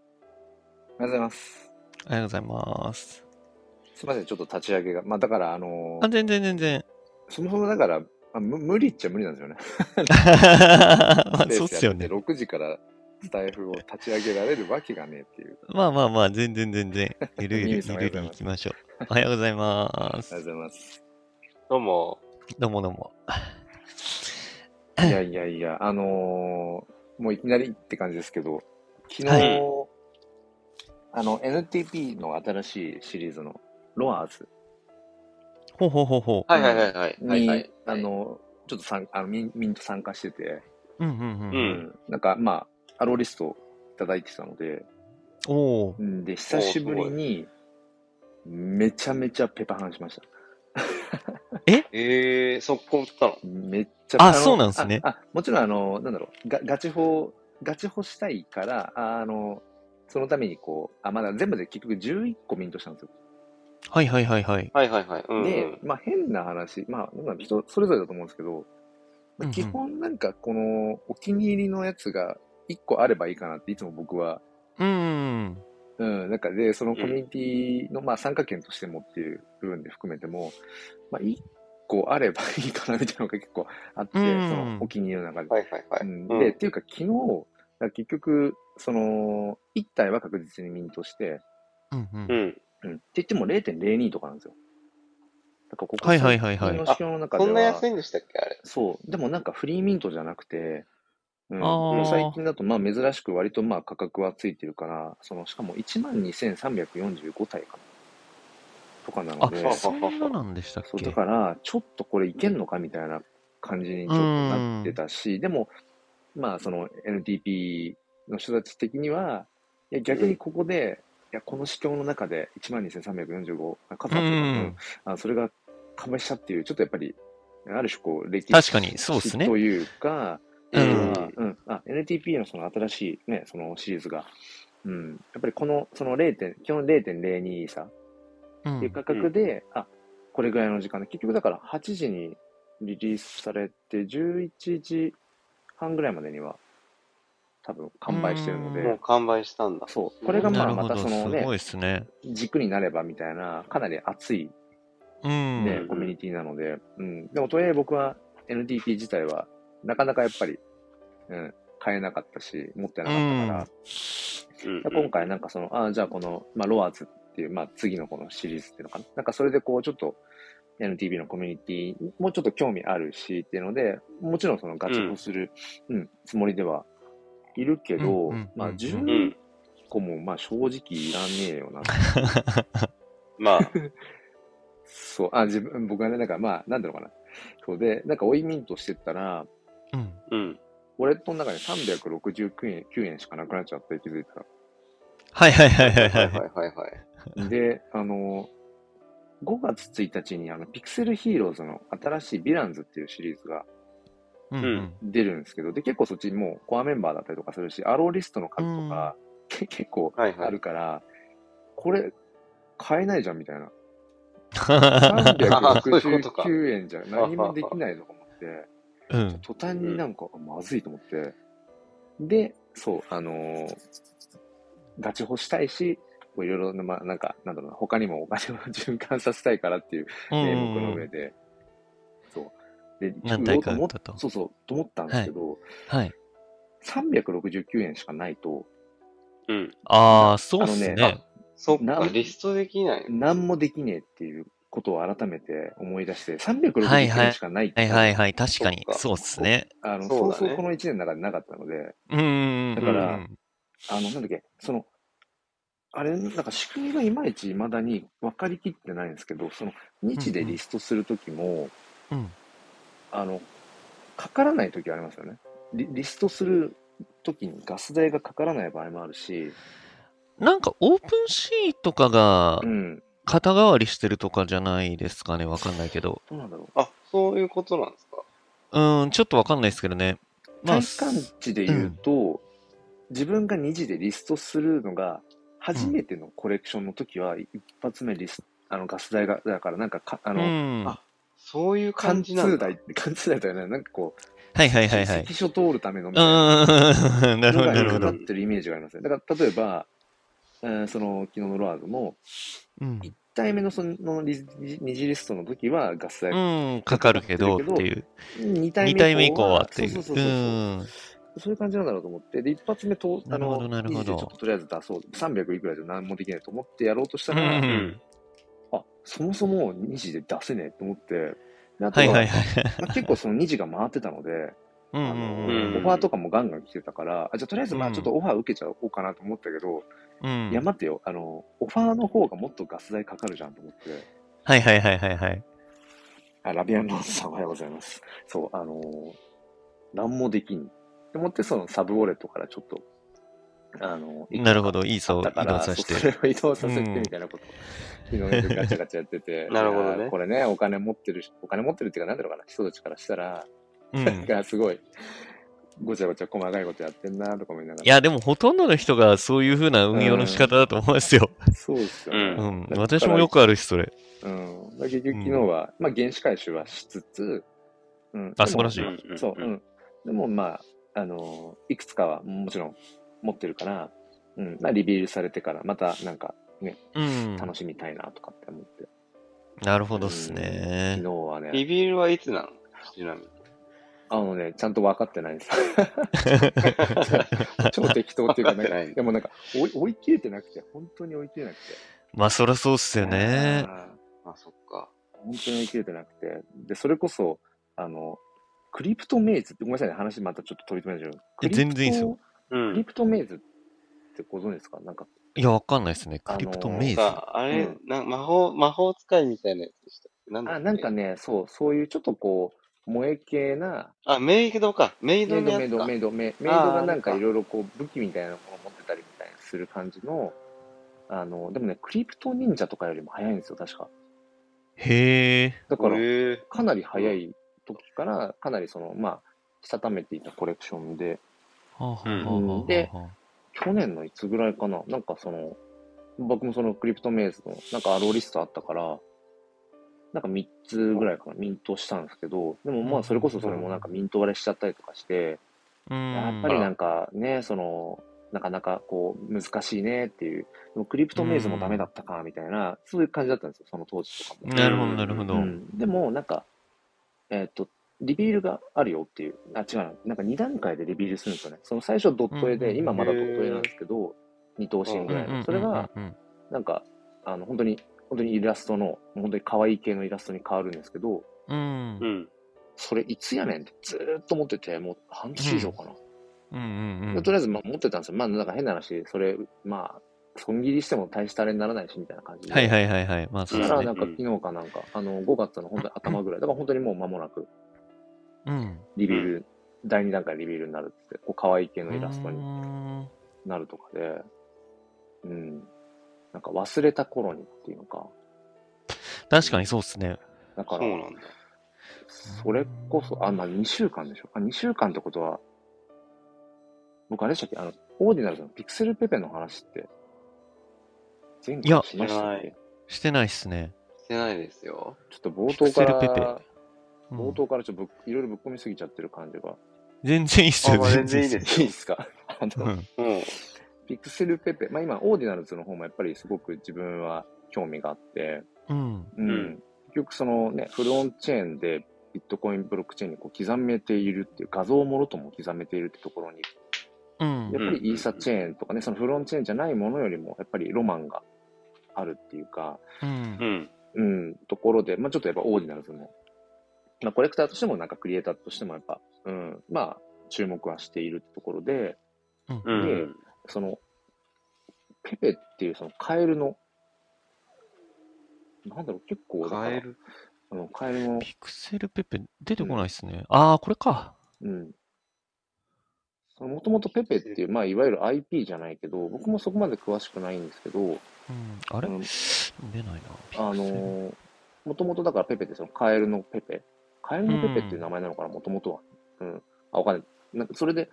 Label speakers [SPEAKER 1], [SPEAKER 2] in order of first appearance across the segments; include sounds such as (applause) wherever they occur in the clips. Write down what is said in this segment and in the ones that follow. [SPEAKER 1] りがとうございます。
[SPEAKER 2] ありがとうございます。
[SPEAKER 1] すみません、ちょっと立ち上げが。まあ、だから、あのー
[SPEAKER 2] あ、全然全然。 (laughs)
[SPEAKER 1] そもそもだから、まあ、む無理っちゃ無理なんですよね。
[SPEAKER 2] まあ、そうっすよね。
[SPEAKER 1] 6時からスタイフを立ち上げられるわけがねえっていう。
[SPEAKER 2] まあまあまあ、全然全然。ゆる
[SPEAKER 1] (laughs)
[SPEAKER 2] ゆ
[SPEAKER 1] いい
[SPEAKER 2] る
[SPEAKER 1] で、す
[SPEAKER 2] ゆ
[SPEAKER 1] ね
[SPEAKER 2] るゆる行きましょう。おはようございま
[SPEAKER 1] あり
[SPEAKER 2] す。
[SPEAKER 1] がとうございます。
[SPEAKER 3] どうも。
[SPEAKER 2] どうもどうも。
[SPEAKER 1] いやいやいや、あのーもういきなりって感じですけど、昨日、
[SPEAKER 2] はい
[SPEAKER 1] あの、NTP の新しいシリーズの、ロアーズ
[SPEAKER 2] ほうほうほうほ
[SPEAKER 3] はいはいはいはい。
[SPEAKER 1] に、
[SPEAKER 3] はいはい、
[SPEAKER 1] あ、の、ちょっとさんあのミンミント参加してて、
[SPEAKER 2] う。うんうんうん。
[SPEAKER 3] う
[SPEAKER 1] うんんなんか、まあ、アローリストをいただいてたので、
[SPEAKER 2] おお
[SPEAKER 1] う。んで、久しぶりに、めちゃめちゃペパ話しました。
[SPEAKER 3] えー、速攻打ったの。
[SPEAKER 1] めっちゃ
[SPEAKER 2] あ
[SPEAKER 1] の
[SPEAKER 2] そうなんですね
[SPEAKER 1] ああもちろん、あの、なんだろう、ガガチ法、ガチ法したいから、ああの、そのためにこう、あ、まだ全部で結局11個ミントしたんですよ。
[SPEAKER 2] はいはいはいはい。
[SPEAKER 3] はいはいはい。うん、うん。
[SPEAKER 1] で、まあ変な話、まあ、なんだろう人それぞれだと思うんですけど、
[SPEAKER 2] うんうん
[SPEAKER 1] 基本なんかこの、お気に入りのやつが1個あればいいかなっていつも僕は、
[SPEAKER 2] うーん。
[SPEAKER 1] うん、なんかで、そのコミュニティの、まあ参加権としてもっていう部分で含めても、まあ1個あればいいかなみたいなのが結構あって、そ
[SPEAKER 2] うん
[SPEAKER 1] のお気に入りの中で。
[SPEAKER 3] はいはいはい。
[SPEAKER 1] うんで、っていうか昨日、だから結局、その、1体は確実にミントして、
[SPEAKER 2] うんう。
[SPEAKER 3] うんん。
[SPEAKER 1] うん、って言っても0.02とかなんですよ。だからここ
[SPEAKER 2] はいはいはいは
[SPEAKER 1] 最
[SPEAKER 2] い
[SPEAKER 1] 近の仕様の中で
[SPEAKER 3] そ
[SPEAKER 1] は
[SPEAKER 3] んな安いんでしたっけあれ。
[SPEAKER 1] そう。でもなんかフリーミントじゃなくて、うん、
[SPEAKER 2] あー
[SPEAKER 1] もう最近だとまあ珍しく割とまあ価格はついてるから、そのしかも12,345体かなとかなので
[SPEAKER 2] あ、、
[SPEAKER 3] う
[SPEAKER 2] そんななんでしたっ
[SPEAKER 1] そう
[SPEAKER 2] け
[SPEAKER 1] だからちょっとこれいけんのかみたいな感じにちょっとなってたし、でもまあその NTP の人たち的には、いや逆にここで、いやこの市況の中で12,345、あ数
[SPEAKER 2] う
[SPEAKER 1] あったのかなうん
[SPEAKER 2] ん。
[SPEAKER 1] あそれが完売したっていう、ちょっとやっぱり、ある種こう、歴史
[SPEAKER 2] 確かにそうっすね
[SPEAKER 1] というか、
[SPEAKER 2] うん
[SPEAKER 1] まあうんあ NTP のその新しい、ね、そのシリーズが、うん、やっぱりこの、その0点、基本0.02差
[SPEAKER 2] う。
[SPEAKER 1] っていうん価格で、あ、これぐらいの時間で、結局だから8時にリリースされて、11時半ぐらいまでには、多分完売してるので、
[SPEAKER 3] もう完売したんだ。
[SPEAKER 1] そう、これがま
[SPEAKER 2] な
[SPEAKER 1] あ
[SPEAKER 2] る
[SPEAKER 1] ま
[SPEAKER 2] ほ
[SPEAKER 1] たそ
[SPEAKER 2] ど、す
[SPEAKER 1] の
[SPEAKER 2] ご
[SPEAKER 1] ね、
[SPEAKER 2] いっすね。
[SPEAKER 1] 軸になればみたいな、かなり熱い
[SPEAKER 2] うん。
[SPEAKER 1] ね
[SPEAKER 3] う、ん
[SPEAKER 1] コミュニティなので、うん。でも、とはいえ僕は NTP 自体は、なかなかやっぱり、うん、買えなかったし、持ってなかったから、
[SPEAKER 3] うんうん
[SPEAKER 1] で今回なんかその、ああ、じゃあこの、まあ、ロアーズっていう、まあ、次のこのシリーズっていうのかな。なんかそれでこう、ちょっと、NTP のコミュニティにもうちょっと興味あるしっていうので、もちろんそのガチをする、うん、つもりではいるけど、
[SPEAKER 2] うんうんうんうん
[SPEAKER 1] まあ、
[SPEAKER 3] う
[SPEAKER 1] 10
[SPEAKER 3] ん。
[SPEAKER 1] 個も、まあ、正直いらねえよな。
[SPEAKER 3] まあ、
[SPEAKER 1] そう、あ、自分、僕はね、なんかまあ、なんだろうかな。そうで、なんか追いミントしてったら、
[SPEAKER 2] うん。
[SPEAKER 3] うん。
[SPEAKER 1] (laughs) 俺との中で369円 ,9 円しかなくなっちゃって気づいた
[SPEAKER 2] はいはいはいはい
[SPEAKER 3] は
[SPEAKER 2] はい。
[SPEAKER 3] はいいはいはい。
[SPEAKER 1] ら。で、あの、5月1日にあの、ピクセルヒーローズの新しいヴィランズっていうシリーズが
[SPEAKER 2] うんうん。
[SPEAKER 1] 出るんですけど、で、結構そっちもうコアメンバーだったりとかするし、アローリストの数とか、け (laughs) 結構
[SPEAKER 3] はい
[SPEAKER 1] あ
[SPEAKER 3] は
[SPEAKER 1] る
[SPEAKER 3] い。
[SPEAKER 1] から、これ、買えないじゃんみたいな。
[SPEAKER 3] あそういうことか
[SPEAKER 1] 369円じゃ何もできないとか思って。
[SPEAKER 2] うん。
[SPEAKER 1] 途端になんか、あまずいと思って。で、そう、あのーガチホしたいし、こういろいろな、まあ、なんか、なんだろうな、他にもお金を循環させたいからっていう
[SPEAKER 2] う
[SPEAKER 1] 名
[SPEAKER 2] ん
[SPEAKER 1] 目の
[SPEAKER 2] う
[SPEAKER 1] 上
[SPEAKER 2] ん。
[SPEAKER 1] で、そう。で、
[SPEAKER 2] 何
[SPEAKER 1] 売ろ
[SPEAKER 2] 体
[SPEAKER 1] うと
[SPEAKER 2] か
[SPEAKER 1] 思
[SPEAKER 2] 売
[SPEAKER 1] っ
[SPEAKER 2] ったと。
[SPEAKER 1] そうそう、と思ったんですけど、
[SPEAKER 2] はい。
[SPEAKER 1] 369円しかないと、
[SPEAKER 3] うん。
[SPEAKER 2] ああ、そうっす
[SPEAKER 1] あの
[SPEAKER 2] ね。
[SPEAKER 3] そっ
[SPEAKER 1] な
[SPEAKER 3] か、リストできない。
[SPEAKER 1] 何もできねえっていうことを改めて思い出して、
[SPEAKER 2] はい
[SPEAKER 1] 369
[SPEAKER 2] はい
[SPEAKER 1] 円しかないって
[SPEAKER 2] はいはいはい。確かに
[SPEAKER 3] そっ、か
[SPEAKER 2] そうっすね。
[SPEAKER 1] あの、
[SPEAKER 3] そ
[SPEAKER 1] そう
[SPEAKER 3] だ
[SPEAKER 1] う
[SPEAKER 3] ね
[SPEAKER 1] そうこの1年の中でなかったので、
[SPEAKER 2] うん。
[SPEAKER 1] だから
[SPEAKER 2] うん
[SPEAKER 1] あの、なんだっけ、その、あれ、なんか仕組みがいまいち未だに分かりきってないんですけど、その、日でリストするときも、
[SPEAKER 2] うん
[SPEAKER 1] あの、かからないときありますよね。リリストするときにガス代がかからない場合もあるし、
[SPEAKER 2] なんか、オープンシーとかが
[SPEAKER 1] うん、
[SPEAKER 2] 肩代わりしてるとかじゃないですかね。わかんないけど。
[SPEAKER 1] どうなんだろう。
[SPEAKER 3] あ、そういうことなんですか。
[SPEAKER 2] うん、ちょっとわかんないですけどね。まあ、
[SPEAKER 1] 体感値で言うと、自分が2時でリストするのが、初めてのコレクションのときは、一発目リスあの、ガス代が、だからなんかか、あ
[SPEAKER 2] う
[SPEAKER 1] の、
[SPEAKER 2] ん。は
[SPEAKER 1] あ
[SPEAKER 3] そういう感
[SPEAKER 1] 貫
[SPEAKER 3] じなん
[SPEAKER 1] 通
[SPEAKER 3] だ。
[SPEAKER 1] 台って、貫通台というのはなんかこう、
[SPEAKER 2] いはいはいはい。
[SPEAKER 1] 関所通るための
[SPEAKER 2] うーん、なるほど、なる (laughs)
[SPEAKER 1] のがか
[SPEAKER 2] ほ
[SPEAKER 1] か
[SPEAKER 2] ど
[SPEAKER 1] っ。てるイメージがありますね。だから、例えば、えーその昨日のロアーズも、
[SPEAKER 2] うん。
[SPEAKER 1] 1体目のそのリ二次リストの時はガス代、
[SPEAKER 2] うん、かかるけどっていう。
[SPEAKER 1] 2体目
[SPEAKER 2] 2体目以降はって
[SPEAKER 1] そう
[SPEAKER 2] いう。
[SPEAKER 1] そううそうそう、
[SPEAKER 2] ん。
[SPEAKER 1] そういう感じなんだろうと思って、で、一発目と、あの、
[SPEAKER 2] なるほどなるほど
[SPEAKER 1] 二次でちょっととりあえず出そう、300いくらじゃ何もできないと思ってやろうとしたら、
[SPEAKER 2] うん
[SPEAKER 3] うん。
[SPEAKER 1] あ、そもそも2次で出せねえと思って、であと
[SPEAKER 2] はいはい
[SPEAKER 1] ま
[SPEAKER 2] はい。
[SPEAKER 1] あ結構その2次が回ってたので、
[SPEAKER 2] う
[SPEAKER 1] あ
[SPEAKER 2] ん
[SPEAKER 1] の
[SPEAKER 2] うん
[SPEAKER 1] オファーとかもガンガン来てたから、あじゃあとりあえずま
[SPEAKER 2] う
[SPEAKER 1] あ
[SPEAKER 2] ん
[SPEAKER 1] ちょっとオファー受けちゃおうかなと思ったけど、
[SPEAKER 2] うん。うん
[SPEAKER 1] いや待ってよ、あの、オファーの方がもっとガス代かかるじゃんと思って、
[SPEAKER 2] はいはいはいはいはい。
[SPEAKER 1] あ、ラビアンロンさんおはようございます。そう、あのー、なんもできん。って思って、そのサブウォレットからちょっと、あのー、
[SPEAKER 2] なるほど、いい層を移
[SPEAKER 1] だから
[SPEAKER 2] 動させ
[SPEAKER 1] そうそ
[SPEAKER 2] て。
[SPEAKER 1] れを移動させてみたいなこと、昨日ガチャガチャやってて
[SPEAKER 3] (laughs) なるほどね
[SPEAKER 1] いやーこれねお金持ってるしお金持ってるっていうかなんだろうかな人たちからしたら、
[SPEAKER 2] う
[SPEAKER 1] (laughs)
[SPEAKER 2] ん。
[SPEAKER 1] なんかすごいごちゃごちゃ細かいことやってんなとか思いながら
[SPEAKER 2] いや、でもほとんどの人がそういう風な運用の仕方だと思うんですよ。
[SPEAKER 1] そうですよね、
[SPEAKER 2] う。
[SPEAKER 3] うん
[SPEAKER 2] 私もよくあるし、それ。
[SPEAKER 1] うん、だから結局昨日は、まあ原資回収はしつつ、うん、
[SPEAKER 2] あ
[SPEAKER 1] で
[SPEAKER 2] 素
[SPEAKER 1] も
[SPEAKER 2] 晴らしい
[SPEAKER 3] うん
[SPEAKER 1] そう、う
[SPEAKER 3] うん
[SPEAKER 1] ん。でもまあ、あのーいくつかはもちろん持ってるから、うん、まあリビールされてからまたなんか
[SPEAKER 2] うん。
[SPEAKER 1] 楽しみたいなとかって思って、
[SPEAKER 2] なるほどっす
[SPEAKER 1] 昨
[SPEAKER 2] ね
[SPEAKER 1] 日。はね、
[SPEAKER 3] リビールはいつなのちなみに。
[SPEAKER 1] あのね、ちゃんと分かってない (laughs) です。超適当っていうか、なん
[SPEAKER 3] 分かっ
[SPEAKER 1] か
[SPEAKER 3] てない
[SPEAKER 1] でもなんか追い、追い切れてなくて、本当に追い切れなくて。
[SPEAKER 2] まあ、そりゃそうっすよね。
[SPEAKER 1] あ
[SPEAKER 3] あ、そっか。
[SPEAKER 1] ー本当に追い切れてなくて。で、それこそ、あの、クリプトメイズって、ごめんなさいね、話またちょっと飛び止めるけ
[SPEAKER 2] え
[SPEAKER 1] ど。
[SPEAKER 2] 全然いいですよ
[SPEAKER 3] う
[SPEAKER 1] クリ
[SPEAKER 3] ん。
[SPEAKER 1] プトメイズってご存知ですかなんか、
[SPEAKER 2] いや、わかんないっすね。クリプトメイズ。
[SPEAKER 3] さあれ
[SPEAKER 1] うん、
[SPEAKER 3] な魔法、魔法使いみたいなやつでしたっけ。なんだっ
[SPEAKER 1] あ、
[SPEAKER 3] け
[SPEAKER 1] なんか。ね、そう、そういうちょっとこう、萌え系な、
[SPEAKER 3] あ、メイドか。メ
[SPEAKER 1] メ
[SPEAKER 3] イド
[SPEAKER 1] イ
[SPEAKER 3] の
[SPEAKER 1] ド
[SPEAKER 3] や
[SPEAKER 1] メイ
[SPEAKER 3] つ
[SPEAKER 1] ド
[SPEAKER 3] か。
[SPEAKER 1] メイドメイメイド
[SPEAKER 3] あ
[SPEAKER 1] が
[SPEAKER 3] ー
[SPEAKER 1] なんか
[SPEAKER 3] あれ
[SPEAKER 1] いろいろこう武器みたいなものを持ってたりみたいなする感じの、あの、でもね、クリプト忍者とかよりも早いんですよ、確か。
[SPEAKER 2] へえ。
[SPEAKER 1] だから、
[SPEAKER 3] へえ
[SPEAKER 1] かなり早い時から、かなりその、まあ、したためていたコレクションで、
[SPEAKER 2] はあはあはあ
[SPEAKER 1] うんで
[SPEAKER 2] は
[SPEAKER 1] 去年のいつぐらいかななんかその、僕もそのクリプトメイズの、なんかアローリストあったから、なんか3つぐらいかな、ミントしたんですけど、でもまあそれこそそれもなんかミント割れしちゃったりとかして、
[SPEAKER 2] あうん。
[SPEAKER 1] やっぱりなんかね、その、なかなかこう難しいねっていう、でもクリプトメイズもダメだったかみたいな、そういう感じだったんですよ、その当時とかも。
[SPEAKER 2] なるほど、なるほど。
[SPEAKER 1] う
[SPEAKER 2] うん
[SPEAKER 1] ん、でもなんか、えーっと、リビールがあるよっていう、あ、違うな、なんか2段階でリビールするんですよね。その最初ドット絵
[SPEAKER 2] うん
[SPEAKER 1] で、
[SPEAKER 2] うん
[SPEAKER 1] 今まだドット絵なんですけど、二等身ぐらい
[SPEAKER 2] うんうん
[SPEAKER 1] の。それが、
[SPEAKER 2] うんうん
[SPEAKER 1] なんか、あの、本当に、本当にイラストの、本当に可愛い系のイラストに変わるんですけど、
[SPEAKER 2] うん。う
[SPEAKER 3] う
[SPEAKER 2] ん
[SPEAKER 3] ん。
[SPEAKER 1] それいつやねんってずーっと持ってて、もう半年以上かな。
[SPEAKER 2] うんうん
[SPEAKER 1] でとりあえずまあ持ってたんですよ。まあ、なんか変な話、それ、まあ、損切りしても大したあれにならないし、みたいな感じで。
[SPEAKER 2] はいはいはいはい。まあ、
[SPEAKER 1] そ
[SPEAKER 2] そう
[SPEAKER 1] し
[SPEAKER 2] で
[SPEAKER 1] た
[SPEAKER 2] す
[SPEAKER 1] ら、
[SPEAKER 2] ね
[SPEAKER 1] な。んか
[SPEAKER 3] うん
[SPEAKER 1] 昨日かなんか、あの、5月の本当に頭ぐらい、だから本当にもう間もなく、
[SPEAKER 2] うん。
[SPEAKER 1] リビル、第2段階リビルになるって、こう、可愛い系のイラスト
[SPEAKER 2] う
[SPEAKER 1] に
[SPEAKER 2] ん
[SPEAKER 1] なるとかで、うん。なんか忘れた頃にっていうのか。
[SPEAKER 2] 確かにそうっすね。
[SPEAKER 1] だ
[SPEAKER 3] そ
[SPEAKER 1] か
[SPEAKER 3] う
[SPEAKER 1] ら、
[SPEAKER 3] なんだ。
[SPEAKER 1] それこそ、あ、まあ2週間でしょ。あ、2週間ってことは、僕あれでしたっけあの、オーディナルズのピクセルペペの話って、前
[SPEAKER 2] いや
[SPEAKER 1] 回しましたっ
[SPEAKER 3] して
[SPEAKER 1] け
[SPEAKER 2] してないっすね。
[SPEAKER 3] してないですよ。
[SPEAKER 1] ちょっと冒頭から、
[SPEAKER 2] ピクセルペうん
[SPEAKER 1] 冒頭からちょっとぶっいろいろぶっ込みすぎちゃってる感じが。
[SPEAKER 2] 全然いいっす
[SPEAKER 3] あ
[SPEAKER 2] よ、
[SPEAKER 3] まあ全然いい
[SPEAKER 2] っすよ
[SPEAKER 3] で
[SPEAKER 1] いいです
[SPEAKER 2] (laughs)
[SPEAKER 1] かあの、
[SPEAKER 2] うん
[SPEAKER 3] うん。
[SPEAKER 1] ピクセルペペ、まあ今、オーディナルズの方もやっぱりすごく自分は興味があって、
[SPEAKER 2] うん。
[SPEAKER 1] うん
[SPEAKER 3] うん
[SPEAKER 1] 結局そのね、フルオンチェーンでビットコインブロックチェーンにこう刻めているっていう、画像をもろとも刻めているってところに、
[SPEAKER 2] うん
[SPEAKER 1] やっぱりイーサチェーンとかね、そのフルオンチェーンじゃないものよりも、やっぱりロマンがあるっていうか、
[SPEAKER 2] うん
[SPEAKER 3] う。ん。
[SPEAKER 1] うん、ところで、まあちょっとやっぱオーディナルズも、まあコレクターとしてもなんかクリエイターとしてもやっぱ、うん、まあ注目はしているってところで、
[SPEAKER 2] うん
[SPEAKER 3] う
[SPEAKER 1] で
[SPEAKER 3] ん。
[SPEAKER 1] その、ペペっていうそのカエルの、なんだろう、結構だから、
[SPEAKER 3] カエル。
[SPEAKER 1] あのカエルの、
[SPEAKER 2] ピクセルペペ出てこないっすね。ああ、これか。
[SPEAKER 1] うん。もともとペペっていう、まあ、いわゆる IP じゃないけど、僕もそこまで詳しくないんですけど、
[SPEAKER 2] うん。あれ
[SPEAKER 1] うん
[SPEAKER 2] 出ないな。ピ
[SPEAKER 1] あ
[SPEAKER 2] クセル
[SPEAKER 1] のもともとだからペペってそのカエルのペペ。カエルのペペっていう名前なのかな、もともとは。うん。あ、わかんない。なんかそれで、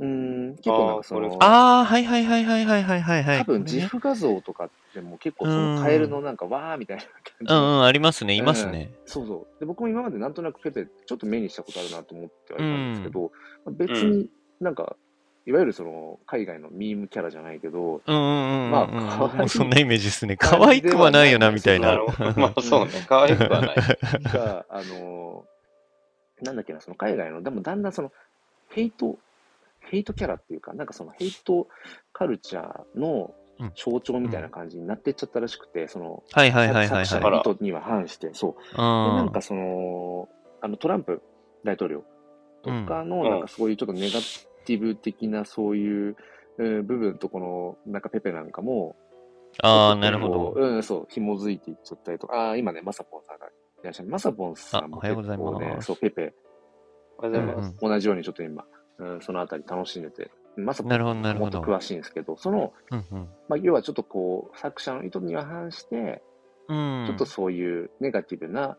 [SPEAKER 1] うーん、結構なんかそ
[SPEAKER 3] あー
[SPEAKER 1] の、
[SPEAKER 3] これ
[SPEAKER 2] ああ、はいはいはいはいはいはいはいはい。
[SPEAKER 1] 多分
[SPEAKER 2] これね
[SPEAKER 1] 自負画像とかでも結構そのカエルのなんかわーみたいな感じ
[SPEAKER 2] う
[SPEAKER 1] の
[SPEAKER 2] んうん、ありますね。いますね。
[SPEAKER 1] そうそう。で、僕も今までなんとなくペペ、ちょっと目にしたことあるなと思ってはいたんですけど、まあ別になんか、いわゆるその、海外のミームキャラじゃないけど、
[SPEAKER 2] うんうんうん
[SPEAKER 1] まあ
[SPEAKER 2] うん
[SPEAKER 1] 可
[SPEAKER 2] う
[SPEAKER 1] 愛い
[SPEAKER 2] ん。そんなイメージですね。可愛くはないよな、みたい
[SPEAKER 3] な
[SPEAKER 2] な。
[SPEAKER 3] るほど。まあそうね。可愛くはない。
[SPEAKER 1] が、あのーなんだっけな、その海外の、でもだんだんその、ヘイト、ヘイトキャラっていうか、なんかそのヘイトカルチャーの
[SPEAKER 2] うん
[SPEAKER 1] 象徴みたいな感じになってっちゃったらしくて、その、
[SPEAKER 2] はいはいはいはい
[SPEAKER 1] 作者
[SPEAKER 2] は
[SPEAKER 1] の
[SPEAKER 2] い。
[SPEAKER 1] 意図には反して、そう。で、
[SPEAKER 2] あ
[SPEAKER 1] なんかその、あの、トランプ大統領とかの、
[SPEAKER 3] うん
[SPEAKER 1] なんかそういうちょっとネガティブ的な、そういう、うん部分とこの、なんかペペなんかも、
[SPEAKER 2] あー、
[SPEAKER 1] ちょっとこう
[SPEAKER 2] なるほど。
[SPEAKER 1] うん、そう、紐づいていっちゃったりとか、あー今ね、まさぽんさんがいらっしゃる。まさぽんさんも
[SPEAKER 2] あおはようございます
[SPEAKER 1] 結構ね、そう、ペペ、
[SPEAKER 3] おはよう
[SPEAKER 2] う
[SPEAKER 3] ござい
[SPEAKER 2] んう
[SPEAKER 3] ます。
[SPEAKER 2] ん
[SPEAKER 1] 同じようにちょっと今、うん、そのあたり楽しんでて、まさぽん
[SPEAKER 2] なるほど、なる
[SPEAKER 1] も
[SPEAKER 2] ほ
[SPEAKER 1] っと
[SPEAKER 2] ど。
[SPEAKER 1] 詳しいんですけど、その、
[SPEAKER 2] うんうん
[SPEAKER 1] まあ、要はちょっとこう、作者の意図には反して、
[SPEAKER 2] うん
[SPEAKER 1] ちょっとそういうネガティブな、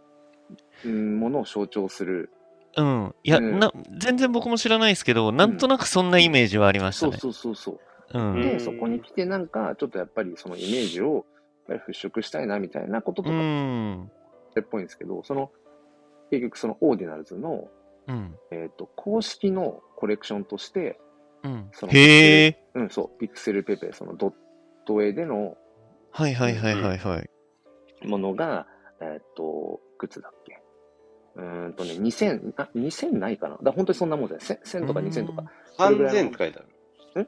[SPEAKER 1] うん、ものを象徴する。
[SPEAKER 2] うん。いや、
[SPEAKER 1] うん
[SPEAKER 2] な、全然僕も知らないですけど、なんとなくそんなイメージはありまし
[SPEAKER 1] そ
[SPEAKER 2] た
[SPEAKER 1] う
[SPEAKER 2] ね。
[SPEAKER 1] そうそうそう。
[SPEAKER 2] う。
[SPEAKER 3] うん
[SPEAKER 1] で、そこに来てなんか、ちょっとやっぱりそのイメージをやっぱり払拭したいなみたいなことと
[SPEAKER 2] う
[SPEAKER 1] かっ
[SPEAKER 2] ん。
[SPEAKER 1] てっぽいんですけど、その、結局そのオーディナルズの、
[SPEAKER 2] うん。
[SPEAKER 1] えっ、と、公式のコレクションとして、
[SPEAKER 2] うん
[SPEAKER 1] そ。の
[SPEAKER 2] へえ。
[SPEAKER 1] うん、そう、ピクセルペペ、そのドット絵での
[SPEAKER 2] はいはいはいはいはい。
[SPEAKER 1] ものが、えっ、と、いくつだっけうーんとね、2000、あ、2000ないかな。だから本当にそんなもんじゃない。1000 1000とか2000とか。それぐらいの
[SPEAKER 3] 3000って書いてあ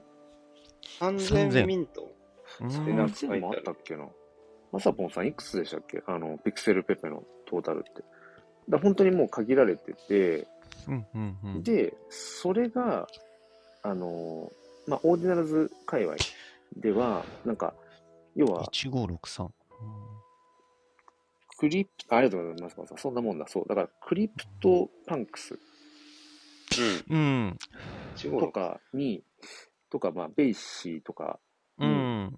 [SPEAKER 3] る。
[SPEAKER 2] 3000
[SPEAKER 3] ?3000 ミント
[SPEAKER 2] うん。
[SPEAKER 1] え、
[SPEAKER 3] れなんか
[SPEAKER 1] 2000もあったっけな。まさぽんさんいくつでしたっけあの、ピクセルペペのトータルって。だから本当にもう限られてて、
[SPEAKER 2] うんうんうん。
[SPEAKER 1] で、それが、あのーまあ、オーディナルズ界隈では、なんか、要は、
[SPEAKER 2] 1563。うん
[SPEAKER 1] クリプあありがとうございます、マスコさんそんなもんだ、そう。だから、クリプトパンクス
[SPEAKER 2] うん。
[SPEAKER 3] うん。
[SPEAKER 1] とかに、とか、まあ、ベイシーとか、
[SPEAKER 2] う。
[SPEAKER 1] うん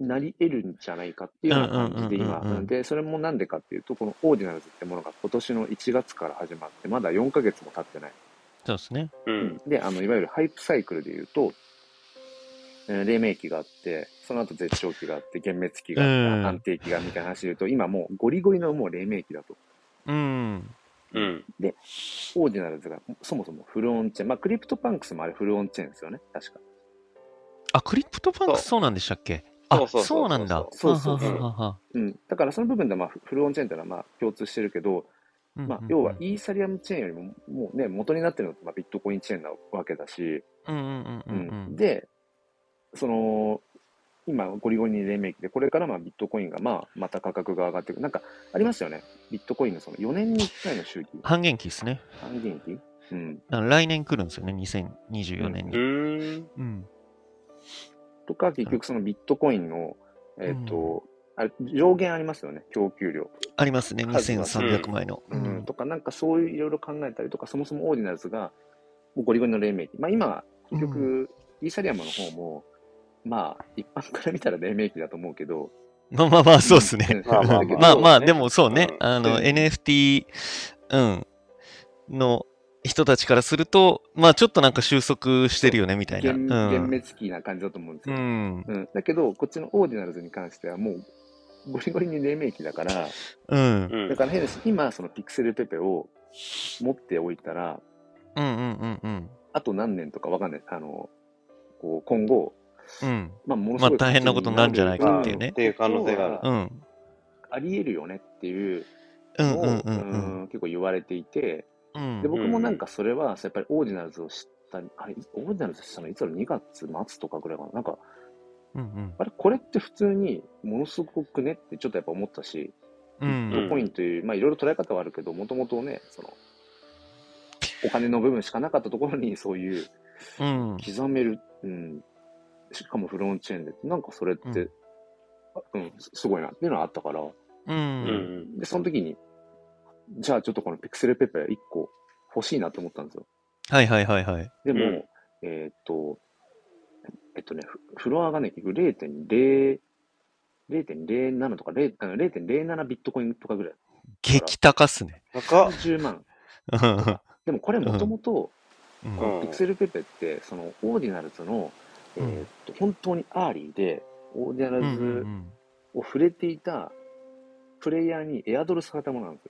[SPEAKER 1] なり得るんじゃないかっていうような感じで
[SPEAKER 2] うんうんうん
[SPEAKER 1] 今、
[SPEAKER 2] うんうん
[SPEAKER 1] なんで、それもなんでかっていうと、このオーディナルズってものが今年の1月から始まって、まだ4ヶ月も経ってない。
[SPEAKER 2] そうですね。
[SPEAKER 3] うん。
[SPEAKER 1] で、あの、いわゆるハイプサイクルで言うと、えー黎明期があって、その後絶頂期があって、幻滅期があっ
[SPEAKER 2] うん
[SPEAKER 1] て、安定期がみたいな話で言うと、今もうゴリゴリのもう黎明期だと。
[SPEAKER 2] うん。
[SPEAKER 1] オ
[SPEAKER 3] うん。
[SPEAKER 1] ーディナルズがそもそもフルオンチェーン。まあ、クリプトパンクスもあれフルオンチェーンですよね、確か。
[SPEAKER 2] あ、クリプトパンクスそうなんでしたっけあ、
[SPEAKER 3] そうそうそうそう
[SPEAKER 2] そうなんだ。
[SPEAKER 1] そうそう
[SPEAKER 3] そう
[SPEAKER 2] はははは
[SPEAKER 1] うん。だからその部分ではまあ、フフルオンチェーンっていうのはまあ、共通してるけど、
[SPEAKER 2] うんうん
[SPEAKER 1] まあ、要はイーサリアムチェーンよりも、もうね、元になってるのってまあビットコインチェーンなわけだし、
[SPEAKER 2] うんうんうんう
[SPEAKER 1] うん
[SPEAKER 2] うんん。
[SPEAKER 1] で、その、今、ゴリゴリに黎明期で、これからまあビットコインが、まあ、また価格が上がっていく。なんか、ありますよね。ビットコインのその4年に1回の周期、
[SPEAKER 2] 半減期ですね。
[SPEAKER 1] 半減期うん。
[SPEAKER 2] だから来年来るんですよね、2024年
[SPEAKER 3] う
[SPEAKER 2] に。
[SPEAKER 3] ーん。
[SPEAKER 2] うん。
[SPEAKER 1] とか、結局そのビットコインの、えっ、
[SPEAKER 2] う
[SPEAKER 1] と、あれ上限ありますよね、供給量。
[SPEAKER 2] ありますね、
[SPEAKER 1] 数が
[SPEAKER 2] 2300枚の。
[SPEAKER 1] うんとか、なんかそういういろいろ考えたりとか、そもそもオーディナルズが、もうゴリゴリの黎明期。まあ今、結局、
[SPEAKER 2] う
[SPEAKER 1] イーサリアムの方も、まあ、一般から見たら黎明期だと思うけど、
[SPEAKER 2] まあまあまあ、そうですね。
[SPEAKER 1] うん
[SPEAKER 3] まあま
[SPEAKER 2] まあ
[SPEAKER 3] あ
[SPEAKER 2] ま
[SPEAKER 3] そう
[SPEAKER 2] あ、
[SPEAKER 3] ね
[SPEAKER 2] でもそうね、
[SPEAKER 3] うん
[SPEAKER 2] あの、
[SPEAKER 1] うん
[SPEAKER 2] NFT、うん、の人たちからすると、まあちょっとなんか収束してるよね、みたいな。う
[SPEAKER 1] 幻幻
[SPEAKER 2] ん。
[SPEAKER 1] 滅期な感じだと思うんです
[SPEAKER 2] う
[SPEAKER 1] よ。
[SPEAKER 2] ん。
[SPEAKER 1] うん、だけど、こっちのオーディナルズに関しては、もう、ゴリゴリに黎明期だから、
[SPEAKER 2] うん。
[SPEAKER 3] うん
[SPEAKER 1] だから変です。今、そのピクセルペペを持っておいたら、
[SPEAKER 2] うんうんうんうん。
[SPEAKER 1] あと何年とかわかんない。あの、こう、今後、
[SPEAKER 2] うん。
[SPEAKER 1] まあ、ものす
[SPEAKER 2] まあ
[SPEAKER 1] ごい、
[SPEAKER 2] 大変なことになるんじゃないかっていうね
[SPEAKER 3] っ。ていう可能性がある。
[SPEAKER 2] うん。
[SPEAKER 1] あり得るよねっていう
[SPEAKER 2] うん
[SPEAKER 1] の
[SPEAKER 2] う
[SPEAKER 1] を、
[SPEAKER 2] んうんう
[SPEAKER 1] うんん結構言われていて、
[SPEAKER 2] うん。
[SPEAKER 1] で、僕もなんかそれは、やっぱりオーディナルズを知った、あれ、オーディナルズしたのいつだろう、2月末とかぐらいかな。なんか、
[SPEAKER 2] うん
[SPEAKER 1] あれ、これって普通にものすごくねってちょっとやっぱ思ったし、
[SPEAKER 2] う
[SPEAKER 1] ビッ
[SPEAKER 2] ん。
[SPEAKER 1] トコインという、まあいろいろ捉え方はあるけど、もともとね、その、お金の部分しかなかったところにそういう
[SPEAKER 2] うん。
[SPEAKER 1] 刻める、うん、しかもフロンチェーンで、なんかそれって、
[SPEAKER 2] うん
[SPEAKER 1] あうん、すすごいなっていうのはあったから、
[SPEAKER 2] う。
[SPEAKER 3] うんん。
[SPEAKER 1] で、その時に、じゃあちょっとこのピクセルペペ1個欲しいなと思ったんですよ。
[SPEAKER 2] はいはいはいはい。
[SPEAKER 1] でも、
[SPEAKER 3] うん
[SPEAKER 1] えーっと、えっとね、フフロアがね、結局0.0、0.07とか0あの0.07ビットコインとかぐらい。
[SPEAKER 2] 激高っすね。
[SPEAKER 3] 高っ。
[SPEAKER 1] 10万。
[SPEAKER 2] うん
[SPEAKER 1] でもこれもともと、
[SPEAKER 2] うん
[SPEAKER 3] うん
[SPEAKER 1] ピクセルペペって、その、オーディナルズの、えーっと、本当にアーリーで、オーディナ
[SPEAKER 2] うんう
[SPEAKER 1] ル
[SPEAKER 2] んう
[SPEAKER 1] ズ
[SPEAKER 2] ん
[SPEAKER 1] を触れていたプレイヤーにエアドルされたものなんで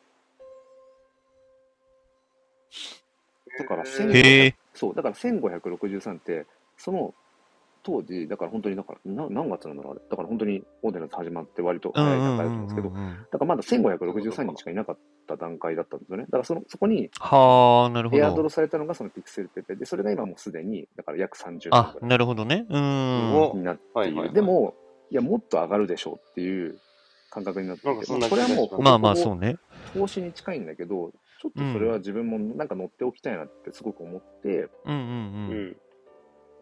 [SPEAKER 1] すよ。だから
[SPEAKER 3] へー
[SPEAKER 1] 1500
[SPEAKER 2] へえ。
[SPEAKER 1] そう、だから1563って、その当時、だから本当に、だからな何月なんだろうあれ、だから本当にオーデナス始まって割と
[SPEAKER 2] うん
[SPEAKER 1] 早いう段階
[SPEAKER 2] ん
[SPEAKER 1] だ
[SPEAKER 2] う
[SPEAKER 1] と思うんで
[SPEAKER 2] んう
[SPEAKER 1] す
[SPEAKER 2] ん
[SPEAKER 1] け
[SPEAKER 2] う
[SPEAKER 1] ど、
[SPEAKER 2] ん。
[SPEAKER 1] だからまだ1563人しかいなかった段階だったんですよね。だからそのそこに
[SPEAKER 2] はあ、なるほ
[SPEAKER 1] エアドロ
[SPEAKER 2] ど。
[SPEAKER 1] されたのがそのピクセルペペで、それが今もうすでに、だから約30人ぐら
[SPEAKER 2] あ、なるほどね。うーん。
[SPEAKER 3] お
[SPEAKER 1] いになって
[SPEAKER 3] は
[SPEAKER 1] い
[SPEAKER 3] いはいはい
[SPEAKER 1] る。でも、いや、もっと上がるでしょうっていう感覚になって
[SPEAKER 3] なんか
[SPEAKER 1] いて、
[SPEAKER 3] そ
[SPEAKER 1] ま
[SPEAKER 3] んな
[SPEAKER 1] あこれはも
[SPEAKER 3] 気がし
[SPEAKER 1] う、
[SPEAKER 2] まあまあ、そううね。
[SPEAKER 1] 投資に近いんだけど、ちょっとそれは自分もなんか乗っておきたいなってすごく思って、
[SPEAKER 2] うんう
[SPEAKER 3] うん
[SPEAKER 2] うん。
[SPEAKER 3] ん。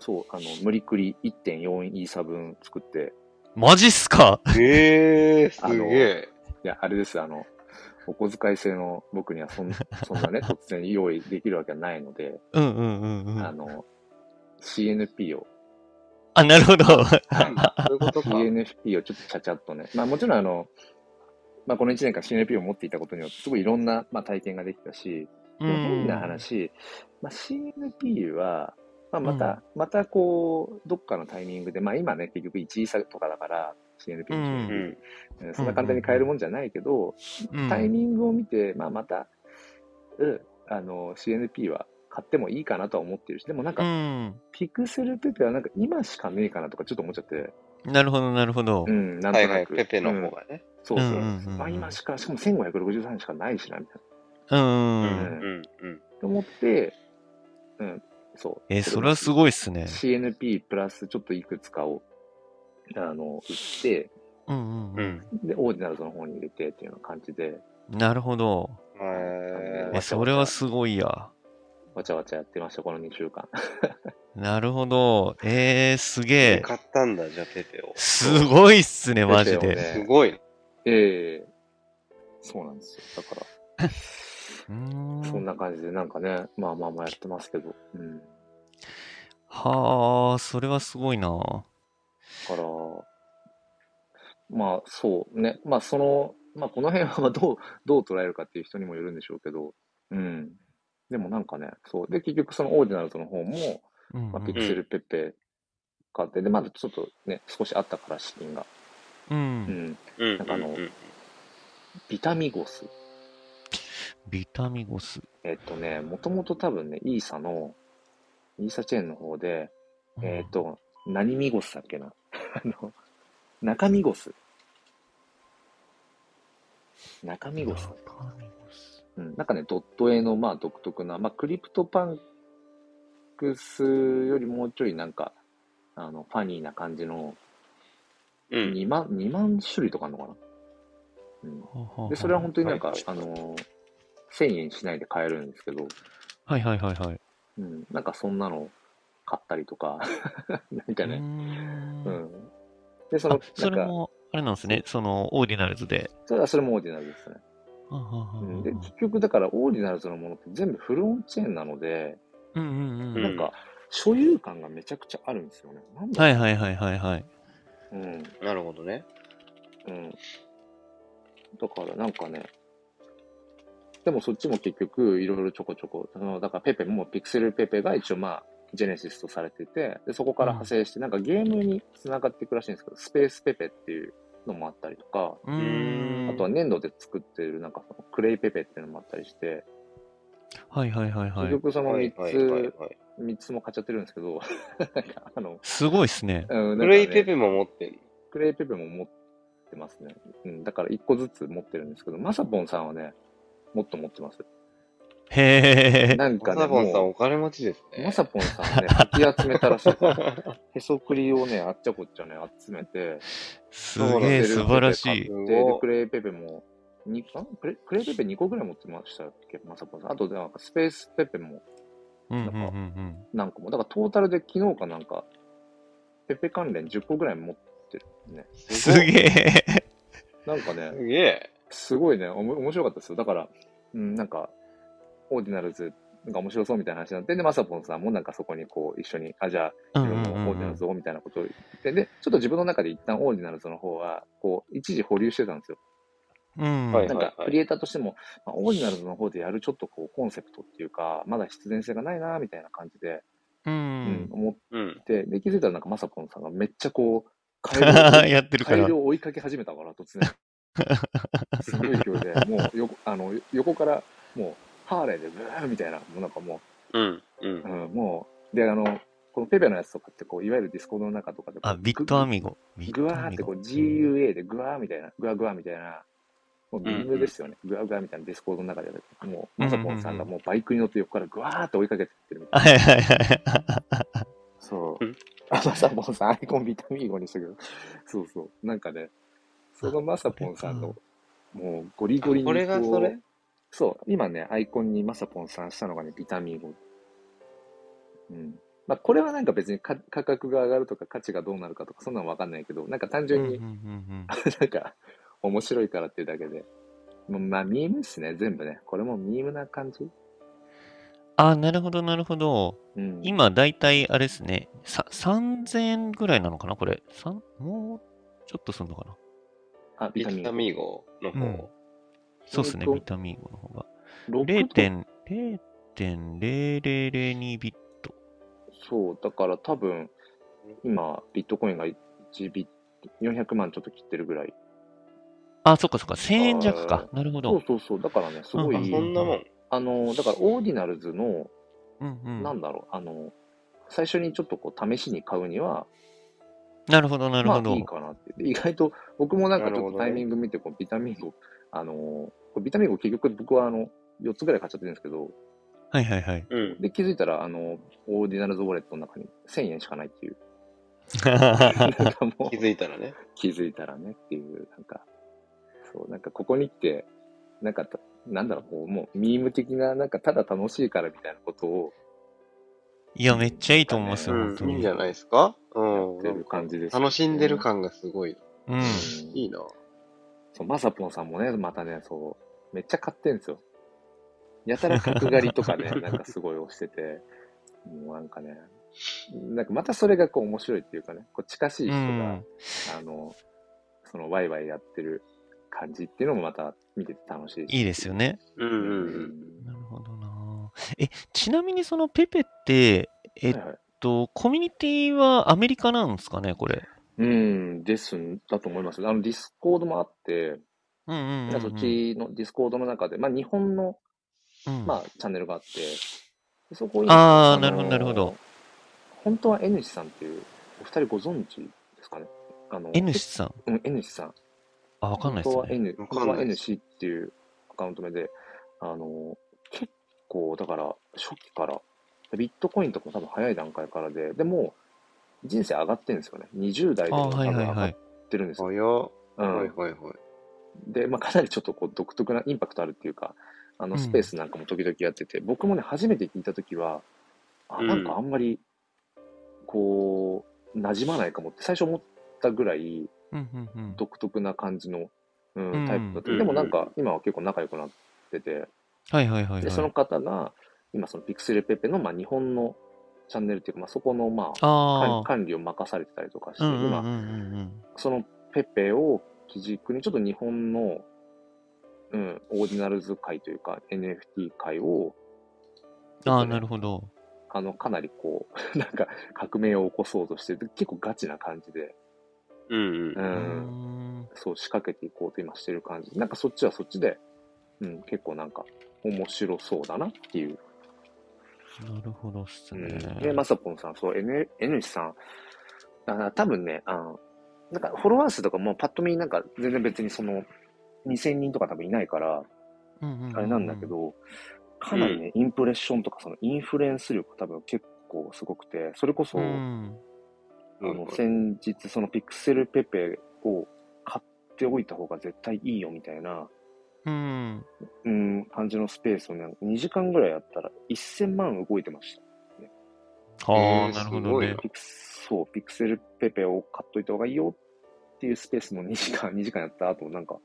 [SPEAKER 1] そう、あの、無理くり1.4イーサ分作って、
[SPEAKER 2] マジっすか
[SPEAKER 3] ええー、すげえ。
[SPEAKER 1] いや、あれです、あの、お小遣い制の僕には
[SPEAKER 2] (laughs)
[SPEAKER 1] そんそんなね、突然用意できるわけはないので、
[SPEAKER 2] うんうんうんう
[SPEAKER 1] あ
[SPEAKER 2] ん。
[SPEAKER 1] の、CNP を、
[SPEAKER 2] あ、なるほど。
[SPEAKER 3] そういうことか。
[SPEAKER 1] CNFP をちょっとちゃちゃっとね、まあもちろんあの、まあこの1年間 CNP を持っていたことによって、すごいいろんな、まあ、体験ができたし、
[SPEAKER 2] (laughs) う
[SPEAKER 1] でも変
[SPEAKER 2] ん。
[SPEAKER 1] な話、まあ、CNP は、まあ、また、またこう、どっかのタイミングで、まあ今ね、結局1位差とかだから、CNP
[SPEAKER 2] う
[SPEAKER 1] に
[SPEAKER 2] ん
[SPEAKER 3] う
[SPEAKER 1] して
[SPEAKER 3] ん。
[SPEAKER 1] うんそんな簡単に変えるもんじゃないけど、
[SPEAKER 2] うん
[SPEAKER 1] タイミングを見て、まあ、また、うん、あの CNP は買ってもいいかなとは思ってるし、でもなん
[SPEAKER 2] う
[SPEAKER 1] か、
[SPEAKER 2] ん。
[SPEAKER 1] ピクセルペペはなんか今しかねえかなとかちょっと思っちゃって、
[SPEAKER 2] なるほど、なるほど
[SPEAKER 1] う。ん、なんと
[SPEAKER 3] は
[SPEAKER 1] ないく。
[SPEAKER 3] はい、ペペの方
[SPEAKER 1] うん
[SPEAKER 3] がね。
[SPEAKER 1] そうそう。
[SPEAKER 2] うんうんうんうん
[SPEAKER 1] まあ今しか、しかも1563しかないしな、みたいな。
[SPEAKER 2] う
[SPEAKER 3] うん
[SPEAKER 2] ん。
[SPEAKER 3] うんうん。
[SPEAKER 1] と思って、うん、そう。
[SPEAKER 2] え、それはすごいっすね。
[SPEAKER 1] CNP プラスちょっといくつかを、あの、売って、
[SPEAKER 2] うんうん
[SPEAKER 3] う
[SPEAKER 2] うん
[SPEAKER 3] ん。
[SPEAKER 1] で、オーディナルズの方に入れてっていうような感じで、
[SPEAKER 2] なるほど。
[SPEAKER 3] え
[SPEAKER 2] え、
[SPEAKER 3] ー、
[SPEAKER 2] それはすごいや。
[SPEAKER 1] わちゃわちゃやってました、この2週間。
[SPEAKER 2] なるほど。えー、すげえ。
[SPEAKER 3] 買ったんだ、じゃあペペを。
[SPEAKER 2] すごいっすね、マジ
[SPEAKER 1] ペペを
[SPEAKER 2] で。
[SPEAKER 1] ね
[SPEAKER 3] すごい。
[SPEAKER 1] ええそうなんですよ。だから、
[SPEAKER 2] うー
[SPEAKER 1] そん
[SPEAKER 2] ん
[SPEAKER 1] な感じで、なんかね、まあまあまあやってますけど、うん。だ
[SPEAKER 2] はあ、それはすごいな。
[SPEAKER 1] から、まあそうね、まあその、まあこの辺はどう、どう捉えるかっていう人にもよるんでしょうけど、うん。でもなんかね、そう。で、結局そのオーディナルズの方も、
[SPEAKER 2] うんう
[SPEAKER 1] まあ、ピ
[SPEAKER 2] ん
[SPEAKER 1] クセルペッペ買って、で、まだちょっとね、少しあったから資金が。
[SPEAKER 2] う。
[SPEAKER 1] うんん。
[SPEAKER 3] うんうん
[SPEAKER 1] なんかあの
[SPEAKER 3] うん
[SPEAKER 1] ビタミゴス。
[SPEAKER 2] ビタミゴス。
[SPEAKER 1] えっとね、もともと多分ね、イーサの、イーサチェーンの方で、
[SPEAKER 2] うん
[SPEAKER 1] えっ、と、何ミゴスだっけな (laughs) あの、中ミゴス。中ミゴス。
[SPEAKER 2] ビタミゴス
[SPEAKER 1] うん。なんかね、ドット絵の、まあ、独特な、まあ、クリプトパンクスよりもうちょいなんか、あの、ファニーな感じの、
[SPEAKER 3] うん。
[SPEAKER 1] 2万、2万種類とかあるのかなうん。
[SPEAKER 2] はあはあ
[SPEAKER 1] で、それは本当になんか、
[SPEAKER 3] はい
[SPEAKER 1] あの、1000円しないで買えるんですけど、
[SPEAKER 2] はいはいはいはい。
[SPEAKER 1] うん。なんかそんなの買ったりとか、 (laughs) なんか
[SPEAKER 2] うー。
[SPEAKER 1] ね、うんん。で、そ
[SPEAKER 2] あ
[SPEAKER 1] の、、な
[SPEAKER 2] そ
[SPEAKER 1] ん
[SPEAKER 2] れ
[SPEAKER 1] か、
[SPEAKER 2] も、あれなんですね。その、オーディナルズで。
[SPEAKER 1] それはそれもオーディナルズですね。
[SPEAKER 2] はあはあはあはあ
[SPEAKER 1] うんで、結局だからオーディナルズのものって全部フロンチェーンなので、
[SPEAKER 2] うんうんう。
[SPEAKER 3] うん
[SPEAKER 1] なんか所有感がめちゃくちゃあるんですよね。なんだ
[SPEAKER 2] はいはいはいはいはい。
[SPEAKER 1] うん。
[SPEAKER 3] なるほどね。
[SPEAKER 1] うん。だからなんかね、でもそっちも結局いろいろちょこちょこ、そのだからペペもピクセルペペが一応まあ、ジェネシスとされてて、でそこから派生して、なんかゲームにつながっていくらしいんですけど、スペースペペっていうのもあったりとか、
[SPEAKER 2] う
[SPEAKER 3] う
[SPEAKER 2] ー
[SPEAKER 1] あ
[SPEAKER 2] ん。
[SPEAKER 1] とは粘土で作ってるなんかそのクレイペペっていうのもあったりして、
[SPEAKER 2] はいはいはいは
[SPEAKER 1] 結
[SPEAKER 2] い。
[SPEAKER 1] 局その
[SPEAKER 3] はい
[SPEAKER 1] 3
[SPEAKER 3] はいはい
[SPEAKER 1] つ
[SPEAKER 3] はい。
[SPEAKER 1] 三つも買っちゃってるんですけど、 (laughs) なんかあの、
[SPEAKER 2] すごいっ
[SPEAKER 1] (laughs)
[SPEAKER 2] すね。
[SPEAKER 1] うん、
[SPEAKER 3] グレイペ
[SPEAKER 1] ペ、
[SPEAKER 3] ペも持ってんの
[SPEAKER 1] クレイペペも持ってますね。うん、だから一個ずつ持ってるんですけど、マサポンさんはね、もっと持ってます。
[SPEAKER 2] へえ。
[SPEAKER 1] なんかね、
[SPEAKER 3] マサボンさん
[SPEAKER 1] も
[SPEAKER 3] お金持ちです
[SPEAKER 1] う、
[SPEAKER 3] ね。
[SPEAKER 1] マサポンさんはね、 (laughs) かき集めた
[SPEAKER 3] (laughs)
[SPEAKER 1] らしいです。へそくりをね、あっちゃこっちゃね、集めて、
[SPEAKER 2] すげえ、素晴らしい。
[SPEAKER 1] で、
[SPEAKER 3] すご
[SPEAKER 1] で
[SPEAKER 3] い
[SPEAKER 1] クレイペペも、にあクレクレイペペ2個ぐらい持ってましたっけ、マサポンさん。あと、なんかスペースペペも
[SPEAKER 2] うんうんうん
[SPEAKER 1] 何個も。だからトータルで昨日かなんか、ペペ関連10個ぐらい持ってるね。
[SPEAKER 2] うん。すげ
[SPEAKER 3] え。
[SPEAKER 2] え。
[SPEAKER 1] なんかね、
[SPEAKER 3] すげえ。
[SPEAKER 1] すごいね、おも面白かったですよ。だから、うん、なんか、オーディナルズが面白そうみたいな話になって、で、まさぽんさんもなんかそこにこう一緒に、あ、じゃあ
[SPEAKER 2] うんう
[SPEAKER 1] 自分
[SPEAKER 2] んう
[SPEAKER 1] もオーディナ
[SPEAKER 2] ん
[SPEAKER 1] ル
[SPEAKER 2] うん
[SPEAKER 1] ズをみたいなことを言って、で、ちょっと自分の中で一旦オーディナルズの方は、こう、一時保留してたんですよ。
[SPEAKER 2] うん。
[SPEAKER 3] はい
[SPEAKER 1] なんか、クリエイターとしても、まあ、オーディナルズの方でやるちょっとこう、コンセプトっていうか、まだ必然性がないな、みたいな感じで、う
[SPEAKER 2] う
[SPEAKER 1] ん
[SPEAKER 2] ん、。 (laughs)
[SPEAKER 1] 思っ
[SPEAKER 3] (laughs) うん。
[SPEAKER 1] て、で、気づいたらなんかまさぽんさんがめっちゃこう、カ
[SPEAKER 2] やってる
[SPEAKER 1] カ
[SPEAKER 2] か
[SPEAKER 1] エ
[SPEAKER 2] ら
[SPEAKER 1] ル。を追いかけ始めたから、突然。すごい勢いで、もうよあのよ横から、もう、ハーレーでブーンみたいな、もうなんかも
[SPEAKER 3] うん。うん
[SPEAKER 1] う、う。ん、もう、で、あの、このペペのやつとかって、こう、いわゆるディスコードの中とかでこう、
[SPEAKER 2] あ、ビットアミゴ。ビッ
[SPEAKER 1] グ
[SPEAKER 2] ト
[SPEAKER 1] ワ
[SPEAKER 2] ア
[SPEAKER 1] ーっ
[SPEAKER 2] ミ
[SPEAKER 1] てこ
[SPEAKER 2] ゴ
[SPEAKER 1] う GUA でグワーみたいな、グワグワみたいな、もうビングですよね。グワグワみたいなディスコードの中で、もう、
[SPEAKER 2] うんうんうん
[SPEAKER 1] マサポンさんがもうバイクに乗って横からグワーって追いかけてってるみたいな。
[SPEAKER 2] はいはいはい。
[SPEAKER 1] そう
[SPEAKER 3] うん。
[SPEAKER 1] あマサポンさん、アイコンビタミンゴにしたけど、そうそう。なんかね、そのマサポンさんの、もうゴリゴリに
[SPEAKER 3] これがそれ
[SPEAKER 1] うそう、今ね、アイコンにマサポンさんしたのがね、ビタミンゴ。うん。まあ、これはなんか別にか価格が上がるとか価値がどうなるかとか、そんなのわかんないけど、なんか単
[SPEAKER 2] うん
[SPEAKER 1] 純
[SPEAKER 2] うん
[SPEAKER 1] に
[SPEAKER 2] うんうん
[SPEAKER 1] なんか、面白いからっていうだけで。もうまあ、ミームっすね、全部ね。これもミームな感じ。
[SPEAKER 2] あ、なるほど、なるほど。
[SPEAKER 1] うん。
[SPEAKER 2] 今、だいたい、あれですね。さ、3000円ぐらいなのかなこれ。三もう、ちょっとすんのかな
[SPEAKER 1] あ、ビ
[SPEAKER 3] ビ
[SPEAKER 1] タミン
[SPEAKER 3] タミーゴの方。
[SPEAKER 2] そうですね、
[SPEAKER 1] ほん
[SPEAKER 2] ビ
[SPEAKER 1] と
[SPEAKER 2] タミンゴの方が。
[SPEAKER 1] 6と
[SPEAKER 2] 0 0.0002ビット。
[SPEAKER 1] そう、だから多分、今、ビットコインが1ビ400万ちょっと切ってるぐらい。
[SPEAKER 2] あ、そっかそっか。1000円弱か。なるほ
[SPEAKER 1] そう
[SPEAKER 2] ど。
[SPEAKER 1] そうそう。だからね、すご
[SPEAKER 2] うん
[SPEAKER 1] い、
[SPEAKER 3] そんなもん。
[SPEAKER 1] あの、だから、オーディナルズの、
[SPEAKER 2] うんうん。
[SPEAKER 1] なんだろう、あの、最初にちょっとこう、試しに買うには、
[SPEAKER 2] なるほど、なる
[SPEAKER 1] ま
[SPEAKER 2] ほ
[SPEAKER 1] あ
[SPEAKER 2] ど
[SPEAKER 1] いい。かなって。で意外と、僕もなんかち
[SPEAKER 3] な
[SPEAKER 1] ょ
[SPEAKER 3] るほ
[SPEAKER 1] っ
[SPEAKER 3] ど
[SPEAKER 1] と
[SPEAKER 3] ね
[SPEAKER 1] タイミング見て、こうビタミンゴ、あのーこれビタミンゴ結局僕はあの、4つぐらい買っちゃってるんですけど、
[SPEAKER 2] はいはいはい。
[SPEAKER 3] うん。
[SPEAKER 1] で、気づいたら、あの、オーディナルズウォレットの中に1000円しかないって
[SPEAKER 2] (laughs)
[SPEAKER 1] いう。 (laughs) なんかも
[SPEAKER 3] 気
[SPEAKER 1] う、
[SPEAKER 3] づいたらね。
[SPEAKER 1] 気づいたらねっていう、なんか、そう、なんかここに来て、なんかた、なんだろう、こう、もう、ミーム的な、なんか、ただ楽しいからみたいなことを
[SPEAKER 2] いや、めっちゃいいと思います
[SPEAKER 3] う
[SPEAKER 2] よ、本
[SPEAKER 3] ん
[SPEAKER 2] 当。
[SPEAKER 3] いいん
[SPEAKER 2] に。
[SPEAKER 3] じ
[SPEAKER 2] う
[SPEAKER 3] ゃないですかう
[SPEAKER 1] や
[SPEAKER 3] ん
[SPEAKER 1] っ。てる感じです、
[SPEAKER 3] 楽しんでる。感がすごい。
[SPEAKER 2] ん。
[SPEAKER 1] うん
[SPEAKER 3] いいな。
[SPEAKER 1] そう、まさぽんさんもね、またね、そう、めっちゃ買ってんですよ。やたら角刈りとかね、なんかすごい押してて、もうなんかね、なんかまたそれがこう面白いっていうかね、こう近しい人
[SPEAKER 2] う
[SPEAKER 1] が、
[SPEAKER 2] ん。
[SPEAKER 1] あの、そのワイワイやってる感じっていうのもまた見てて楽しい
[SPEAKER 2] いいですよ
[SPEAKER 1] ね。
[SPEAKER 2] ね。
[SPEAKER 3] うん
[SPEAKER 1] う
[SPEAKER 3] うん
[SPEAKER 2] なるほどな。え、ちなみにそのペペって、
[SPEAKER 1] はい
[SPEAKER 2] えっ
[SPEAKER 1] はい
[SPEAKER 2] と、コミュニティはアメリカなんですかね、これ。
[SPEAKER 1] うん、ですん、だと思います。あの、ディスコードもあって、
[SPEAKER 2] うんうんうんうん。
[SPEAKER 1] そっちのディスコードの中で、まあ、日本の、
[SPEAKER 2] うん
[SPEAKER 1] まあ、チャンネルがあって、でそこに、
[SPEAKER 2] あ
[SPEAKER 1] の
[SPEAKER 2] ーなるほどなるほど。
[SPEAKER 1] 本当は N 氏さんっていう、お二人ご存知ですかねあの、
[SPEAKER 2] N 氏さん。
[SPEAKER 1] うん、N 氏さん。
[SPEAKER 2] あ、わかんないで
[SPEAKER 1] 本
[SPEAKER 2] す
[SPEAKER 1] 当は
[SPEAKER 2] ね。
[SPEAKER 1] N、
[SPEAKER 3] わ
[SPEAKER 1] 本
[SPEAKER 3] か
[SPEAKER 1] 当
[SPEAKER 3] んない
[SPEAKER 1] は
[SPEAKER 3] です
[SPEAKER 1] NC っていうアカウント名で、あの、結構、だから、初期から、ビットコインとかも多分早い段階からで、でも、人生上がってるんですよね。20代で
[SPEAKER 2] あ、
[SPEAKER 1] も多
[SPEAKER 2] はい
[SPEAKER 1] 分
[SPEAKER 2] は
[SPEAKER 1] 上
[SPEAKER 2] いは
[SPEAKER 1] がっ
[SPEAKER 2] い。
[SPEAKER 1] てるんですよ。
[SPEAKER 3] 早っ。
[SPEAKER 1] う
[SPEAKER 3] はい
[SPEAKER 1] ん
[SPEAKER 3] はいはい。
[SPEAKER 1] で、まあ、かなりちょっとこう独特なインパクトあるっていうか、あ
[SPEAKER 2] う
[SPEAKER 1] の
[SPEAKER 2] ん
[SPEAKER 1] スペースなんかも時々やってて、僕もね、初めて聞いたときは、あ、
[SPEAKER 3] うん
[SPEAKER 1] なんかあんまり、こう、馴染まないかもって最初思ったぐらい
[SPEAKER 2] うんうんうん。
[SPEAKER 1] 独特な感じの、うん
[SPEAKER 2] うん
[SPEAKER 1] タイプだった。
[SPEAKER 3] うん
[SPEAKER 1] でもなんか今は結構仲良くなってて、
[SPEAKER 2] はいはいはい
[SPEAKER 1] で、その
[SPEAKER 2] はい。
[SPEAKER 1] 方が、今そのピクセルペペの、まあ、日本のチャンネルっていうか、まあ、そこの、まあ、管
[SPEAKER 2] ああ。
[SPEAKER 1] 管理を任されてたりとかして、
[SPEAKER 2] うんうん
[SPEAKER 1] 今
[SPEAKER 2] うん、うんうん。
[SPEAKER 1] そのペペを基軸に、ちょっと日本の、うん、オーディナルズ会というか、NFT 会を、ちょ
[SPEAKER 2] あ
[SPEAKER 1] っ
[SPEAKER 2] あ、
[SPEAKER 1] とね
[SPEAKER 2] なるほど。
[SPEAKER 1] あの、かなりこう、 (laughs) なんか、革命を起こそうとしてて、結構ガチな感じで、
[SPEAKER 3] うん
[SPEAKER 1] う、
[SPEAKER 2] うんん。
[SPEAKER 1] そう仕掛けていこうと今してる感じ。なんかそっちはそっちで、うん、結構なんか、面白そうだなっていう。
[SPEAKER 2] なるほどっす
[SPEAKER 1] う
[SPEAKER 2] ね
[SPEAKER 1] ん。で、まさぽんさん、そう、N、N 氏さん、あ多分ね、あの、なんかフォロワー数とかもパッと見なんか全然別にその、2000人とか多分いないから、あ
[SPEAKER 2] あ
[SPEAKER 1] れなんだけ。ど、かなりね、インプレッションとか、そのインフルエンス力多分結構すごくて、それこそ、
[SPEAKER 2] う
[SPEAKER 1] あ
[SPEAKER 2] ん。
[SPEAKER 3] うん。
[SPEAKER 1] の、先日、そのピクセルペペを買っておいた方が絶対いいよみたいな、
[SPEAKER 2] うん。
[SPEAKER 1] うん、感じのスペースをね、2時間ぐらいやったら1000万動いてました。
[SPEAKER 2] あ
[SPEAKER 3] え
[SPEAKER 2] あ、
[SPEAKER 3] ー
[SPEAKER 2] なるほ
[SPEAKER 3] す
[SPEAKER 2] ど
[SPEAKER 3] ごい
[SPEAKER 2] ね
[SPEAKER 3] な。
[SPEAKER 1] ピクそう、ピクセルペペを買っといた方がいいよっていうスペースも2時間、2時間やった後、なんか、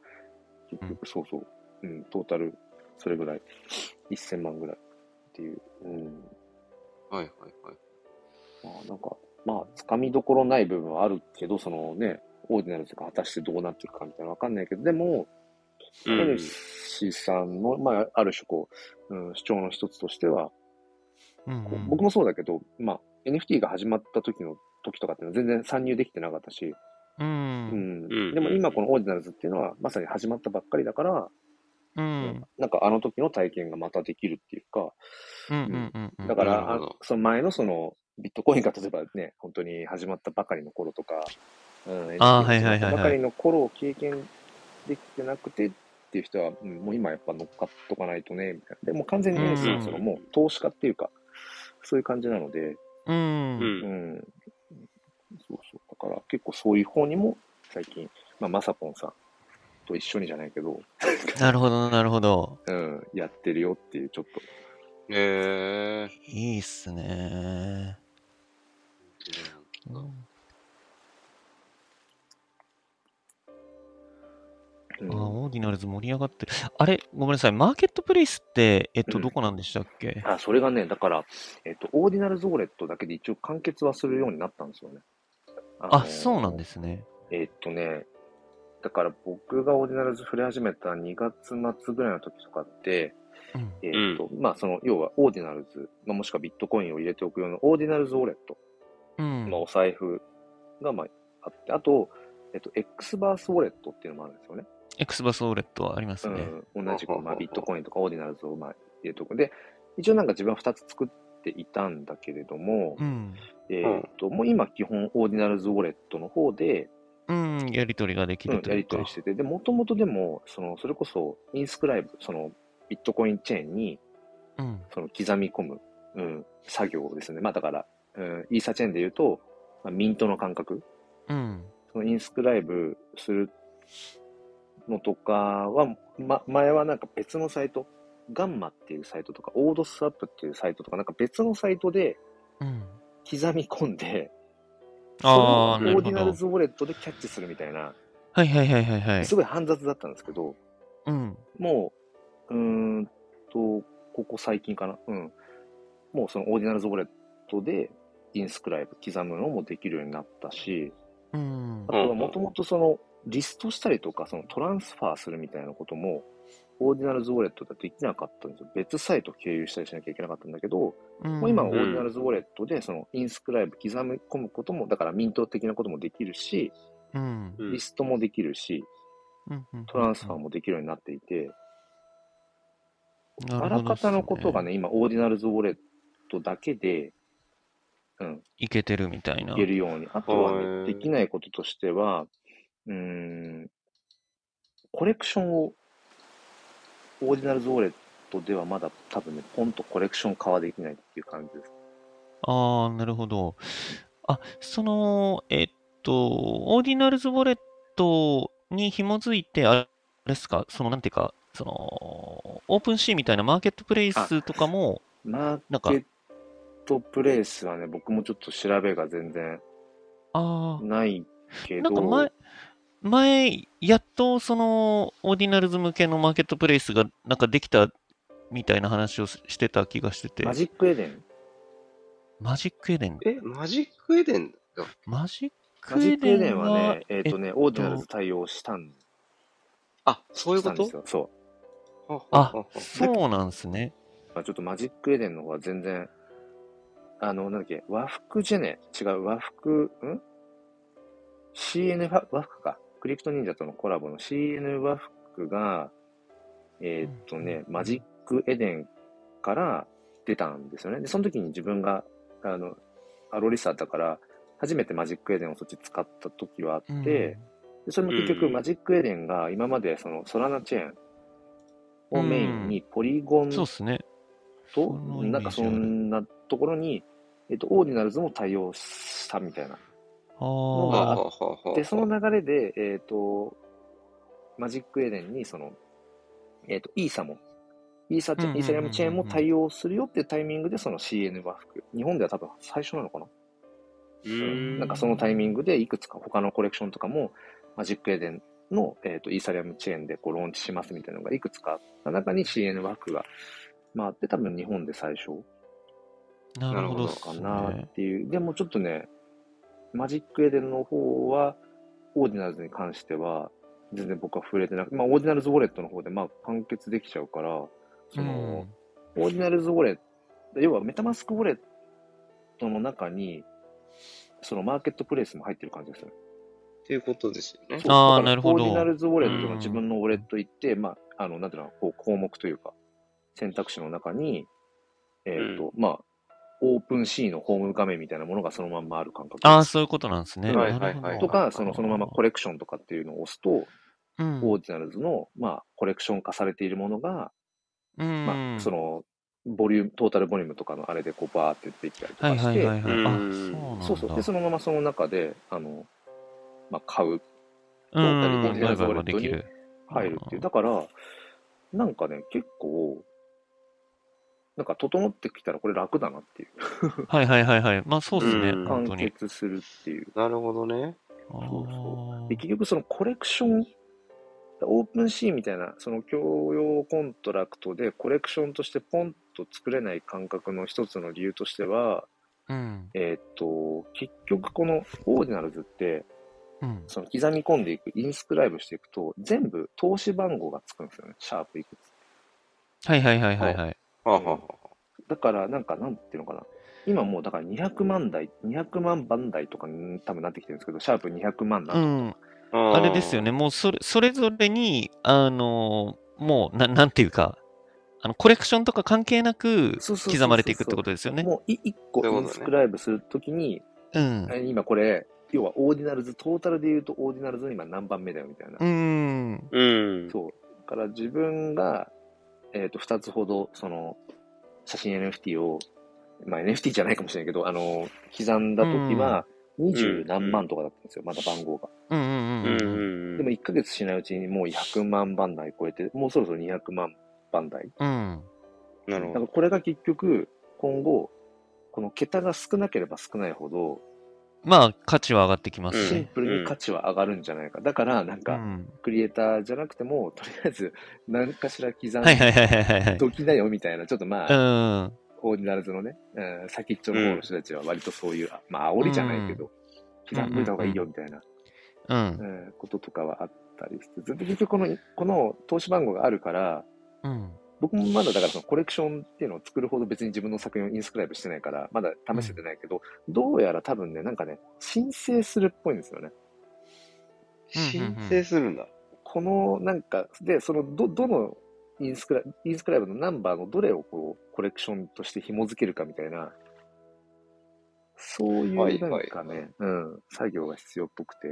[SPEAKER 1] 結局、そうそう、うん、トータル、それぐらい、1000万ぐらいっていう、うん、
[SPEAKER 3] はいはいはい。
[SPEAKER 1] まあ、なんか、まあ、つかみどころない部分はあるけど、そのね、オーディナルズが果たしてどうなっていくかみたいなのわかんないけど、でも、
[SPEAKER 3] うん
[SPEAKER 1] ヘルシーさんの、まあ、ある種こう、うん、主張の一つとしては、
[SPEAKER 2] うん
[SPEAKER 1] こ
[SPEAKER 2] う
[SPEAKER 1] うん僕もそうだけど、まあ、NFT が始まった時の時とかっていうのは全然参入できてなかったし、
[SPEAKER 2] う。
[SPEAKER 1] うんん
[SPEAKER 3] うん
[SPEAKER 1] でも今このオーディナルズっていうのはまさに始まったばっかりだから、
[SPEAKER 2] うん。うん。
[SPEAKER 1] なんかあの時の体験がまたできるっていうか、
[SPEAKER 2] うん。うん。
[SPEAKER 1] だから、
[SPEAKER 3] なる
[SPEAKER 1] あ
[SPEAKER 3] ほど
[SPEAKER 1] その前のそのビットコインが例えばね、本当に始まったばかりの頃とか、うん、
[SPEAKER 2] あ
[SPEAKER 1] NFT
[SPEAKER 2] ーはいはいはいはい
[SPEAKER 1] 始まったばかりの頃を経験できてなくてっていう人は、うんもう今やっぱ乗っかっとかないとね、みたいな。でもう完全にね、
[SPEAKER 2] うん
[SPEAKER 1] そもそももう投資家っていうか、そういう感じなので、
[SPEAKER 2] う。
[SPEAKER 3] う
[SPEAKER 1] う
[SPEAKER 3] ん。
[SPEAKER 1] んん。そうそう。だから結構そういう方にも最近、まあ、まさぽんさんと一緒にじゃないけど、
[SPEAKER 2] なるほど、なるほど。
[SPEAKER 1] うん、やってるよっていう、ちょっと。
[SPEAKER 3] えー。
[SPEAKER 2] いいっすね。
[SPEAKER 1] う
[SPEAKER 2] あー
[SPEAKER 1] ん
[SPEAKER 2] オーディナルズ盛り上がってる。あれ、ごめんなさい。マーケットプレイスって、えっと、
[SPEAKER 1] うん
[SPEAKER 2] どこなんでしたっけ、
[SPEAKER 1] あ、それがね、だから、えっと、オーディナルズウォレットだけで一応完結はするようになったんですよね。あ。
[SPEAKER 2] あ、そうなんですすね。
[SPEAKER 1] えっとね、だから僕がオーディナルズ触れ始めた2月末ぐらいの時とかって、
[SPEAKER 2] うん。
[SPEAKER 1] えっと、まあその、要はオーディナルズ、まあ、もしくはビットコインを入れておく用のオーディナルズウォレット、
[SPEAKER 2] うん。
[SPEAKER 1] まあお財布がまああって、あと、えっと、X バースウォレットっていうのもあるんですよね。
[SPEAKER 2] エクスバスウォレットはありますね。
[SPEAKER 1] うん、同じく、まあ、
[SPEAKER 3] ほうほうほう
[SPEAKER 1] ビットコインとかオーディナルズを、まあ、入れとく。で、一応なんか自分は2つ作っていたんだけれども、
[SPEAKER 2] うん。
[SPEAKER 1] えーっと、もう今基本オーディナルズウォレットの方で、
[SPEAKER 2] うん、やり取りができ
[SPEAKER 1] うん
[SPEAKER 2] ると
[SPEAKER 1] や
[SPEAKER 2] いう
[SPEAKER 1] り
[SPEAKER 2] か。
[SPEAKER 1] 取りしてて、で、もともとでも、その、それこそ、インスクライブ、その、ビットコインチェーンに、
[SPEAKER 2] うん。
[SPEAKER 1] その、刻み込む、うん、作業ですね。まあ、だから、うん、イーサチェーンで言うと、まあ、ミントの感覚。
[SPEAKER 2] うん。
[SPEAKER 1] そのインスクライブするのとかは、ま、前はなんか別のサイト、ガンマっていうサイトとか、オードスワップっていうサイトとか、なんか別のサイトで
[SPEAKER 2] うん。
[SPEAKER 1] 刻み込んで、
[SPEAKER 2] ああ、
[SPEAKER 1] そ
[SPEAKER 2] な
[SPEAKER 1] れをオ
[SPEAKER 2] る
[SPEAKER 1] ーデ
[SPEAKER 2] ほ
[SPEAKER 1] ィナル
[SPEAKER 2] ど。
[SPEAKER 1] ズウォレットでキャッチするみたいな、
[SPEAKER 2] はいはいはいはいはい
[SPEAKER 1] す。ごい煩雑だったんですけど、
[SPEAKER 2] うん。
[SPEAKER 1] もう、うーんと、ここ最近かな、うん。もうそのオーディナルズウォレットで、インスクライブ刻むのもできるようになったし、
[SPEAKER 2] うん
[SPEAKER 1] あ。とはもともとそのリストしたりとか、そのトランスファーするみたいなことも、オーディナルズウォレットだとできなかったんですよ。別サイト経由したりしなきゃいけなかったんだけど、も
[SPEAKER 2] も
[SPEAKER 1] う今はオ
[SPEAKER 3] ん
[SPEAKER 1] ーディナルズウォレットでそのインスクライブ刻み込むことも、だからミント的なこともできるし、
[SPEAKER 2] うん。
[SPEAKER 3] うん
[SPEAKER 1] リストもできるし、
[SPEAKER 2] うん
[SPEAKER 1] トランスファーもできるようになっていて、
[SPEAKER 2] な
[SPEAKER 1] あ
[SPEAKER 2] るほど
[SPEAKER 1] ら
[SPEAKER 2] っすね
[SPEAKER 1] かたのことがね、今オーディナルズウォレットだけで、うん、
[SPEAKER 2] いけてるみたいな。
[SPEAKER 1] いけるように。あとはね、
[SPEAKER 3] はい
[SPEAKER 1] できないこととしては、うーん、コレクションを、オーディナルズウォレットではまだ多分ね、ポンとコレクション化はできないっていう感じです。
[SPEAKER 2] ああ、なるほど。あ、その、えっと、オーディナルズウォレットに紐づいて、あれですか、その、なんていうか、その、オープンシーみたいなマーケットプレイスとかも、
[SPEAKER 1] マ
[SPEAKER 2] なん
[SPEAKER 1] ー
[SPEAKER 2] か
[SPEAKER 1] ケットプレイスはね、僕もちょっと調べが全然
[SPEAKER 2] あ
[SPEAKER 1] ないけ
[SPEAKER 2] あ、
[SPEAKER 1] ど、
[SPEAKER 2] なんか前、前、やっとその、オーディナルズ向けのマーケットプレイスが、なんかできたみたいな話をししてた気がしてて、
[SPEAKER 1] マジックエデン
[SPEAKER 2] マジックエデン、
[SPEAKER 3] え、マジックエデンだっけ
[SPEAKER 2] マジック
[SPEAKER 1] マジ
[SPEAKER 2] エ
[SPEAKER 1] ックエデ
[SPEAKER 2] デ
[SPEAKER 1] ン
[SPEAKER 2] ン
[SPEAKER 1] は
[SPEAKER 2] は
[SPEAKER 1] ね、、えっ、とね、オーディナルズ対応したん
[SPEAKER 3] あ、そういう
[SPEAKER 1] した
[SPEAKER 3] こ
[SPEAKER 1] んで
[SPEAKER 3] と
[SPEAKER 1] すよ。そう。
[SPEAKER 2] あ
[SPEAKER 3] ははは
[SPEAKER 2] そうなんですね。
[SPEAKER 1] まあ、ちょっとマジックエデンの方は全然、あの、なんだっけ、和服ジェネ、違う、和服、ん ?CN 和和服か。クリプト忍者とのコラボの CN 和服が、えーっとね、マジックエデンから出たんですよね。で、その時に自分が、あの、アロリサだから、初めてマジックエデンをそっち使った時はあって、
[SPEAKER 2] うん
[SPEAKER 1] でそれも結局、
[SPEAKER 3] うん
[SPEAKER 1] マジックエデンが今までそのソラナチェーンをメインにポリゴン
[SPEAKER 2] そうですね。
[SPEAKER 1] と
[SPEAKER 2] そのイ
[SPEAKER 1] な
[SPEAKER 2] メージあ、る
[SPEAKER 1] んかそんなところに、えっと、オーディナルズも対応したみたいな。
[SPEAKER 2] あ
[SPEAKER 3] は
[SPEAKER 1] のが
[SPEAKER 2] あ
[SPEAKER 3] は。はは
[SPEAKER 1] で、その流れで、えっと、マジックエデンに、その、えっと、イーサも、イーサチェ
[SPEAKER 2] うん
[SPEAKER 1] イ
[SPEAKER 2] うんうんうんうん
[SPEAKER 1] ーサリアムチェーンも対応するよっていうタイミングで、その CN 和服。日本では多分最初なのかな
[SPEAKER 3] う
[SPEAKER 1] う
[SPEAKER 3] ー
[SPEAKER 1] ん
[SPEAKER 3] ん。
[SPEAKER 1] なんかそのタイミングで、いくつか他のコレクションとかも、マジックエデンの、えっとイーサリアムチェーンでこうローンチしますみたいなのがいくつかあった中に CN 和服が回って、多分日本で最初。
[SPEAKER 2] なるほどっ
[SPEAKER 3] なる
[SPEAKER 2] す
[SPEAKER 1] か
[SPEAKER 2] ね。
[SPEAKER 1] なっていう、でもちょっとね、マジックエデンの方は、オーディナルズに関しては、全然僕は触れてなくまあ、オーディナルズウォレットの方で、まあ、完結できちゃうから、その、オーディナルズウォレット、要はメタマスクウォレットの中に、そのマーケットプレイスも入ってる感じですよね。
[SPEAKER 3] っていうことですよね
[SPEAKER 1] そ。う
[SPEAKER 2] あ
[SPEAKER 1] だ
[SPEAKER 2] ー
[SPEAKER 1] から
[SPEAKER 2] なるほど
[SPEAKER 1] オーディナルズウォレットの自分のウォレット行って、まあ、あの、なんていうの、こう項目というか、選択肢の中に、えっ、と、まあ、オープンシーのホーム画面みたいなものがそのまんまある感覚です。
[SPEAKER 2] ああ、そういうことなんですね。
[SPEAKER 1] はい
[SPEAKER 3] はいはい
[SPEAKER 2] なるほ
[SPEAKER 1] と
[SPEAKER 2] ど
[SPEAKER 1] か、そのそのままコレクションとかっていうのを押すと、
[SPEAKER 2] うん
[SPEAKER 1] オーディナルズの、まあ、コレクション化されているものが、
[SPEAKER 2] うん
[SPEAKER 1] まあ、その、ボリューム、トータルボリュームとかのあれでこうバーって出てきたりと
[SPEAKER 2] は
[SPEAKER 1] か
[SPEAKER 2] いは
[SPEAKER 1] し
[SPEAKER 2] いはい
[SPEAKER 1] て、
[SPEAKER 2] はい。あ、そうなんだ。
[SPEAKER 1] そうそう。で、そのままその中で、あの、まあ、買う、
[SPEAKER 2] う
[SPEAKER 1] ロータリー
[SPEAKER 2] ん、
[SPEAKER 1] で
[SPEAKER 2] 売買もできる。
[SPEAKER 1] 入るっていうう。
[SPEAKER 2] ん
[SPEAKER 1] だから、なんかね、結構、なんか整ってきたらこれ楽だなっていう。
[SPEAKER 2] はいはいはいはい。まあそうですね、
[SPEAKER 3] う
[SPEAKER 2] 本
[SPEAKER 3] ん
[SPEAKER 1] 完
[SPEAKER 2] 当に。
[SPEAKER 1] 結するっていう。
[SPEAKER 3] なるほどね。
[SPEAKER 1] う
[SPEAKER 2] あ
[SPEAKER 1] そ
[SPEAKER 2] ー
[SPEAKER 1] で結局そのコレクション、オープンシーンみたいな、その共用コントラクトでコレクションとしてポンと作れない感覚の一つの理由としては、
[SPEAKER 2] うん。
[SPEAKER 1] えーっと、結局このオーディナルズって、
[SPEAKER 2] うん。
[SPEAKER 1] その刻み込んでいく、インスクライブしていくと、全部投資番号がつくんですよね。シャープいくつ。
[SPEAKER 2] はいはいはいはいはい。
[SPEAKER 3] はあはあはあ
[SPEAKER 1] だから、なんか、なんていうのかな。今もう、だから200万台、200万番台とかに多分なってきてるんですけど、シャープ200万な
[SPEAKER 2] うんん。
[SPEAKER 3] あー
[SPEAKER 2] あれですよね、。もうそれそれぞれに、あのーもうな、なんていうか、あのコレクションとか関係なく
[SPEAKER 1] そうそうそうそう
[SPEAKER 2] 刻まれていくってことですよね。
[SPEAKER 1] もう1個
[SPEAKER 3] そうい
[SPEAKER 1] イ
[SPEAKER 3] うこと
[SPEAKER 1] ン
[SPEAKER 3] ね
[SPEAKER 1] スクライブするときに、
[SPEAKER 2] うん。
[SPEAKER 1] え今これ、要はオーディナルズ、トータルで言うとオーディナルズの今何番目だよみたいな。
[SPEAKER 2] うん。
[SPEAKER 3] うん。
[SPEAKER 1] そう。だから自分が、えっ、と、2つほど、その、写真 NFT を、まあ NFT じゃないかもしれないけど、あの、刻んだ時は、二十何万とかだったんですよ、まだ番号が。
[SPEAKER 2] うんうんう
[SPEAKER 3] う
[SPEAKER 2] ん
[SPEAKER 3] ん
[SPEAKER 2] うん。
[SPEAKER 3] うん。
[SPEAKER 1] でも1ヶ月しないうちにもう100万番台超えて、もうそろそろ200万番台。
[SPEAKER 2] うん。
[SPEAKER 3] な
[SPEAKER 1] だか
[SPEAKER 3] るほ
[SPEAKER 1] ら
[SPEAKER 3] ど。
[SPEAKER 1] これが結局、今後、この桁が少なければ少ないほど、
[SPEAKER 2] まあ、価値は上がってきますし
[SPEAKER 1] シン
[SPEAKER 2] ね。
[SPEAKER 1] プルに価値は上がるんじゃないか。だから、なん
[SPEAKER 2] う
[SPEAKER 1] か、
[SPEAKER 2] ん。
[SPEAKER 1] クリエイターじゃなくても、とりあえず何かしら刻ん
[SPEAKER 2] はいは
[SPEAKER 1] で
[SPEAKER 2] いはいはいはいはい。
[SPEAKER 1] どきだよみたいな、ちょっとま
[SPEAKER 2] う
[SPEAKER 1] あ、
[SPEAKER 2] ん。
[SPEAKER 1] オーディナルズのね、うん、先っちょの方の人たちは割とそういう、まあ、煽りじゃないけど、
[SPEAKER 2] うん
[SPEAKER 1] 刻んでいた方がいいよみたいな、
[SPEAKER 2] うん。
[SPEAKER 1] うんこととかはあったりして、ずっと結局この、この投資番号があるから、
[SPEAKER 2] うん。
[SPEAKER 1] 僕もまだだからそのコレクションっていうのを作るほど別に自分の作品をインスクライブしてないから、まだ試せてないけど、どうやら多分ね、なんかね、申請するっぽいんですよね。
[SPEAKER 3] 申請するんだ。
[SPEAKER 1] このなんか、で、そのど、どのインスクライインスクライブのナンバーのどれをこうコレクションとして紐付けるかみたいな、そうい
[SPEAKER 3] はいう
[SPEAKER 1] なんかね、う
[SPEAKER 3] はい
[SPEAKER 1] ん、作業が必要っぽくて、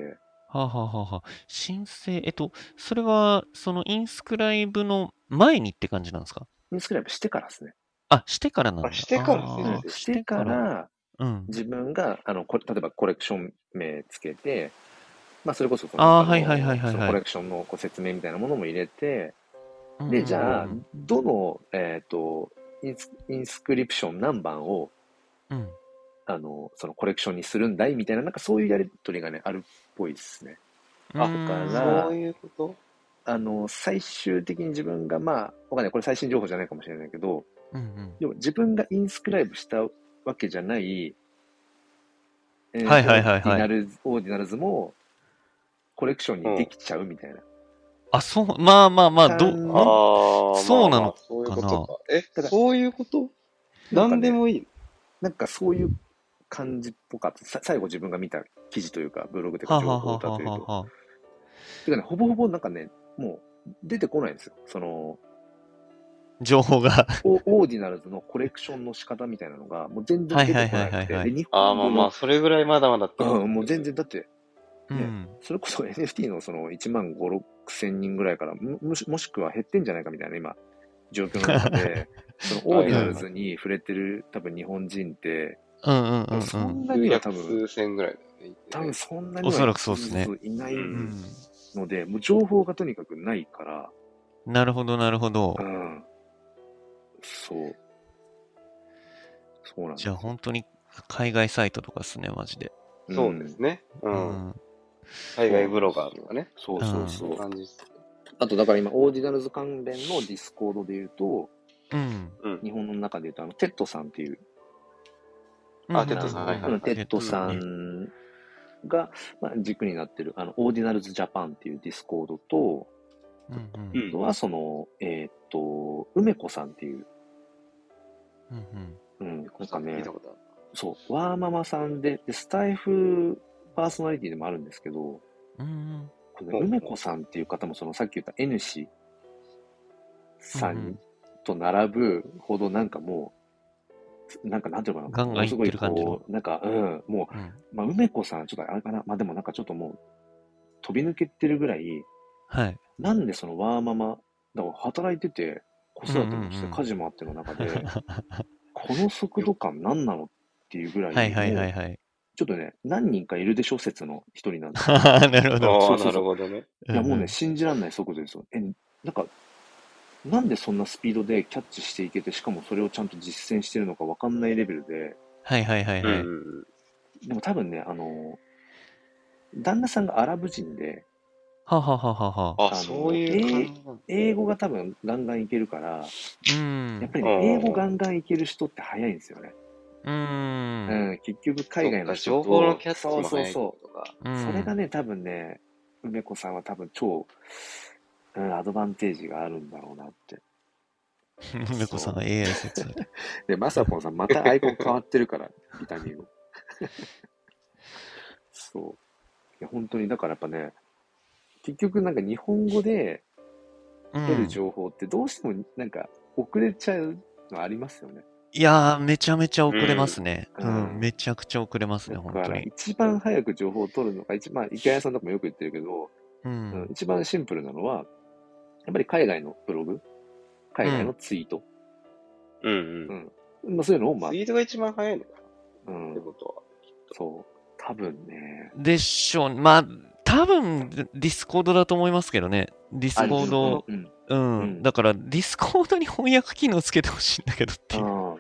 [SPEAKER 2] はあ、はあはあはあ、申請、えっと、それは、そのインスクライブの前にって感じなんですか
[SPEAKER 1] インスクライブしてからですね。
[SPEAKER 2] あ、してからなんだ。
[SPEAKER 3] あしてから
[SPEAKER 2] あ
[SPEAKER 3] う
[SPEAKER 1] うん
[SPEAKER 2] ー
[SPEAKER 1] んしてから、
[SPEAKER 2] うん。
[SPEAKER 1] 自分が、あの、こ例えばコレクション名つけて、まあ、それこそそ
[SPEAKER 2] あ
[SPEAKER 1] の、
[SPEAKER 2] ー
[SPEAKER 1] の
[SPEAKER 2] はいはいはいはいはい
[SPEAKER 1] そのコレクションのこう説明みたいなものも入れて、
[SPEAKER 2] うん
[SPEAKER 1] で、じゃあ
[SPEAKER 2] うん、
[SPEAKER 1] どの、えっ、とインス、インスクリプション何番を
[SPEAKER 2] うん。
[SPEAKER 1] あの、そのコレクションにするんだいみたいな、なんかそういうやりとりがね、あるっぽいですね。か
[SPEAKER 2] あ
[SPEAKER 1] ら
[SPEAKER 3] そういうこと
[SPEAKER 1] あの、最終的に自分が、まあ、わかんない、これ最新情報じゃないかもしれないけど、
[SPEAKER 2] うんうん。
[SPEAKER 1] でも自分がインスクライブしたわけじゃない、えー
[SPEAKER 2] はいはいはいはい
[SPEAKER 1] オーディナルズ、オーディナルズも、コレクションにできちゃうみたいな。
[SPEAKER 2] あ、そう、まあまあまあ、ど、
[SPEAKER 1] あー
[SPEAKER 3] あーまあ。
[SPEAKER 2] そうなの
[SPEAKER 3] まあそういうことか。え、そういうこと
[SPEAKER 1] なんかね
[SPEAKER 3] 何でもいいの
[SPEAKER 1] なんかそういう感じっぽかった。さ最後自分が見た記事というか、ブログというか、情報だというと。
[SPEAKER 2] は
[SPEAKER 1] てかね、ほぼほぼなんかね、もう出てこないんですよ。その、
[SPEAKER 2] 情報が。
[SPEAKER 1] オオーディナルズのコレクションの仕方みたいなのが、もう全然出てこな
[SPEAKER 2] はいはい
[SPEAKER 1] く
[SPEAKER 2] はいはいは
[SPEAKER 1] て、
[SPEAKER 2] い
[SPEAKER 1] で日
[SPEAKER 3] ああ、
[SPEAKER 1] 本
[SPEAKER 3] まあ
[SPEAKER 1] 語
[SPEAKER 3] まあ、
[SPEAKER 1] の、
[SPEAKER 3] それぐらいまだまだってこと
[SPEAKER 1] うん、もう全然、だって、
[SPEAKER 2] うん。
[SPEAKER 1] それこそ NFT のその1万5、6千人ぐらいからも、もしもしくは減ってんじゃないかみたいな、今、状況の中で、
[SPEAKER 2] (laughs)
[SPEAKER 1] そのオーディナルズに触れてる多分日本人って、
[SPEAKER 2] うんうんうん
[SPEAKER 1] そ
[SPEAKER 2] うん。
[SPEAKER 1] んなには多
[SPEAKER 3] 900
[SPEAKER 1] 分、
[SPEAKER 3] 数千ぐらいだよね。
[SPEAKER 1] 多分そんなに
[SPEAKER 2] おそら
[SPEAKER 1] は
[SPEAKER 2] くそうっすね
[SPEAKER 1] いない
[SPEAKER 2] うん
[SPEAKER 1] ので、もう情報がとにかくないから、
[SPEAKER 2] なるほど、なるほど
[SPEAKER 1] う。ん、そう。そうなんです
[SPEAKER 2] じゃあ、本当に海外サイトとかっすね、マジで。
[SPEAKER 3] そうですね。う。
[SPEAKER 2] うんん。
[SPEAKER 3] 海外ブロガーとかね。
[SPEAKER 1] そうそうそ
[SPEAKER 3] そういうう。感じです。
[SPEAKER 1] あと、だから今、オーディナルズ関連のディスコードで言うと、
[SPEAKER 2] うん。
[SPEAKER 1] 日本の中で言うと、あの、テッドさんっていう、
[SPEAKER 3] あテッドさんはいはい
[SPEAKER 1] うんテッドさ
[SPEAKER 2] うん
[SPEAKER 1] んが、まあ、軸になってる、あの、オーディナルズジャパンっていうディスコードと、
[SPEAKER 2] うん。
[SPEAKER 3] う
[SPEAKER 1] あ
[SPEAKER 3] ん
[SPEAKER 1] とは、その、えーっと、梅子さんっていう、
[SPEAKER 2] うんうん
[SPEAKER 1] うん、なんか
[SPEAKER 3] 聞
[SPEAKER 1] ね
[SPEAKER 3] いた、ことある
[SPEAKER 1] そう、ワーママさんで、でスタイフパーソナリティでもあるんですけど、
[SPEAKER 2] うん
[SPEAKER 1] この梅子さんっていう方も、その、さっき言った N 氏さんに
[SPEAKER 2] うん
[SPEAKER 1] と並ぶほど、なんかもう、なんかなんていうのかな、
[SPEAKER 2] ガンガンいってる感じの
[SPEAKER 1] ものすごいこうなんか、うん、も
[SPEAKER 2] うん。
[SPEAKER 1] う、まあ、梅子さん、ちょっとあれかな、まあでもなんかちょっともう、飛び抜けてるぐらい、
[SPEAKER 2] はい。
[SPEAKER 1] なんでそのワーママ、だから働いてて、子育てもし
[SPEAKER 2] うんう
[SPEAKER 1] て、
[SPEAKER 2] んうん
[SPEAKER 1] 家事もあっての中で、この速度感何なのっていうぐらい、
[SPEAKER 2] はいはいは
[SPEAKER 1] も
[SPEAKER 2] いうはい。
[SPEAKER 1] ちょっとね、何人かいるでしょ説の一人なんですよ
[SPEAKER 2] (laughs) なるほど。
[SPEAKER 3] あ
[SPEAKER 1] そ
[SPEAKER 3] あ、
[SPEAKER 1] うそ
[SPEAKER 3] な
[SPEAKER 1] うそ
[SPEAKER 3] る
[SPEAKER 1] う
[SPEAKER 3] ほどね。
[SPEAKER 1] いやもう
[SPEAKER 2] うんう
[SPEAKER 1] ね、
[SPEAKER 2] ん
[SPEAKER 1] 信じられない速度ですよ。え、なんか、なんでそんなスピードでキャッチしていけて、しかもそれをちゃんと実践してるのか分かんないレベルで、
[SPEAKER 2] はいはいはいうはい。
[SPEAKER 3] ん。
[SPEAKER 1] でも多分ね、あの、旦那さんがアラブ人で、
[SPEAKER 2] ははははは。
[SPEAKER 1] あ
[SPEAKER 3] あ、
[SPEAKER 1] の
[SPEAKER 3] そういう感じなんだ
[SPEAKER 1] 英語が多分ガンガンいけるから、や
[SPEAKER 2] う
[SPEAKER 1] っ
[SPEAKER 2] ん。
[SPEAKER 1] ぱり
[SPEAKER 3] うん
[SPEAKER 1] ね、英語ガンガンいける人って早いんですよね。
[SPEAKER 2] う。
[SPEAKER 1] うんん、結局海外の人
[SPEAKER 3] そ
[SPEAKER 1] と
[SPEAKER 3] っか情報のキャッチも
[SPEAKER 1] そう
[SPEAKER 3] 早
[SPEAKER 1] そ
[SPEAKER 3] いう
[SPEAKER 1] そ
[SPEAKER 3] とか。
[SPEAKER 2] う
[SPEAKER 1] う。
[SPEAKER 2] ん。
[SPEAKER 1] それがね、多分ね、梅子さんは多分超、うん、アドバンテージがあるんだろうなって。
[SPEAKER 2] (laughs) 梅子さん AI 説。
[SPEAKER 1] で、まさぽんさん、またアイコン変わってる
[SPEAKER 3] (laughs)
[SPEAKER 1] から、ビタミンを。そう。いや、本当に、だからやっぱね、結局なんか日本語で
[SPEAKER 2] うん
[SPEAKER 1] 得る情報ってどうしてもなんか遅れちゃうのありますよね。
[SPEAKER 2] いやー、めちゃめちゃ遅れますね。
[SPEAKER 1] う
[SPEAKER 2] うんん。めちゃくちゃ遅れますね、
[SPEAKER 1] だ
[SPEAKER 2] 本
[SPEAKER 1] か
[SPEAKER 2] 当
[SPEAKER 1] ら
[SPEAKER 2] に。
[SPEAKER 1] 一番早く情報を取るのが、一番、池谷さんとかもよく言ってるけど、う
[SPEAKER 2] う
[SPEAKER 1] ん
[SPEAKER 2] ん。
[SPEAKER 1] 一番シンプルなのは、やっぱり海外のブログ、海外のツイート、
[SPEAKER 3] うん
[SPEAKER 1] う
[SPEAKER 3] うんん。
[SPEAKER 1] まあ、そういうのを、まあ
[SPEAKER 3] ス、イートが一番早いのかな
[SPEAKER 1] う
[SPEAKER 3] って
[SPEAKER 1] ん、
[SPEAKER 3] こと
[SPEAKER 1] そう、多分ね、
[SPEAKER 2] でしょう。まあ、多分、ディスコードだと思いますけどね。ディス
[SPEAKER 1] あ
[SPEAKER 2] コード、
[SPEAKER 1] うん、
[SPEAKER 2] うん。
[SPEAKER 1] うん
[SPEAKER 2] だから、ディスコードに翻訳機能つけてほしいんだけどっていう。
[SPEAKER 1] あ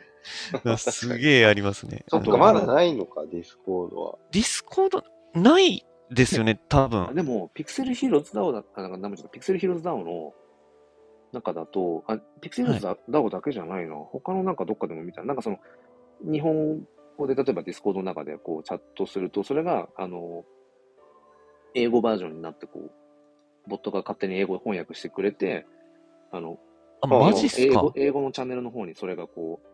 [SPEAKER 1] ー
[SPEAKER 2] が (laughs) すげえありますね。
[SPEAKER 3] は。そっ
[SPEAKER 1] う
[SPEAKER 3] か、
[SPEAKER 1] ん
[SPEAKER 3] まだないのか、ディスコードは。
[SPEAKER 2] ディスコード、ないですよね、多
[SPEAKER 1] あ
[SPEAKER 2] 分。
[SPEAKER 1] でも、ピクセルヒーローズダオだったなんか名前ちょっとピクセルヒーローズダオの中だと、あ、ピクセルヒーローズダオだけじゃないな、他のなんかどっかでも見た、なんかその、日本語で例えばディスコードの中でこうチャットすると、それが、あの、英語バージョンになって、こう、ボットが勝手に英語翻訳してくれて、あの、
[SPEAKER 2] あ、
[SPEAKER 3] あ
[SPEAKER 2] マジっす
[SPEAKER 1] 英
[SPEAKER 2] か
[SPEAKER 1] 語。英語のチャンネルの方にそれがこう、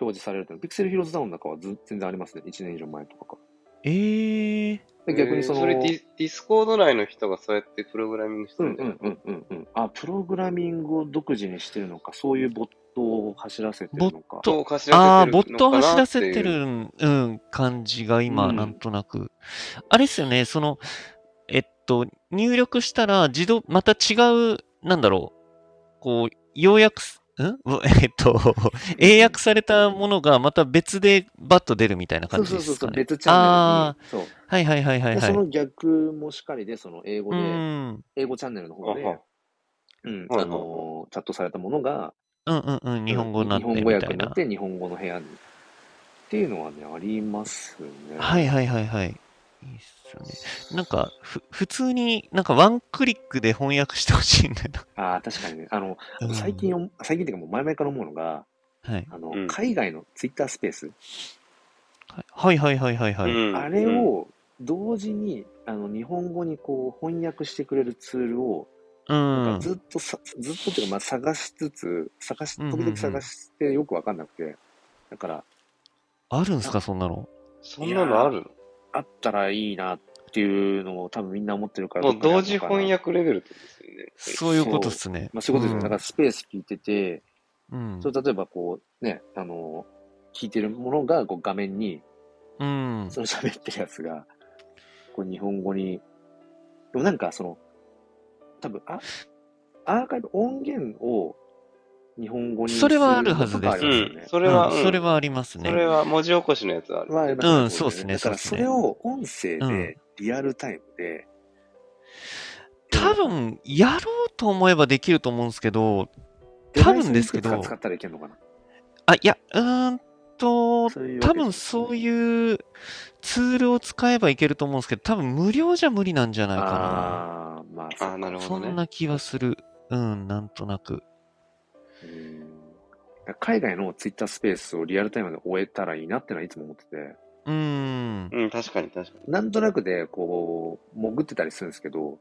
[SPEAKER 1] 表示されるっていうのピクセルヒーローズダウンなんかはず全然ありますね。1年以上前とかか。
[SPEAKER 2] えー。
[SPEAKER 1] で逆にその、
[SPEAKER 3] えーれディディスコード内の人がそうやってプログラミングして
[SPEAKER 1] う
[SPEAKER 3] る
[SPEAKER 1] ん
[SPEAKER 3] んじ
[SPEAKER 1] う
[SPEAKER 3] ゃない
[SPEAKER 1] んうんうんうん。あ、プログラミングを独自にしてるのか、そういうボットを走らせてるのか。
[SPEAKER 2] と
[SPEAKER 3] を走
[SPEAKER 2] ああ
[SPEAKER 3] らせて
[SPEAKER 2] ー、
[SPEAKER 3] る
[SPEAKER 2] ボットを
[SPEAKER 3] のか
[SPEAKER 2] 走
[SPEAKER 3] な
[SPEAKER 2] ら
[SPEAKER 3] ってい
[SPEAKER 2] せ
[SPEAKER 3] う
[SPEAKER 2] てる、うん、感じが今、
[SPEAKER 1] うん
[SPEAKER 2] なんとなく。あれですよね、その、えっと、入力したら、自動、また違う、なんだろう、こう、要約す、んうえっと、英訳されたものがまた別でバッと出るみたいな
[SPEAKER 1] そ
[SPEAKER 2] 感
[SPEAKER 1] う
[SPEAKER 2] じ
[SPEAKER 1] そう
[SPEAKER 2] で
[SPEAKER 1] そう
[SPEAKER 2] す
[SPEAKER 1] そ
[SPEAKER 2] か
[SPEAKER 1] う、
[SPEAKER 2] ね。
[SPEAKER 1] 別チャンネルに。そう。
[SPEAKER 2] はいはいはいはい
[SPEAKER 1] で
[SPEAKER 2] は
[SPEAKER 1] そ
[SPEAKER 2] い。
[SPEAKER 1] の逆もしかりで、その英語
[SPEAKER 2] う
[SPEAKER 1] で、
[SPEAKER 2] ん、うん
[SPEAKER 1] 英語チャンネルの方で
[SPEAKER 3] あは、
[SPEAKER 1] うん、
[SPEAKER 3] はいはい
[SPEAKER 1] あ
[SPEAKER 3] はい
[SPEAKER 1] のー、チャットされたものが、
[SPEAKER 2] うんうん、日本語になって
[SPEAKER 1] うん日
[SPEAKER 2] み
[SPEAKER 1] 本語
[SPEAKER 2] た
[SPEAKER 1] 訳
[SPEAKER 2] い
[SPEAKER 1] にな
[SPEAKER 2] な
[SPEAKER 1] っ。て、日本語の部屋に。っていうのはね、ありますね。
[SPEAKER 2] はいはいはいはい。いいっすよね。なんか、ふ、普通になんかワンクリックで翻訳してほしいんだよ
[SPEAKER 1] ああ、確かにね。あの、
[SPEAKER 2] な。うん
[SPEAKER 1] 最近、最近っていうかもう前々から思うのが、
[SPEAKER 2] はい。
[SPEAKER 1] あの、
[SPEAKER 3] うん
[SPEAKER 1] 海外のツイッタースペース、
[SPEAKER 2] はいはいはいはいはい。
[SPEAKER 3] うん
[SPEAKER 1] あれを同時にあの日本語にこう翻訳してくれるツールを
[SPEAKER 2] う
[SPEAKER 1] なん
[SPEAKER 2] ん
[SPEAKER 1] か。ずっとさ、ずっとっていうかまあ探しつつ探し
[SPEAKER 2] うんうんう
[SPEAKER 1] 時
[SPEAKER 2] ん
[SPEAKER 1] 々探してよくわかんなくてだから
[SPEAKER 2] あるんすか、そんなの。
[SPEAKER 3] そんなのある
[SPEAKER 1] あったらいいなっていうのを多分みんな思ってるか
[SPEAKER 3] の
[SPEAKER 1] ら
[SPEAKER 3] もう同時
[SPEAKER 1] どっか
[SPEAKER 3] 翻
[SPEAKER 1] にあるのかな
[SPEAKER 3] 訳レベルってことですよね。
[SPEAKER 2] そういうことっすね。
[SPEAKER 1] まあそういうことですよね、だ
[SPEAKER 2] ん
[SPEAKER 1] からスペース聞いてて
[SPEAKER 2] うん
[SPEAKER 1] そ。れ例えばこうねあの聞いてるものがこう画面に
[SPEAKER 2] うん。
[SPEAKER 1] その喋ってるやつが、こう日本語に、でもなんかその、多分あ、アーカイブ、音源を日本語に
[SPEAKER 2] それはあるはずです
[SPEAKER 1] るとかありま
[SPEAKER 3] うん
[SPEAKER 1] す
[SPEAKER 3] そ
[SPEAKER 1] よね。
[SPEAKER 3] れは、
[SPEAKER 2] うん
[SPEAKER 3] うん
[SPEAKER 2] それはあります
[SPEAKER 3] それ
[SPEAKER 2] ね。
[SPEAKER 3] は文字起こしのやつはある。
[SPEAKER 1] はありますよね
[SPEAKER 2] うんそうっすね
[SPEAKER 1] だから
[SPEAKER 2] そ
[SPEAKER 1] そう
[SPEAKER 2] っす
[SPEAKER 1] れ
[SPEAKER 2] ね
[SPEAKER 1] を音声
[SPEAKER 2] う
[SPEAKER 1] で
[SPEAKER 2] ん
[SPEAKER 1] リアルタイムで、
[SPEAKER 2] 多分、やろうと思えばできると思うんですけど、
[SPEAKER 1] デバ
[SPEAKER 2] 多
[SPEAKER 1] イス
[SPEAKER 2] 分ですけ
[SPEAKER 1] いくつ
[SPEAKER 2] ど
[SPEAKER 1] か、使ったらいけるのかな。
[SPEAKER 2] あ、いや、うーんと、
[SPEAKER 1] そういうわけ
[SPEAKER 2] 多分そういうツールを使えばいけると思うんですけど、多分無料じゃ無理なんじゃないか
[SPEAKER 1] ああ、まあ、
[SPEAKER 3] あーなる
[SPEAKER 2] な。
[SPEAKER 3] ほ
[SPEAKER 2] そ
[SPEAKER 3] どね。
[SPEAKER 2] んな気はする。うん、なんとなく。
[SPEAKER 1] うんだから海外のツイッタースペースをリアルタイムで終えたらいいなってのはいつも思ってて、
[SPEAKER 2] うーん。
[SPEAKER 3] うん、確かに確かに。
[SPEAKER 1] なんとなくで、こう、潜ってたりするんですけど、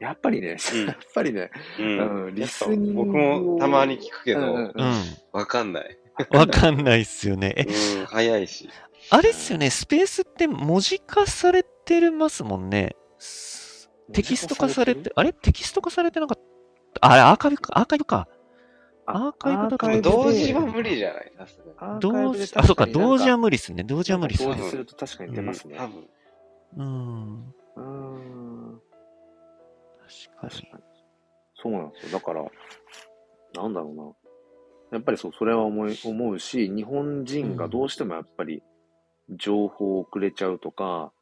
[SPEAKER 1] やっぱりね、
[SPEAKER 3] うん
[SPEAKER 1] やっぱりね、
[SPEAKER 3] うん。
[SPEAKER 1] うんリスニングを
[SPEAKER 3] 僕もたまに聞くけ
[SPEAKER 1] うんうん
[SPEAKER 3] ど、
[SPEAKER 2] うん。
[SPEAKER 3] わかんない。
[SPEAKER 2] わかんないっすよね。え、
[SPEAKER 3] うん、早いし。
[SPEAKER 2] あれっすよね、スペースって文字化されてますもんね。すテキスト化されて、あれテキスト化されてなかった。あれ、アーカイブか、アーカイブか。アーカイブだと
[SPEAKER 1] アーカイブで
[SPEAKER 3] 同時は無理じゃないさすがに。
[SPEAKER 1] アーカイ
[SPEAKER 2] 同
[SPEAKER 1] ブで
[SPEAKER 2] 時、
[SPEAKER 1] 確に
[SPEAKER 2] あ、そうか、
[SPEAKER 1] なん
[SPEAKER 2] 同時は無理ですね。同時は無理です
[SPEAKER 1] 同
[SPEAKER 3] そ
[SPEAKER 1] 時
[SPEAKER 3] う
[SPEAKER 1] す
[SPEAKER 2] ね。
[SPEAKER 1] ると確かに出ますね
[SPEAKER 3] 多。分。
[SPEAKER 2] うん。
[SPEAKER 1] うん。
[SPEAKER 2] 確
[SPEAKER 1] 確
[SPEAKER 2] かに。
[SPEAKER 1] かに。そうなんですよ。だから、なんだろうな。やっぱりそう、それは思い、思うし、日本人がどうしてもやっぱり、情報をくれちゃうとか、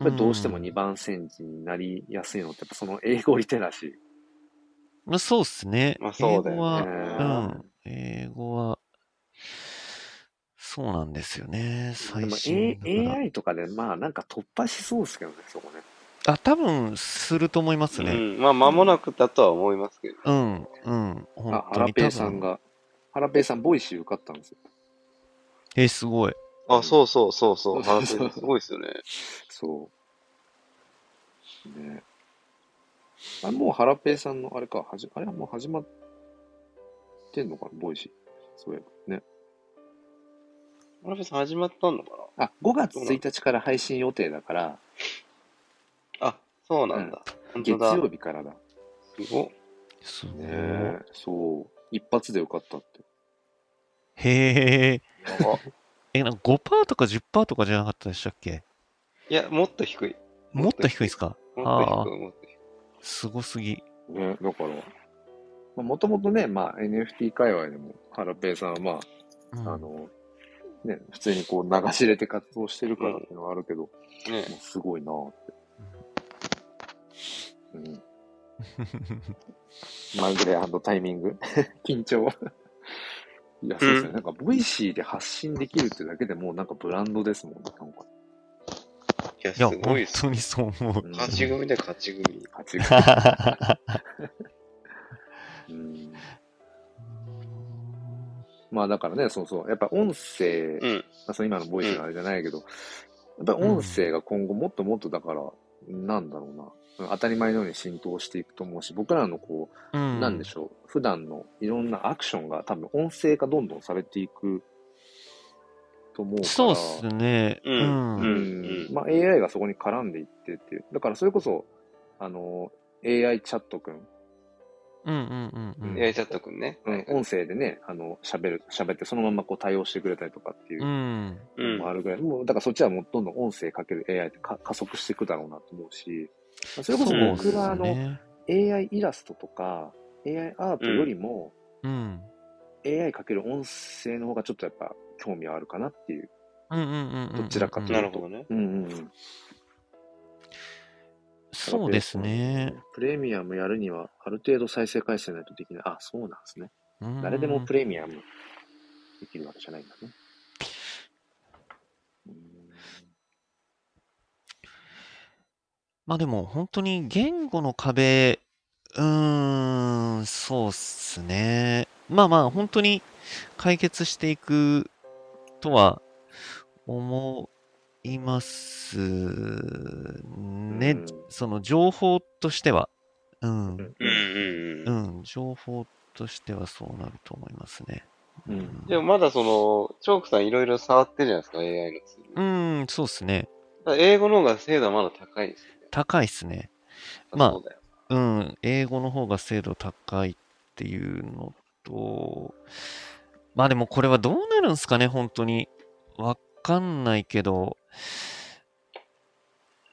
[SPEAKER 1] やっぱりどうしても2番煎じになりやすいのって、やっぱその英語リテラシー。
[SPEAKER 2] まあ、そうっすね。
[SPEAKER 3] まあそうだよ
[SPEAKER 2] 英語
[SPEAKER 3] ね
[SPEAKER 2] は、
[SPEAKER 1] うん
[SPEAKER 2] うん。英語は、そうなんですよね。
[SPEAKER 1] で
[SPEAKER 2] 最
[SPEAKER 1] も、
[SPEAKER 2] 新
[SPEAKER 1] A、
[SPEAKER 2] だから。
[SPEAKER 1] AI とかで、まあなんか突破しそうですけどね、そこね。
[SPEAKER 2] あ、多分、すると思います
[SPEAKER 3] う
[SPEAKER 2] ね。
[SPEAKER 3] ん。まあ、間もなくだとは思いますけど。
[SPEAKER 2] うん、うん。本
[SPEAKER 1] あ、
[SPEAKER 2] 当
[SPEAKER 1] 原
[SPEAKER 2] に多
[SPEAKER 1] 平さん
[SPEAKER 2] 分。
[SPEAKER 1] が、原平さん、ボイシー受かったんですよ。
[SPEAKER 2] え、すごい。
[SPEAKER 3] あ、そうそうそうそう。
[SPEAKER 1] そ
[SPEAKER 3] 原
[SPEAKER 1] うそう
[SPEAKER 3] 平すごいですよね。
[SPEAKER 1] そう。ねあれ、もう原平さんの、あれか、はじ、あれはもう始まってんのかな、ボイシー。そういえばね。
[SPEAKER 3] 原平さん始まったのか
[SPEAKER 1] あ、5月1日から配信予定だから、
[SPEAKER 3] なあ、そうなんだ。
[SPEAKER 1] 月
[SPEAKER 3] 本当だ。
[SPEAKER 1] 曜日からだ。ね
[SPEAKER 3] すごっ。
[SPEAKER 2] すごい。
[SPEAKER 1] えそう。一発で受かったって。
[SPEAKER 2] へえ。
[SPEAKER 3] やば。
[SPEAKER 2] え、なんか5%とか10%とかじゃなかったでしたっけ
[SPEAKER 3] いや、もっと低い。
[SPEAKER 2] もっと低いですか
[SPEAKER 3] もっと
[SPEAKER 2] ああ
[SPEAKER 3] 低い、もっと低い。
[SPEAKER 2] すごすぎ。
[SPEAKER 1] ね、だから、まあ、もともとね、まあ、NFT 界隈でも、原平さんは、まあ、
[SPEAKER 2] うん
[SPEAKER 1] あの、ね、普通にこう流し入れて活動してるからっていうのはあるけど、
[SPEAKER 3] ね
[SPEAKER 1] もうすごいなぁって。うん。マングレータイミング。 (laughs) 緊張。いや、そうですね。なんか、ボイシーで発信できるってだけでもうなんかブランドですもんね。なんか、
[SPEAKER 3] いや、
[SPEAKER 2] いや、
[SPEAKER 3] すごい
[SPEAKER 2] 本
[SPEAKER 3] っす。
[SPEAKER 2] 当にそう思う。
[SPEAKER 3] 勝ち組だよ、勝ち組。
[SPEAKER 1] 勝ち
[SPEAKER 2] (laughs)
[SPEAKER 1] が。
[SPEAKER 2] う
[SPEAKER 1] うん。
[SPEAKER 2] ん
[SPEAKER 1] まあ、だからね、そうそう。やっぱ音声、
[SPEAKER 3] う
[SPEAKER 1] ま
[SPEAKER 3] ん。
[SPEAKER 1] あ、その今のボイシーのあれじゃないけど、やっぱり音声が今後もっともっとだから、なんだろうな。当たり前のように浸透していくと思うし、僕らの (laughs) こう、
[SPEAKER 2] うん
[SPEAKER 1] なんでしょう、普段のいろんなアクションが多分音声化どんどんされていくと思うから、
[SPEAKER 2] そうっすね。
[SPEAKER 3] う
[SPEAKER 2] うん。
[SPEAKER 1] う
[SPEAKER 3] ん
[SPEAKER 1] ん
[SPEAKER 3] うん
[SPEAKER 1] まあ、AI がそこに絡んでいってっていう、だからそれこそ、あの、AI チャットくん、
[SPEAKER 2] うんうんうんうん。。
[SPEAKER 3] やいちゃったくんね。
[SPEAKER 1] うん
[SPEAKER 3] はい
[SPEAKER 1] 音声でね、あの、喋る、喋ってそのままこう対応してくれたりとかっていううん
[SPEAKER 3] うん
[SPEAKER 1] のもあるぐらい、もうだからそっちはもうどんどん音声かける AI ってか加速していくだろうなと思うし、まあそれこそ
[SPEAKER 3] そうっ
[SPEAKER 1] 僕ら
[SPEAKER 2] そうっす
[SPEAKER 1] の
[SPEAKER 2] ね
[SPEAKER 1] AI イラストとか、AI アートよりも、
[SPEAKER 2] うん。
[SPEAKER 1] AI かける音声の方がちょっとやっぱ興味はあるかなっていう。
[SPEAKER 2] うんうんうんうん。
[SPEAKER 1] どちらかと
[SPEAKER 3] な
[SPEAKER 1] いう
[SPEAKER 3] るほどね。
[SPEAKER 1] うんうんうん。
[SPEAKER 2] そうですね。。
[SPEAKER 1] プレミアムやるにはある程度再生回数ないとできない。あ、そうなんですね。誰でもプ
[SPEAKER 2] レ
[SPEAKER 1] レミアムできるわけじゃないんだね。
[SPEAKER 2] まあでも本当に言語の壁、うーん、そうっすね。まあまあ本当に解決していくとは思いますね。
[SPEAKER 1] うん
[SPEAKER 2] その情報としては。うん。
[SPEAKER 1] うん
[SPEAKER 3] うんうん
[SPEAKER 2] う
[SPEAKER 3] うん。
[SPEAKER 2] ん、情報としてはそうなると思いますね。
[SPEAKER 1] うん
[SPEAKER 3] でもまだその、チョークさんいろいろ触ってるじゃないですか、AI のツール。
[SPEAKER 2] うん、そうですね。
[SPEAKER 3] ただ英語の方が精度はまだ高いですよね。
[SPEAKER 2] 高いですね。まあ
[SPEAKER 3] そうだよ。
[SPEAKER 2] うん、英語の方が精度高いっていうのと、まあでもこれはどうなるんすかね、本当に。わかんないけど、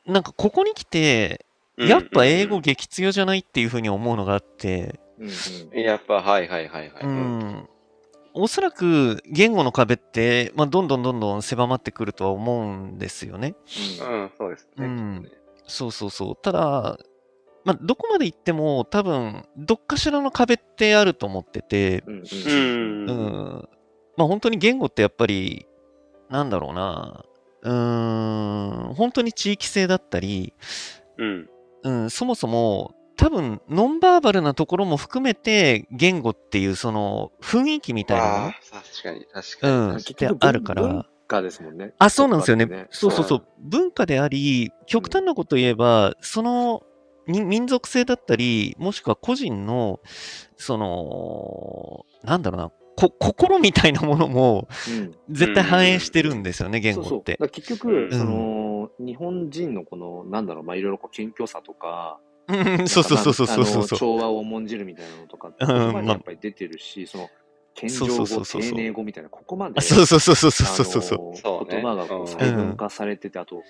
[SPEAKER 2] なんかここに来て、やっぱ英語
[SPEAKER 3] うん
[SPEAKER 2] 激強じゃないっていうふうに思うのがあって、
[SPEAKER 1] うんうん
[SPEAKER 3] やっぱ、はいはいはいはい。
[SPEAKER 2] うん。おそらく言語の壁って、まあ、どんどんどんどん狭まってくるとは思うんですよね。
[SPEAKER 3] うん、そうですね。
[SPEAKER 2] うん
[SPEAKER 3] きっとね
[SPEAKER 2] そうそうそう。ただ、まあ、どこまで行っても多分、どっかしらの壁ってあると思ってて、
[SPEAKER 1] うんうん
[SPEAKER 2] う
[SPEAKER 3] う。
[SPEAKER 2] んん。まあ、本当に言語ってやっぱり、なんだろうな。うーん、本当に地域性だったり、
[SPEAKER 3] うん。
[SPEAKER 2] うん、そもそも、多分、ノンバーバルなところも含めて、言語っていう、その、雰囲気みたいなも
[SPEAKER 3] ああ、確かに、確かに。
[SPEAKER 2] の、うん、
[SPEAKER 1] 結
[SPEAKER 2] っ
[SPEAKER 1] 局
[SPEAKER 2] てあるか
[SPEAKER 1] 文
[SPEAKER 2] ら。
[SPEAKER 1] 化ですもんね。
[SPEAKER 2] あ、そうなんですよね。
[SPEAKER 1] 文化って
[SPEAKER 2] そうそうそう。文化であり、極端なこと言えば、そのに民族性だったり、もしくは個人の、その、なんだろうな、こ心みたいなものも
[SPEAKER 1] うん
[SPEAKER 2] 絶対反映してるんですよね、言
[SPEAKER 1] そうそ
[SPEAKER 2] 語
[SPEAKER 1] う
[SPEAKER 2] っ。
[SPEAKER 1] だ
[SPEAKER 2] て
[SPEAKER 1] か。ら結
[SPEAKER 3] う
[SPEAKER 1] 局、
[SPEAKER 3] ん
[SPEAKER 1] その、日本人のこの、なんだろう、まあ、いろいろこう謙虚さとか、
[SPEAKER 2] ううん、そうそうそうそうそ
[SPEAKER 1] ま
[SPEAKER 2] うそう
[SPEAKER 1] あ
[SPEAKER 2] そう。
[SPEAKER 1] あの調和を重んじるみたいなのとかって、
[SPEAKER 2] うん
[SPEAKER 1] ここまでやっぱり出てるし、その、謙譲
[SPEAKER 2] そ
[SPEAKER 1] 語、
[SPEAKER 2] うそうそうそう
[SPEAKER 1] 丁寧語みたいな、ここまで、
[SPEAKER 2] あそうそうそうそうそうそう
[SPEAKER 1] あ
[SPEAKER 2] そ
[SPEAKER 1] の
[SPEAKER 3] そう
[SPEAKER 1] 言
[SPEAKER 3] ね
[SPEAKER 1] 葉がこう
[SPEAKER 3] うん
[SPEAKER 1] 細分化されてて、あと、
[SPEAKER 2] う。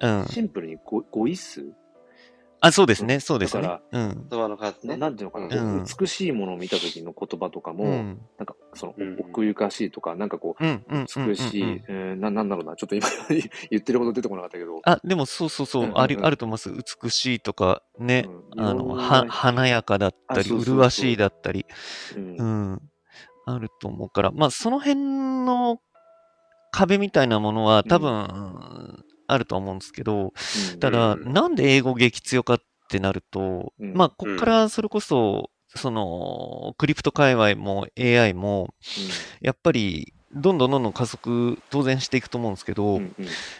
[SPEAKER 2] うん。
[SPEAKER 1] シンプルに語語彙数、
[SPEAKER 2] あ、そうですね、そうです
[SPEAKER 1] だ
[SPEAKER 2] ね
[SPEAKER 1] か。
[SPEAKER 2] うん。
[SPEAKER 3] 言葉の数
[SPEAKER 1] な
[SPEAKER 3] ね。
[SPEAKER 1] なんていうのかな、
[SPEAKER 2] うん
[SPEAKER 1] 美しいものを見た時の言葉とかも、
[SPEAKER 2] うん。
[SPEAKER 1] なんか、その
[SPEAKER 3] うん、
[SPEAKER 1] 奥ゆかしいとか、なんかこう、
[SPEAKER 2] うん。うん。うん
[SPEAKER 1] 美しい、
[SPEAKER 2] うんうん
[SPEAKER 1] うんな、なんだろうな、ちょっと今 (laughs) 言ってること出てこなかったけど、
[SPEAKER 2] あ、でもそうそうそうう、
[SPEAKER 1] ん
[SPEAKER 2] あり、
[SPEAKER 1] うん
[SPEAKER 2] あると思います。美しいとか、ね。
[SPEAKER 1] うん
[SPEAKER 2] あ
[SPEAKER 1] いろ
[SPEAKER 2] の、
[SPEAKER 1] んな
[SPEAKER 2] は、華やかだった
[SPEAKER 1] あ
[SPEAKER 2] り、
[SPEAKER 1] そうそうそう
[SPEAKER 2] 麗しいだったり、
[SPEAKER 1] うん
[SPEAKER 2] うん。あると思うから、まあ、その辺の壁みたいなものは多分、あると思うんですけど、
[SPEAKER 1] うん
[SPEAKER 2] ただ、
[SPEAKER 3] うん
[SPEAKER 2] なんで英語激強かってなると、
[SPEAKER 1] うん
[SPEAKER 2] まあ、こっからそれこそ、その、クリプト界隈も AI も、やっぱり、どんどんどんどん加速、当然していくと思うんですけど、
[SPEAKER 1] うんうん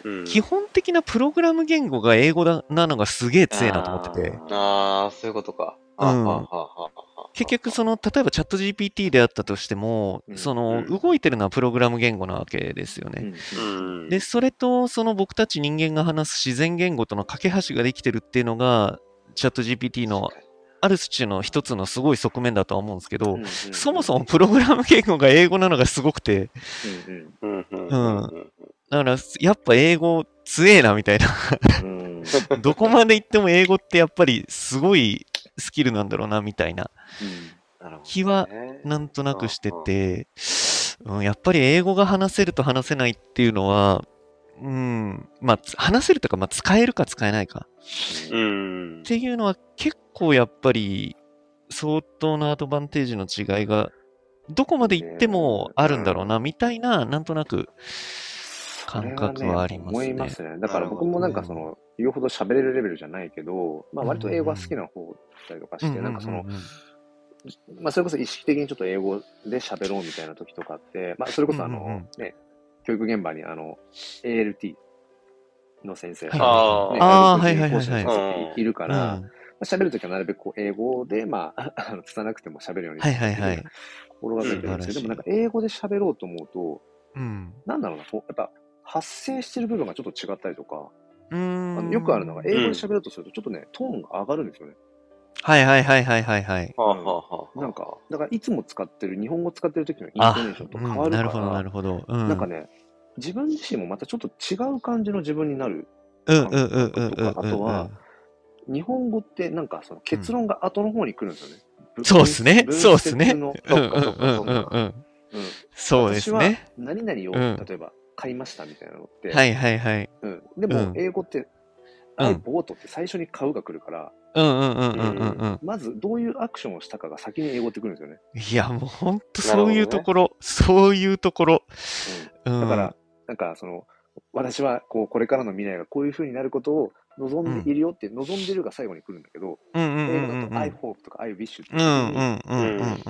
[SPEAKER 1] うん
[SPEAKER 3] うん
[SPEAKER 2] 基本的なプログラム言語が英語だなのがすげえ強いなと思ってて、
[SPEAKER 1] あ
[SPEAKER 3] ああ、そういうことか。
[SPEAKER 2] うん
[SPEAKER 3] あはあはあはあはあ
[SPEAKER 2] 結局その、例えばチャット GPT であったとしても
[SPEAKER 1] う、ん
[SPEAKER 2] その、
[SPEAKER 3] うん
[SPEAKER 2] 動いてるのはプログラム言語なわけです
[SPEAKER 1] ー
[SPEAKER 2] よね。
[SPEAKER 1] うんうん
[SPEAKER 3] うん。
[SPEAKER 2] で、それと、その僕たち人間が話す自然言語との架け橋ができてるっていうのが、チャット GPT のある種の一つのすごい側面だとは思うんですけど、そもそもプログラム言語が英語なのがすごくて、
[SPEAKER 1] うんうん
[SPEAKER 3] うんうんうんうん
[SPEAKER 2] だから、やっぱ英語強えなみたいな。
[SPEAKER 1] うんうん
[SPEAKER 2] どこまで行っても英語ってやっぱりすごいスキルなんだろうなみたいな
[SPEAKER 1] なるほど
[SPEAKER 2] 気は
[SPEAKER 3] ね
[SPEAKER 2] なんとなくしてて、うん、やっぱり英語が話せると話せないっていうのは、うん、まあつ話せるとか、まあ、使えるか使えないか
[SPEAKER 3] うん
[SPEAKER 2] っ。ていうのは結構やっぱり相当なアドバンテージの違いがどこまで行ってもあるんだろうなみたいな、なんとなく感覚はあります
[SPEAKER 1] それはね思い
[SPEAKER 2] ね
[SPEAKER 1] ま。すね。だから僕もなんかその、言うほど喋れるレベルじゃないけど、まあ割と英語は好きな方だったりとかして、なんかその
[SPEAKER 2] う、んうんうん
[SPEAKER 1] まあそれこそ意識的にちょっと英語で喋ろうみたいな時とかって、まあそれこそあ
[SPEAKER 2] うんうんう
[SPEAKER 1] の
[SPEAKER 2] ん、
[SPEAKER 1] ね、教育現場にあの、ALT の先生
[SPEAKER 2] はい
[SPEAKER 3] あ
[SPEAKER 1] ね
[SPEAKER 3] あ
[SPEAKER 2] あー
[SPEAKER 1] 外国人
[SPEAKER 2] はいはいはい
[SPEAKER 1] 講師の
[SPEAKER 3] はい
[SPEAKER 1] 先生っているか
[SPEAKER 2] う
[SPEAKER 1] ら、
[SPEAKER 2] ん
[SPEAKER 1] まあ喋るときはなるべくこう英語で、まあ、 (laughs) あの拙くても喋るように
[SPEAKER 2] はいはいは
[SPEAKER 1] みた
[SPEAKER 2] い
[SPEAKER 1] な。心がけてるんですけど、
[SPEAKER 2] うん
[SPEAKER 1] でもなんか英語で喋ろうと思うと、
[SPEAKER 2] うん
[SPEAKER 1] なんだろうな、こうやっぱ発声してる部分がちょっと違ったりとか、
[SPEAKER 2] う
[SPEAKER 1] あ
[SPEAKER 2] ー
[SPEAKER 1] の
[SPEAKER 2] ん
[SPEAKER 1] よくあるのが英語で喋るとすると、ちょっとね、トーンが上がるんですよね。
[SPEAKER 2] はいはいはいはいはいはい。
[SPEAKER 3] はあはあはあ。
[SPEAKER 1] なんか、だからいつも使ってる、日本語使ってる時のイン
[SPEAKER 2] あ
[SPEAKER 1] トネーションと
[SPEAKER 2] う
[SPEAKER 1] 変わ
[SPEAKER 2] ん、
[SPEAKER 1] る
[SPEAKER 2] な
[SPEAKER 1] か
[SPEAKER 2] るほどなる
[SPEAKER 1] ら、
[SPEAKER 2] ほど。うん、
[SPEAKER 1] なんかね、自分自身もまたちょっと違う感じの自分になる。
[SPEAKER 2] うんうんうんうんうんうんうん。
[SPEAKER 1] あとは日本語ってなんかその結論が後の方に来るんですよね。ぶ
[SPEAKER 2] そうっすね
[SPEAKER 1] 文
[SPEAKER 2] そうっすね
[SPEAKER 1] 文節
[SPEAKER 2] うんうん
[SPEAKER 1] の
[SPEAKER 2] うんうんうん。
[SPEAKER 1] うん
[SPEAKER 2] そうですね。
[SPEAKER 1] 私は何々を、
[SPEAKER 2] うん
[SPEAKER 1] 例えば買いましたみたいなのって、
[SPEAKER 2] はいはいはい。
[SPEAKER 1] うん、で
[SPEAKER 2] う
[SPEAKER 1] も
[SPEAKER 2] ん
[SPEAKER 1] 英語って、
[SPEAKER 2] うん
[SPEAKER 1] アイボートって最初に買うが来るから、
[SPEAKER 2] うんうんうんうんうんうん。
[SPEAKER 1] まずどういうアクションをしたかが先に英語ってくるんですよね。
[SPEAKER 2] いやもうほんとそういうところ、そういうところ。うん、
[SPEAKER 1] だから、なんかその、私はこうこれからの未来がこういう風になることを望んでいるよって、望んでるが最後に来るんだけど、
[SPEAKER 2] うんうんう
[SPEAKER 1] 英語
[SPEAKER 2] ん
[SPEAKER 1] だ
[SPEAKER 2] うんう
[SPEAKER 1] と I
[SPEAKER 2] ん。
[SPEAKER 1] hope とか I wish って
[SPEAKER 2] う
[SPEAKER 1] 言って
[SPEAKER 2] ん
[SPEAKER 1] る
[SPEAKER 2] う
[SPEAKER 1] だ
[SPEAKER 2] んうんうんうん。
[SPEAKER 1] か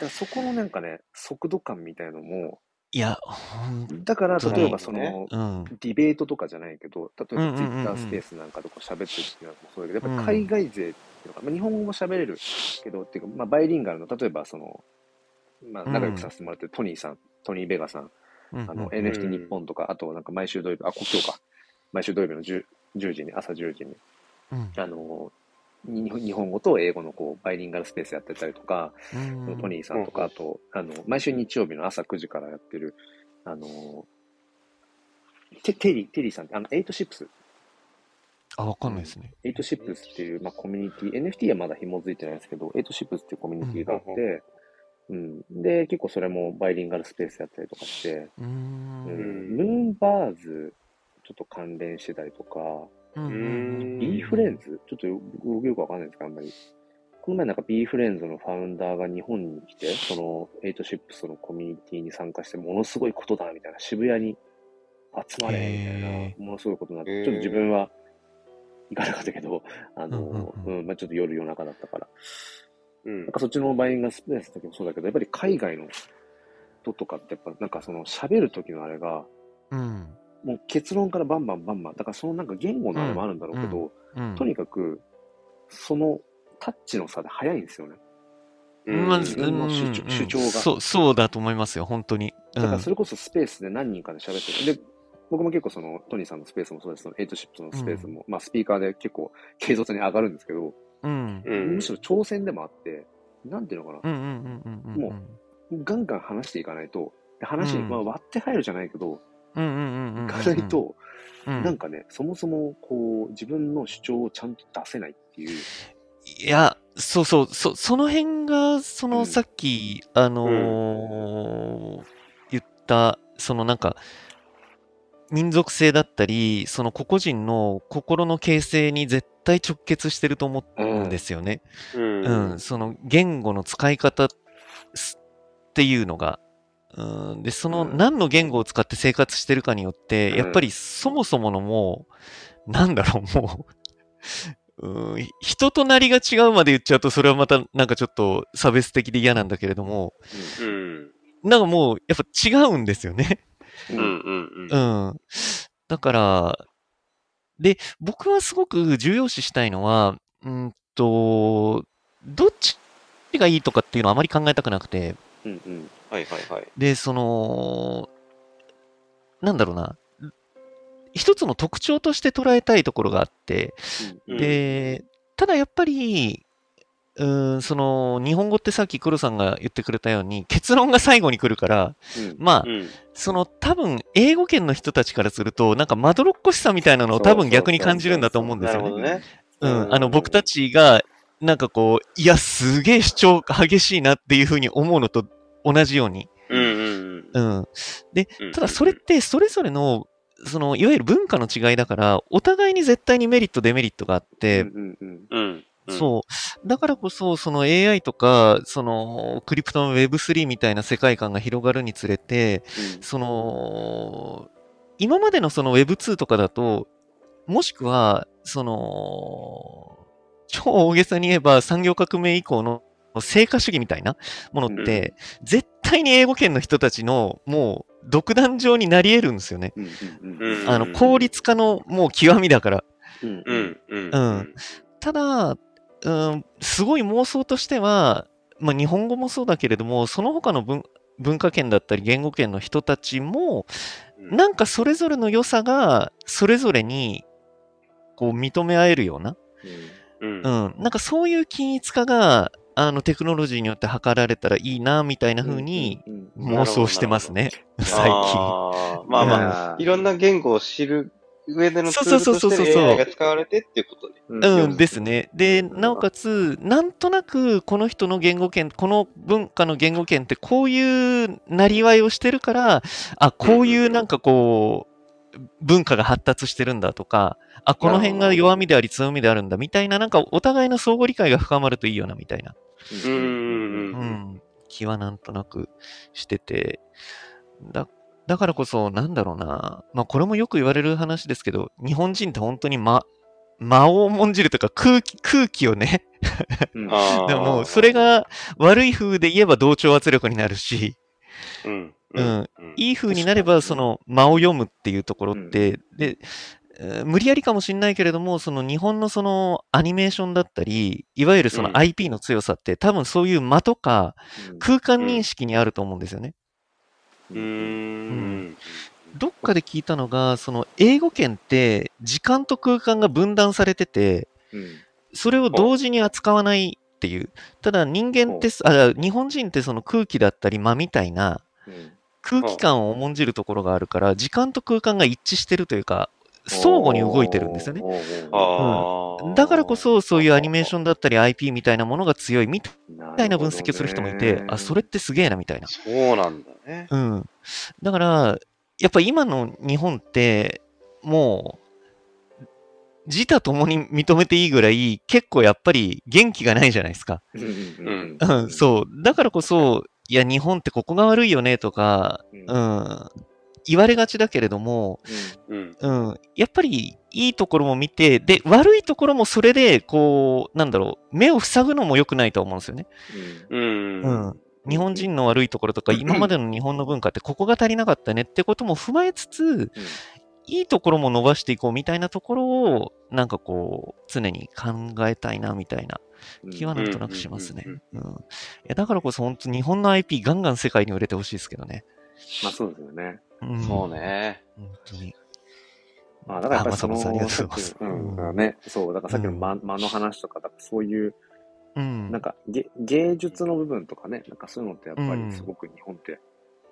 [SPEAKER 1] らそこのなんかね、速度感みたいのも、
[SPEAKER 2] いや、ほん
[SPEAKER 1] だから
[SPEAKER 2] そう
[SPEAKER 1] 例えばその、
[SPEAKER 3] ね
[SPEAKER 2] うん。
[SPEAKER 1] ディベートとかじゃないけど、例え
[SPEAKER 2] うんうん
[SPEAKER 1] ば
[SPEAKER 2] うん
[SPEAKER 1] ツイッター
[SPEAKER 2] うん
[SPEAKER 1] スペースなんかでこう喋ってる時なんかもそうだけど、やっぱり海外勢っていうのか、まあ、日本語も喋れるけど、っていうか、まあ、バイリンガルの、例えばその、まあ、仲良くさせてもらってるトニーさん、トニー・ベガさん、
[SPEAKER 2] うん
[SPEAKER 1] あ
[SPEAKER 2] うん
[SPEAKER 1] の、NFT 日本とか、あとなんか毎週土曜日、あ、国境か、毎週土曜日の 10, 10時に、朝10時に、
[SPEAKER 2] うん
[SPEAKER 1] あの、に日本語と英語のこうバイリンガルスペースやってたりとか、
[SPEAKER 2] うん
[SPEAKER 1] そのトニーさんとか、
[SPEAKER 3] うん
[SPEAKER 1] あと、あの、毎週日曜日の朝9時からやってる、あの、テテリー、テリーさんって、あの、エイトシップス、
[SPEAKER 2] あ、わかんないですね。
[SPEAKER 1] エイトシップスっていう、まあ、コミュニティ、NFT はまだ紐づいてないんですけど、エイトシップスっていうコミュニティがあって、うん。で、結構それもバイリンガルスペースやったりとかして、
[SPEAKER 2] うー
[SPEAKER 1] うん
[SPEAKER 2] ん。
[SPEAKER 1] ムーンバーズ、ちょっと関連してたりとか、
[SPEAKER 2] うんうんうん
[SPEAKER 1] ビーフレンズちょっとよ僕よくわかんないんですけど、あんまり。この前なんかビーフレンズのファウンダーが日本に来て、そのエイトシップスのコミュニティに参加して、ものすごいことだ、みたいな。渋谷に集まれ、みたい
[SPEAKER 2] へ
[SPEAKER 1] な、ものすごいことになっ
[SPEAKER 3] へ
[SPEAKER 1] て、ち
[SPEAKER 3] ー
[SPEAKER 1] ょっと自分は行かなかったけど、あの、
[SPEAKER 2] うんうん
[SPEAKER 1] うん、まあちょっと夜夜中だったから。
[SPEAKER 3] うん
[SPEAKER 1] なんかそっちのバインガースペースの時もそうだけど、やっぱり海外の人とかって、やっぱなんかその喋る時のあれが、
[SPEAKER 2] うん。
[SPEAKER 1] もう結論からバンバンバンバン、だからそのなんか言語のあれもあるんだろうけど、
[SPEAKER 2] うんうん
[SPEAKER 1] とにかく、そのタッチの差で早いんですよね。
[SPEAKER 3] うん
[SPEAKER 2] ま
[SPEAKER 1] ず
[SPEAKER 2] ず
[SPEAKER 1] 自分の主張
[SPEAKER 2] うん
[SPEAKER 1] 主張が
[SPEAKER 2] そう、そうだと思いますよ、本当に。う
[SPEAKER 1] だ
[SPEAKER 2] ん
[SPEAKER 1] からそれこそスペースで何人かで喋ってる。で、僕も結構その、トニーさんのスペースもそうですそのエイトシップのスペースも、まあスピーカーで結構軽率に上がるんですけど、
[SPEAKER 2] うん。
[SPEAKER 3] うん。
[SPEAKER 1] むしろ挑戦でもあって、なんていうのかな、
[SPEAKER 2] うんうんうんうんうん。
[SPEAKER 1] もガンガン話していかないと、で話に、
[SPEAKER 2] うん
[SPEAKER 1] まあ、割って入るじゃないけど、
[SPEAKER 2] うんうんうんうんうん。
[SPEAKER 1] いかないと、
[SPEAKER 2] うん、
[SPEAKER 1] なんかね、そもそもこう、自分の主張をちゃんと出せないっていう。
[SPEAKER 2] いや、そうそう、そ、その辺が、そうの、
[SPEAKER 1] ん
[SPEAKER 2] さっき、あのー言った、そのなんか、民族性だったり、その個々人の心の形成に絶対直結してると思うんですよね。
[SPEAKER 3] うん。
[SPEAKER 2] うん、その言語の使い方すっていうのが。うん、で、その
[SPEAKER 1] うん
[SPEAKER 2] 何の言語を使って生活してるかによって、
[SPEAKER 1] うん
[SPEAKER 2] やっぱりそもそものもう、なんだろう、もう、 (laughs) うん、人となりが違うまで言っちゃうと、それはまたなんかちょっと差別的で嫌なんだけれども、
[SPEAKER 3] うん。
[SPEAKER 2] なんかもう、やっぱ違うんですよね。
[SPEAKER 1] う
[SPEAKER 3] うん。うん。うん。
[SPEAKER 2] うん。だから、で、僕はすごく重要視したいのは、うんと、どっちがいいとかっていうのはあまり考えたくなくて、
[SPEAKER 1] うんうん
[SPEAKER 3] はいはいはい。
[SPEAKER 2] で、その、なんだろうな、一つの特徴として捉えたいところがあって、
[SPEAKER 1] うん
[SPEAKER 3] うん
[SPEAKER 2] で、ただやっぱり、うーん、その、日本語ってさっき黒さんが言ってくれたように、結論が最後に来るから、
[SPEAKER 1] うん
[SPEAKER 2] まあ、
[SPEAKER 3] うん。
[SPEAKER 2] その多分、英語圏の人たちからすると、なんかまどろっこしさみたいなのを多分逆に感じるんだと思うんで
[SPEAKER 3] な
[SPEAKER 2] す
[SPEAKER 3] る
[SPEAKER 2] よ
[SPEAKER 3] ほ
[SPEAKER 2] ね。
[SPEAKER 3] どね。
[SPEAKER 2] うん、あの、僕たちが、なんかこう、いや、すげえ主張激しいなっていうふうに思うのと同じように。
[SPEAKER 3] うんうん
[SPEAKER 2] う。ん。
[SPEAKER 3] うん
[SPEAKER 2] ただそれっ、てそれぞれの、そのいわゆる文化の違いだから、お互いに絶対にメリット、デメリットがあっ
[SPEAKER 1] う
[SPEAKER 2] て、
[SPEAKER 1] んうん
[SPEAKER 3] うん。
[SPEAKER 2] そう。だからこそ、その AI とか、そのクリプトの Web3 みたいな世界観が広がるにつれて、その、今までのその Web2 とかだと、もしくは、その、超大げさに言えば産業革命以降の成果主義みたいなものって、絶対に英語圏の人たちのもう独断上になり得るんですよね。
[SPEAKER 1] うんうんうん
[SPEAKER 3] うん
[SPEAKER 2] あの効率化のもう極みだから。
[SPEAKER 1] うん
[SPEAKER 3] う
[SPEAKER 1] うんん。
[SPEAKER 3] うん。
[SPEAKER 2] ただ、うん、すごい妄想としては、まあ、日本語もそうだけれども、その他の文文化圏だったり言語圏の人たちも、なんかそれぞれの良さが、それぞれに、こう認め合えるような、
[SPEAKER 3] うん
[SPEAKER 2] う。ん、なんかそういう均一化が、あのテクノロジーによって図られたらいいな、みたいな風に
[SPEAKER 1] うんうん
[SPEAKER 2] 妄想してますね、 (laughs) 最近。
[SPEAKER 3] あーまあまあ、
[SPEAKER 1] あー
[SPEAKER 3] いろんな言語を知る上でのツ
[SPEAKER 2] そう
[SPEAKER 3] ー
[SPEAKER 2] そう
[SPEAKER 3] ル
[SPEAKER 2] そう
[SPEAKER 3] と
[SPEAKER 2] そうそう
[SPEAKER 3] して AI が使われてっていうことで。
[SPEAKER 1] うん
[SPEAKER 2] うんですね。で、なおかつ、なんとなくこの人の言語圏、この文化の言語圏ってこういうなりわいをしてるから、あ、こういうなんかこう、文化が発達してるんだとか、あ、この辺が弱みであり強みであるんだみたいな、なんかお互いの相互理解が深まるといいよなみたいな、
[SPEAKER 1] う
[SPEAKER 3] うん
[SPEAKER 2] う
[SPEAKER 3] んうんうん。
[SPEAKER 2] ん、気はなんとなくしてて、だ、だからこそ、なんだろうな、まあこれもよく言われる話ですけど、日本人って本当に間、間を重んじるというか空気、空気をね、
[SPEAKER 1] うん
[SPEAKER 3] あー
[SPEAKER 2] でももうそれ、が悪い風で言えば同調圧力になるし、
[SPEAKER 3] うん。
[SPEAKER 2] うん。いい風になれ
[SPEAKER 1] 確かにね
[SPEAKER 2] ばその間を読むっていうところって、で、えー無理やりかもしれないけれども、その日本のそのアニメーションだったり、いわゆるそ
[SPEAKER 3] うん
[SPEAKER 2] の IP の強さって、多分そういう間とか
[SPEAKER 1] うん
[SPEAKER 2] 空間認識にあると思うんですよね。
[SPEAKER 3] うーん。
[SPEAKER 2] どっかで聞いたのが、その英語圏って時間と空間が分断されてて、
[SPEAKER 1] うん
[SPEAKER 2] それを同時に扱わないっていう。ただ人間ってす、あ、日本人ってその空気だったり間みたいな
[SPEAKER 1] うん
[SPEAKER 2] 空気感を重んじるところがあるから、時間と空間が一致してるというか、相互に動いてるんですよね。
[SPEAKER 1] おー。おー
[SPEAKER 3] ああ。
[SPEAKER 2] だからこそ、そういうアニメーショ
[SPEAKER 3] ン。
[SPEAKER 2] ンだったり IP みたいなものが強いみた
[SPEAKER 1] おーない
[SPEAKER 2] な分析をする人もいて、あ、それってすげえなみたいな。
[SPEAKER 3] そうなんだね。
[SPEAKER 2] うん。だから、やっぱ今の日本って、もう、自他ともに認めていいぐらい、結構やっぱり元気がないじゃないですか。
[SPEAKER 1] うんうん
[SPEAKER 2] う
[SPEAKER 1] うん
[SPEAKER 2] ん、そう。だからこそ、いや、日本ってここが悪いよねとか、
[SPEAKER 1] うん
[SPEAKER 2] う。ん、言われがちだけれども、
[SPEAKER 3] うん。
[SPEAKER 2] うん、やっぱりいいところも見て、で、悪いところもそれで、こう、なんだろう、目を塞ぐのも良くないと思うんですよね。
[SPEAKER 3] うん。
[SPEAKER 2] うん日本人の悪いところとか、今までの日本の文化ってここが足りなかったねってことも踏まえつつ、いいところも伸ばしていこうみたいなところを、なんかこう、常に考えたいなみたいな
[SPEAKER 1] うん
[SPEAKER 2] 気はなんとなくしますね
[SPEAKER 3] うん。
[SPEAKER 2] うんいやだからこそ本当日本の IP ガンガン世界に売れてほしいですけどね。
[SPEAKER 1] まあそうですよね。
[SPEAKER 2] うん
[SPEAKER 3] そう。ね。
[SPEAKER 2] 本当に。
[SPEAKER 1] まあだからやっぱり
[SPEAKER 2] あ
[SPEAKER 1] そ
[SPEAKER 2] ま
[SPEAKER 1] の、
[SPEAKER 2] さ
[SPEAKER 1] さっ
[SPEAKER 2] まさんありがとうございます
[SPEAKER 1] きのうん、だからね、そう、だからさっきの間,、間の話とか、だからそういう、
[SPEAKER 2] うん。
[SPEAKER 1] なんか芸芸術の部分とかね、なんかそういうのってやっぱ
[SPEAKER 2] うん
[SPEAKER 1] りすごく日本って、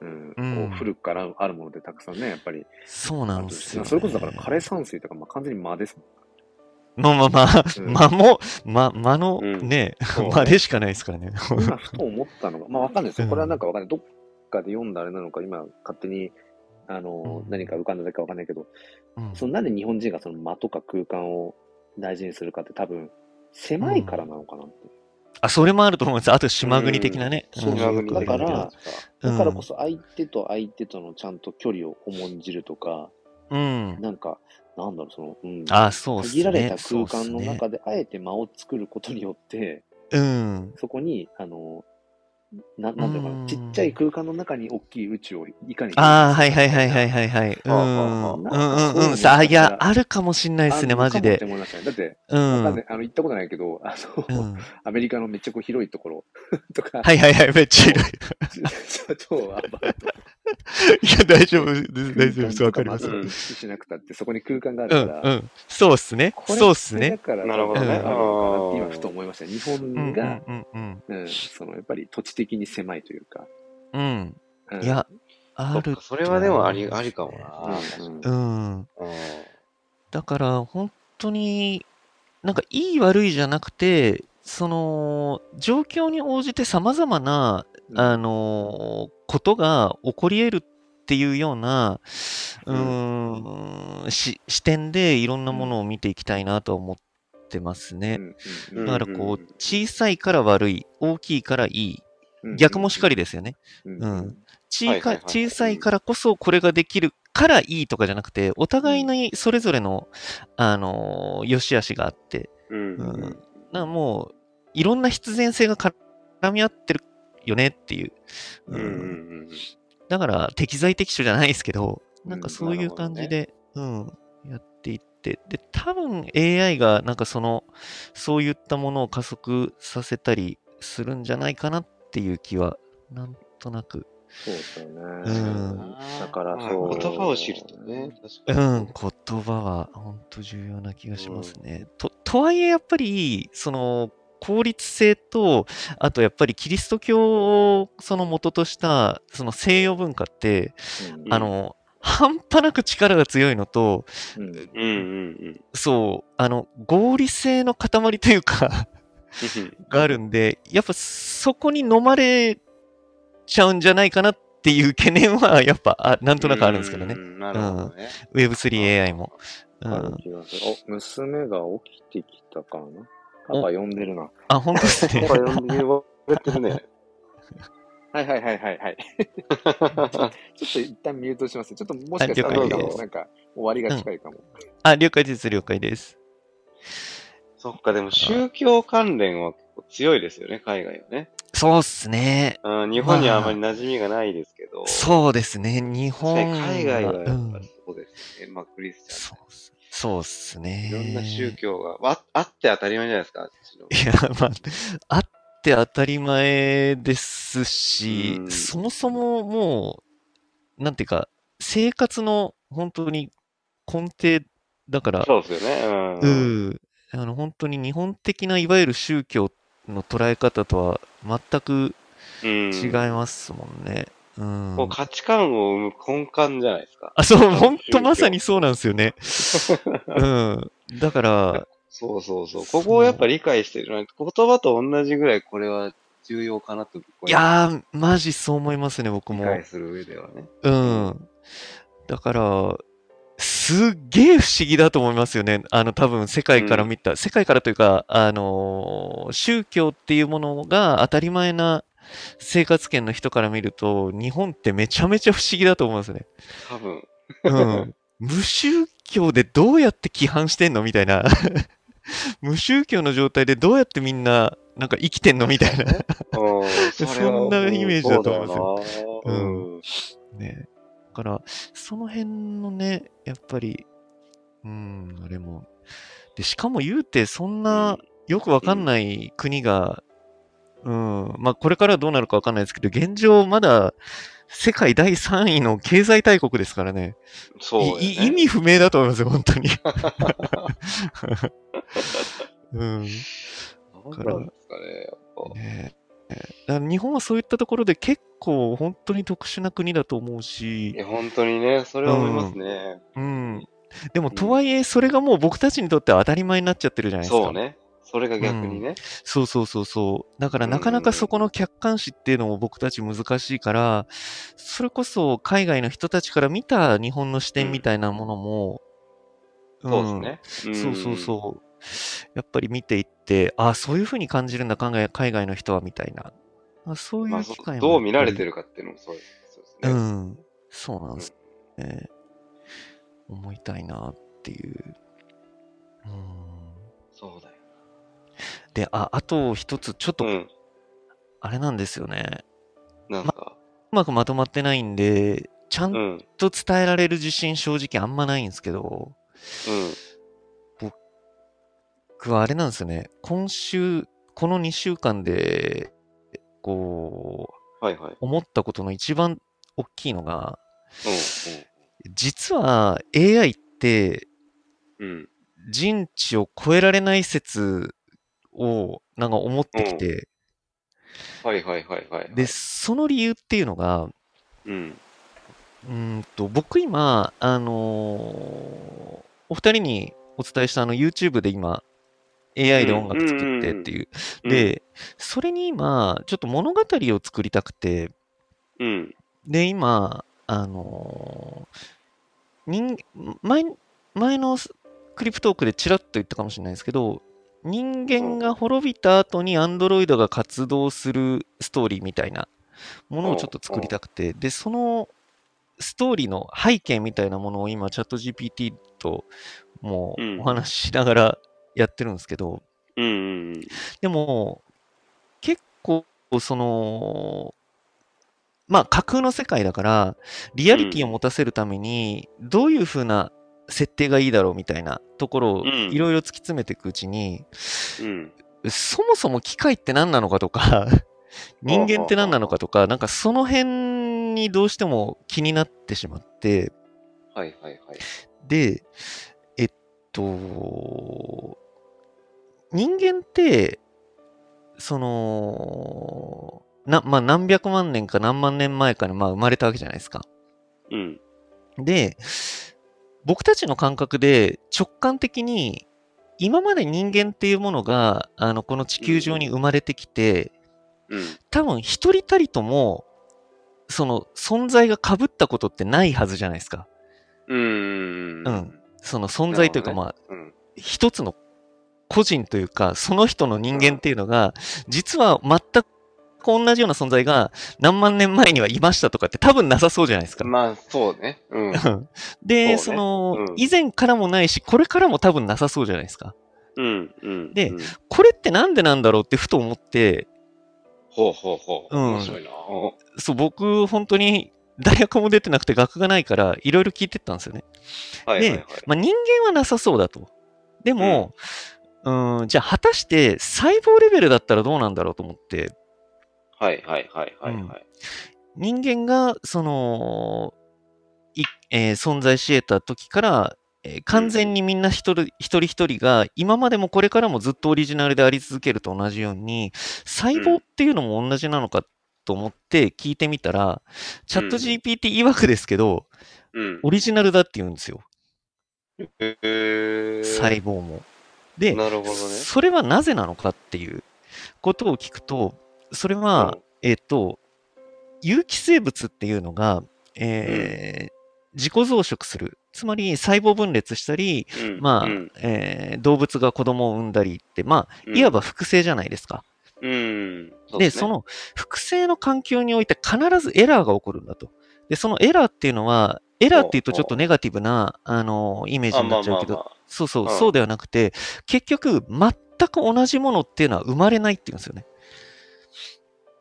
[SPEAKER 1] うん
[SPEAKER 2] うん
[SPEAKER 1] こう古くからあるものでたくさんね、やっぱり
[SPEAKER 2] そう
[SPEAKER 1] あ
[SPEAKER 2] なん
[SPEAKER 1] る
[SPEAKER 2] で
[SPEAKER 1] と
[SPEAKER 2] すよ、ね。
[SPEAKER 1] それこそだから枯山水とか、まあ、完全に間ですもん。
[SPEAKER 2] まあまあまあ、
[SPEAKER 1] うん
[SPEAKER 2] 間も、間、間の
[SPEAKER 3] うん
[SPEAKER 2] ね、
[SPEAKER 3] そう
[SPEAKER 2] 間でしかないですからね。 (laughs)
[SPEAKER 1] 今ふと思ったのが、まあわかんないですよ。
[SPEAKER 2] うん
[SPEAKER 1] これはなんかわかんない。どっかで読んだあれなのか、今勝手に、あの、
[SPEAKER 2] うん
[SPEAKER 1] 何か浮かんだだけわかんないけど、
[SPEAKER 2] うん
[SPEAKER 1] そのなんで日本人がその間とか空間を大事にするかって多分、狭いからなのかなって。
[SPEAKER 2] あ、それもあると思うんです。あと島国的なね。
[SPEAKER 1] うん
[SPEAKER 2] ん
[SPEAKER 1] そう
[SPEAKER 2] よく
[SPEAKER 1] だ
[SPEAKER 2] 言わ
[SPEAKER 1] か
[SPEAKER 2] れてる
[SPEAKER 1] ら、だからこそ相手と相手とのちゃんと距離を重んじるとか、
[SPEAKER 2] うん。
[SPEAKER 1] なんか、なんだろう、その、うん。
[SPEAKER 2] あ、そうですね。
[SPEAKER 1] 限られた空間の
[SPEAKER 2] そうっ
[SPEAKER 1] 中で、あえて間を作ることによって、
[SPEAKER 2] すねうん。
[SPEAKER 1] そこに、あの、ななんていうのか
[SPEAKER 2] う
[SPEAKER 1] な、
[SPEAKER 2] ん
[SPEAKER 1] ちっちゃい空間の中に大きい宇宙をいかに。
[SPEAKER 2] ああ、はいはいはいはいはいはい。う
[SPEAKER 3] ああ
[SPEAKER 2] ん。うん
[SPEAKER 1] ああ
[SPEAKER 2] うん。
[SPEAKER 1] そううん
[SPEAKER 2] さあ、い
[SPEAKER 1] だか
[SPEAKER 2] や、
[SPEAKER 1] ら
[SPEAKER 2] あるかもしんないですね、マジで
[SPEAKER 1] あ。のかもって思いましたね
[SPEAKER 2] う
[SPEAKER 1] だって、わか
[SPEAKER 2] ん。
[SPEAKER 1] んないあの、行ったことないけど、あ
[SPEAKER 2] う
[SPEAKER 1] の、
[SPEAKER 2] ん
[SPEAKER 1] アメリカのめっちゃこう広いところ (laughs) とか、
[SPEAKER 2] はいはいはい、めっちゃいる。
[SPEAKER 1] 超アパート
[SPEAKER 2] いや、大丈夫です。 (laughs) 大丈夫です。わかります。
[SPEAKER 1] 空
[SPEAKER 2] う
[SPEAKER 1] 間とまず
[SPEAKER 2] ん
[SPEAKER 1] 意識しなくたって、そこに空間がある
[SPEAKER 2] う
[SPEAKER 1] から、
[SPEAKER 2] ん。そうっすね。
[SPEAKER 1] これ
[SPEAKER 2] そうっす
[SPEAKER 1] だ
[SPEAKER 2] ね。
[SPEAKER 1] から、
[SPEAKER 3] なるほ
[SPEAKER 2] どね
[SPEAKER 1] あるのかなって今ふと思いました。日
[SPEAKER 2] う
[SPEAKER 1] 本
[SPEAKER 2] ん。
[SPEAKER 1] が、
[SPEAKER 2] うんうん
[SPEAKER 1] うん、その、やっぱり土地的に狭いというか、
[SPEAKER 2] うん。うん。
[SPEAKER 1] うん
[SPEAKER 2] い、や、
[SPEAKER 3] そ
[SPEAKER 2] あ
[SPEAKER 3] っ
[SPEAKER 2] る
[SPEAKER 3] かそれはでもあり、
[SPEAKER 2] と思
[SPEAKER 3] あ
[SPEAKER 2] いますね
[SPEAKER 3] りかもな。
[SPEAKER 1] うん
[SPEAKER 2] うん。
[SPEAKER 3] うん
[SPEAKER 2] だから、本当に、なんか、いい悪いじゃなくて、その、状況に応じて様々な、
[SPEAKER 1] うん
[SPEAKER 2] あのーことが起こり得るっていうような、うーん、し視点でいろんなものを見ていきたいなとは思ってますね。
[SPEAKER 1] うん
[SPEAKER 2] だからこ
[SPEAKER 3] うんうんう、
[SPEAKER 2] うん小さいから悪い、大きいからいい、
[SPEAKER 1] うん
[SPEAKER 2] 逆もしかりですよね。
[SPEAKER 1] うん
[SPEAKER 2] うん
[SPEAKER 1] うん
[SPEAKER 2] 小
[SPEAKER 3] はいはいはい
[SPEAKER 2] か小さいからこそこれができるからいいとかじゃなくて、お互いにそれぞれの、あのー良し悪しがあって、
[SPEAKER 3] うん
[SPEAKER 2] うん
[SPEAKER 3] うん
[SPEAKER 2] なもう、いろんな必然性が絡み合ってるよねっていう。
[SPEAKER 3] うんうん
[SPEAKER 2] だから適材適所じゃないですけど、
[SPEAKER 1] うん
[SPEAKER 2] なんかそういう感じで、うん、やっていって、で、多分 AI がなんかその、そういったものを加速させたりするんじゃないかなっていう気は、なんとなく、
[SPEAKER 1] そうですよね。
[SPEAKER 2] うん
[SPEAKER 1] だから
[SPEAKER 3] まあ
[SPEAKER 1] そう
[SPEAKER 3] 言葉を知るとね、
[SPEAKER 2] う
[SPEAKER 3] 確かに
[SPEAKER 2] ん、言葉は本当重要な気がしますね。と、とはいえやっぱり、その、効率性と、あとやっぱりキリスト教をその元とした、その西洋文化って、
[SPEAKER 1] うん
[SPEAKER 2] あの、半端なく力が強いのと、
[SPEAKER 1] うん
[SPEAKER 3] うんうん
[SPEAKER 2] そう、あの、合理性の塊というか、
[SPEAKER 3] うん。
[SPEAKER 2] があるんで、やっぱそこに飲まれちゃうんじゃないかなっていう懸念は、やっぱ、あなんとなくあるんですけどね
[SPEAKER 3] う。ん。なるほどね。
[SPEAKER 2] Web3AI も。う
[SPEAKER 1] ある
[SPEAKER 2] ん。
[SPEAKER 1] 気がする。お、娘が起きてきたかなパパ呼んでるな。は
[SPEAKER 2] あ、本当です
[SPEAKER 3] や
[SPEAKER 2] ね
[SPEAKER 3] っ。ぱ呼んで呼ばれてるね。
[SPEAKER 1] いはいはいはい (laughs) はい。ちょっと一旦ミュートします。ちょっともしかしたらな
[SPEAKER 2] あ
[SPEAKER 3] 了
[SPEAKER 1] ん
[SPEAKER 3] 解
[SPEAKER 1] か
[SPEAKER 3] です
[SPEAKER 1] なんか終わりが近いかも。
[SPEAKER 2] あ、了解です、了解です。
[SPEAKER 3] そっか、でも宗教関連は結構強いですよね、海外はね。
[SPEAKER 2] そうっすね。
[SPEAKER 3] うん日本にはあまり馴染みがないですけど。
[SPEAKER 2] そうですね。日
[SPEAKER 3] 確か
[SPEAKER 2] 本
[SPEAKER 3] に海外はやっぱ
[SPEAKER 2] うん
[SPEAKER 3] そうですよね。まあ、クリスチ
[SPEAKER 2] そ
[SPEAKER 3] ャ
[SPEAKER 2] うっすそうっすね。
[SPEAKER 3] ン。いろんな宗教が、わあって当たり前じゃないですか、あっちの
[SPEAKER 2] いや、まあ、あって当たり前ですし
[SPEAKER 3] う、ん
[SPEAKER 2] そもそももう、なんていうか、生活の本当に根底だから、
[SPEAKER 3] そうですよね。
[SPEAKER 2] う
[SPEAKER 3] うん。
[SPEAKER 2] んあの本当に日本的ないわゆる宗教の捉え方とは全く
[SPEAKER 3] うん
[SPEAKER 2] 違いますもんね。うん
[SPEAKER 3] こう価値観を生む根幹じゃないですか。
[SPEAKER 2] あ、そう、
[SPEAKER 3] の
[SPEAKER 2] 本
[SPEAKER 3] 宗
[SPEAKER 2] 当
[SPEAKER 3] 教
[SPEAKER 2] まさにそうなんですよね。うん。だ
[SPEAKER 3] (laughs)
[SPEAKER 2] から、
[SPEAKER 3] そうそうそう。ここをやっぱ理解してるないと、言葉と同じぐらいこれは重要かなと。
[SPEAKER 2] いやー、マジそう思いますね、僕
[SPEAKER 3] 理
[SPEAKER 2] も。
[SPEAKER 3] 解する上ではね。
[SPEAKER 2] うん。だから、すっげえ不思議だと思いますよね。あの、多分世界から見た、世界からというか、あのー宗教っていうものが当たり前な生活圏の人から見ると、日本ってめちゃめちゃ不思議だと思うんですね。
[SPEAKER 3] 多分。
[SPEAKER 2] うん。無宗教でどうやって規範してんのみたいな。 (laughs) 無宗教の状態でどうやってみんな、なんか生きてんのみたいな。
[SPEAKER 3] うんそれは
[SPEAKER 2] (laughs) そんなイメージだと思います
[SPEAKER 3] そうだよなうん。
[SPEAKER 2] ね。だから、その辺のね、やっぱり、うん、あれも。で、しかも言うて、そんなよくわかんない国が、うん、まあこれからどうなるかわかんないですけど、現状まだ世界第3位の経済大国ですからね。
[SPEAKER 3] そうよね、
[SPEAKER 2] いい意味不明だと思いますよ、本当
[SPEAKER 3] (laughs)
[SPEAKER 2] に。うん
[SPEAKER 3] なんなんですかね、やっぱ。
[SPEAKER 2] ねえだから日本はそういったところで結構本当に特殊な国だと思う
[SPEAKER 3] い
[SPEAKER 2] し、
[SPEAKER 3] や、本当にね、それは思いますね。
[SPEAKER 2] うん、でも
[SPEAKER 3] ん
[SPEAKER 2] とはいえそれがもう僕たちにとっては当たり前になっちゃってるじゃないですか。
[SPEAKER 3] そうね。それが逆にね。
[SPEAKER 2] そうそうそうそう。だからなかなかそこの客観視っていうのも僕たち難しいから、それこそ海外の人たちから見た日本の視点みたいなものも、うん
[SPEAKER 3] そうですね。
[SPEAKER 2] そうそうそう。やっぱり見ていって、ああ、そういうふうに感じるんだ、海外海外の人は、みたいな。あそう
[SPEAKER 3] うん。
[SPEAKER 2] い
[SPEAKER 3] まあ、
[SPEAKER 2] う
[SPEAKER 3] そ
[SPEAKER 2] 機会も。
[SPEAKER 3] どう見られてるかっていうのもそうですそうです
[SPEAKER 2] う
[SPEAKER 3] ね。
[SPEAKER 2] ん。そうなんですね。思いたいなっていう。うん。
[SPEAKER 3] そうだよ。
[SPEAKER 2] で、あ、あと一つ、ちょっ
[SPEAKER 3] う
[SPEAKER 2] と、
[SPEAKER 3] ん。
[SPEAKER 2] あれなんですよね。
[SPEAKER 3] なんか、
[SPEAKER 2] うまくまとまってないんで、ちゃ
[SPEAKER 3] うんん。うん。
[SPEAKER 2] と伝えられる自信正直あんまないんですけど、僕はあれなんですよね。今週、この2週間で、こう、
[SPEAKER 3] はいはい。
[SPEAKER 2] 思ったことの一番大きいのが、
[SPEAKER 3] う
[SPEAKER 2] 実は AI って
[SPEAKER 3] ん。うん。
[SPEAKER 2] 人知を超えられない説をなんか思ってきて、
[SPEAKER 3] うん。はいはいはいはい、はい。
[SPEAKER 2] で、。その理由っていうのが、
[SPEAKER 3] うん。
[SPEAKER 2] うーんと、僕今、あのーお二人にお伝えしたあの YouTube で今、AI で音楽作ってっていう。で、それに今、ちょっと物語を作りたくて、
[SPEAKER 3] うん、うん。
[SPEAKER 2] で、今、あのー人、前、前のスクリプトークでちらっと言ったかもしれないですけど、人間が滅びた後にアンドロイドが活動するストーリーみたいなものをちょっと作りたくて、で、そのストーリーの背景みたいなものを今、チャット GPT とも
[SPEAKER 3] うん
[SPEAKER 2] うお話ししながらやってるんですけど、
[SPEAKER 3] うんうんうん。
[SPEAKER 2] でも、結構、その、まあ、架空の世界だから、リアリティを持たせるために、どういう風な設定がいいだろうみたいなところを
[SPEAKER 3] うん
[SPEAKER 2] いろいろ突き詰めていくうちに、
[SPEAKER 3] うん。
[SPEAKER 2] そもそも機械って何なのかとか、人間って何なのかとか、なんかその辺にどうしても気になってしまって、
[SPEAKER 3] はいはいはい。
[SPEAKER 2] で、えっと、人間って、その、な、まあ、何百万年か何万年前かに、まあ、生まれたわけじゃないですか。
[SPEAKER 3] うん。
[SPEAKER 2] で、僕たちの感覚で直感的に、今まで人間っていうものが、あの、この地球上に生まれてきて、
[SPEAKER 3] うん。
[SPEAKER 2] 多分一人たりとも、その存在が被ったことってないはずじゃないですか。
[SPEAKER 3] うん。
[SPEAKER 2] うん。その存在というか、
[SPEAKER 3] なるほどね
[SPEAKER 2] まあ、
[SPEAKER 3] うん。
[SPEAKER 2] 一つの個人というか、その人の人間っていうのが、実は全く同じような存在が何万年前にはいましたとかって多分なさそうじゃないですか。
[SPEAKER 3] まあ、そうね。うん。
[SPEAKER 2] (laughs) で、そ
[SPEAKER 3] そうね
[SPEAKER 2] の、
[SPEAKER 3] うん
[SPEAKER 2] 以前からもないし、これからも多分なさそうじゃないですか。
[SPEAKER 3] うん。うん。
[SPEAKER 2] で
[SPEAKER 3] うん、
[SPEAKER 2] これってなんでなんだろうってふと思って、
[SPEAKER 3] ほうほうほう。
[SPEAKER 2] うん
[SPEAKER 3] 面白いな。
[SPEAKER 2] そう、僕、本当に大学も出てなくて学がないから、いろいろ聞いてったんですよね。
[SPEAKER 3] はいはいはい
[SPEAKER 2] で。、まあ、人間はなさそうだと。でも、うーん、じゃあ果たして細胞レベルだったらどうなんだろうと思って、
[SPEAKER 3] はいはいはいはいはい。
[SPEAKER 2] 人間がそのい、えー存在し得た時から、えー完全にみんな一人一人一人が今までもこれからもずっとオリジナルであり続けると同じように細胞っていうのも同じなのかと思って聞いてみたら、チャット GPT 曰くですけど
[SPEAKER 3] うん。
[SPEAKER 2] オリジナルだって言うんですよ
[SPEAKER 3] へえ。
[SPEAKER 2] 細胞も。で、
[SPEAKER 3] なるほどね。
[SPEAKER 2] それはなぜなのかっていうことを聞くとそれは、えっと、有機生物っていうのが、えー自己増殖する。つまり細胞分裂したり、
[SPEAKER 3] うん、うん
[SPEAKER 2] まあ、
[SPEAKER 3] うん
[SPEAKER 2] えー動物が子供を産んだりって、まあ、いわば、複製じゃないですか。
[SPEAKER 3] うん。う
[SPEAKER 2] で、
[SPEAKER 3] ですね
[SPEAKER 2] そ、の複製の環境において必ずエラーが起こるんだと。で、そのエラーっていうのは、エラーっていうとちょっとネガティブな、あの、イメージ
[SPEAKER 3] あ、
[SPEAKER 2] に
[SPEAKER 3] ま
[SPEAKER 2] な
[SPEAKER 3] あ
[SPEAKER 2] っちゃ
[SPEAKER 3] ま
[SPEAKER 2] う
[SPEAKER 3] あ
[SPEAKER 2] けど、
[SPEAKER 3] ま
[SPEAKER 2] そうそう、
[SPEAKER 3] うん
[SPEAKER 2] そうではなくて、結局、全く同じものっていうのは生まれないっていうんですよね。
[SPEAKER 3] あ。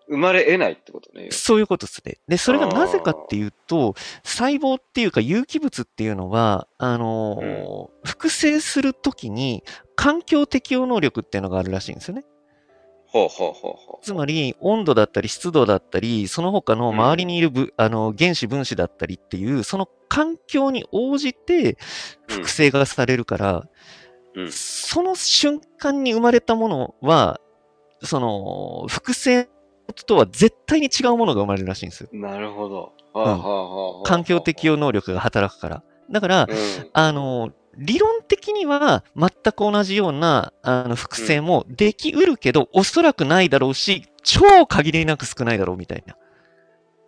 [SPEAKER 3] 生まれ得ないってことね。
[SPEAKER 2] そういうことですね。で、それがなぜかっていうと、細胞っていうか有機物っていうのは、あのー複製するときに環境適応能力っていうのがあるらしいんですよね。
[SPEAKER 3] ほうほうほうほう。
[SPEAKER 2] つまり、温度だったり湿度だったり、その他の周りにいるぶ、あの原子分子だったりっていう、その環境に応じて
[SPEAKER 3] うん
[SPEAKER 2] 複製がされるから、
[SPEAKER 3] うん
[SPEAKER 2] その瞬間に生まれたものは、その、複製とは絶対に違うものが生まれるらしいんですよ。
[SPEAKER 3] なるほど。はあはあはあはあ
[SPEAKER 2] 環境適応能力が働くから。だから
[SPEAKER 3] う、ん。
[SPEAKER 2] あの、理論的には全く同じようなあの複製もできうるけど、おそらくないだろうし、超限りなく少ないだろうみたいな。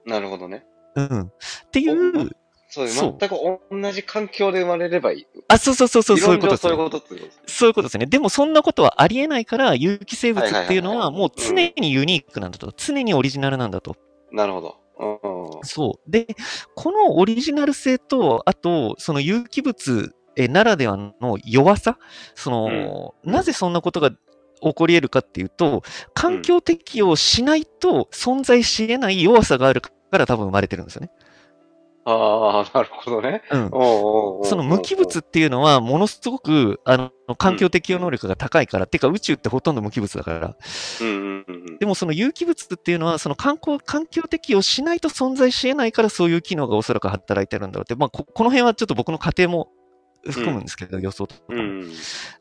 [SPEAKER 3] なるほどね。
[SPEAKER 2] うん。っていう、
[SPEAKER 3] そう、
[SPEAKER 2] そう
[SPEAKER 3] 全く同じ環境で生まれればいい。
[SPEAKER 2] あ、そうそうそうそう、そういうことで
[SPEAKER 3] 理論上
[SPEAKER 2] す
[SPEAKER 3] そういうことってことですね。
[SPEAKER 2] そういうことですね。でもそんなことはありえないから、有機生物
[SPEAKER 3] はいはいはいはい
[SPEAKER 2] っていうのはもう常にユニークなんだと。常にオリジナルなんだと。
[SPEAKER 3] なるほど。うん
[SPEAKER 2] そう。で、このオリジナル性と、あと、その有機物えならではの弱さ、その、なぜそんなことが起こり得るかっていうと、環境適応しないと存在し得ない弱さがあるから多分生まれてるんですよね。
[SPEAKER 3] ああ、なるほどね。
[SPEAKER 2] うん。
[SPEAKER 3] おうおうおうおう
[SPEAKER 2] その無機物っていうのはものすごくあの環境適応能力が高いから、てか宇宙ってほとんど無機物だから。
[SPEAKER 3] うんうんうん
[SPEAKER 2] でもその有機物っていうのはその環境環境適応しないと存在し得ないからそういう機能がおそらく働いてるんだろうって、まあ、ここの辺はちょっと僕の仮定も含むんですけど、予想とかも、
[SPEAKER 3] うん。うん。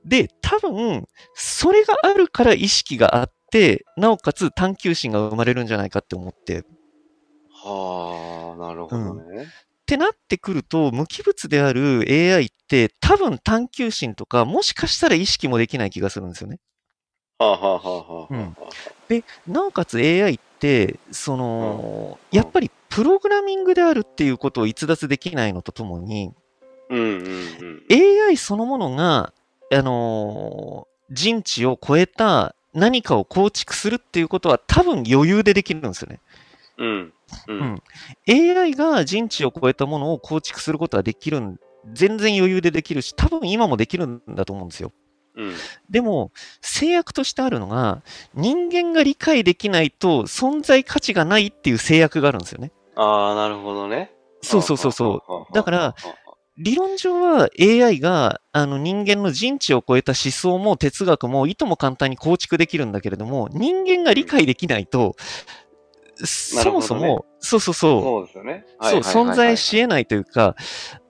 [SPEAKER 2] で多分それがあるから意識があってなおかつ探求心が生まれるんじゃないかって思って
[SPEAKER 3] はあ、なるほどね。
[SPEAKER 2] ってなってくると、無機物である AI って多分探求心とか、もしかしたら意識もできない気がするんですよね。
[SPEAKER 3] はあはあはあはあはあ
[SPEAKER 2] う
[SPEAKER 3] は
[SPEAKER 2] んで、なおかつ AI って、その、やっぱりプログラミングであるっていうことを逸脱できないのとともに、
[SPEAKER 3] あ。うんうんうん。
[SPEAKER 2] AI そのものが、あのー人知を超えた何かを構築するっていうことは多分余裕でできるんですよね。
[SPEAKER 3] うん。う
[SPEAKER 2] うん
[SPEAKER 3] ん。
[SPEAKER 2] AI が人知を超えたものを構築することはできるん、全然余裕でできるし、多分今もできるんだと思うんですよ。
[SPEAKER 3] うん。
[SPEAKER 2] でも、制約としてあるのが、人間が理解できないと存在価値がないっていう制約があるんですよね。
[SPEAKER 3] ああ、なるほどね。
[SPEAKER 2] そうそうそうそう。
[SPEAKER 3] う
[SPEAKER 2] だから、理論上は AI があの人間の人知を超えた思想も哲学もいとも簡単に構築できるんだけれども、人間が理解できないと、
[SPEAKER 3] な
[SPEAKER 2] そ
[SPEAKER 3] るほど
[SPEAKER 2] もそ
[SPEAKER 3] ね
[SPEAKER 2] も、そうそうそう、
[SPEAKER 3] そうですよね。はい
[SPEAKER 2] そう、
[SPEAKER 3] はいはいは
[SPEAKER 2] 存
[SPEAKER 3] い
[SPEAKER 2] 在し得ないというか、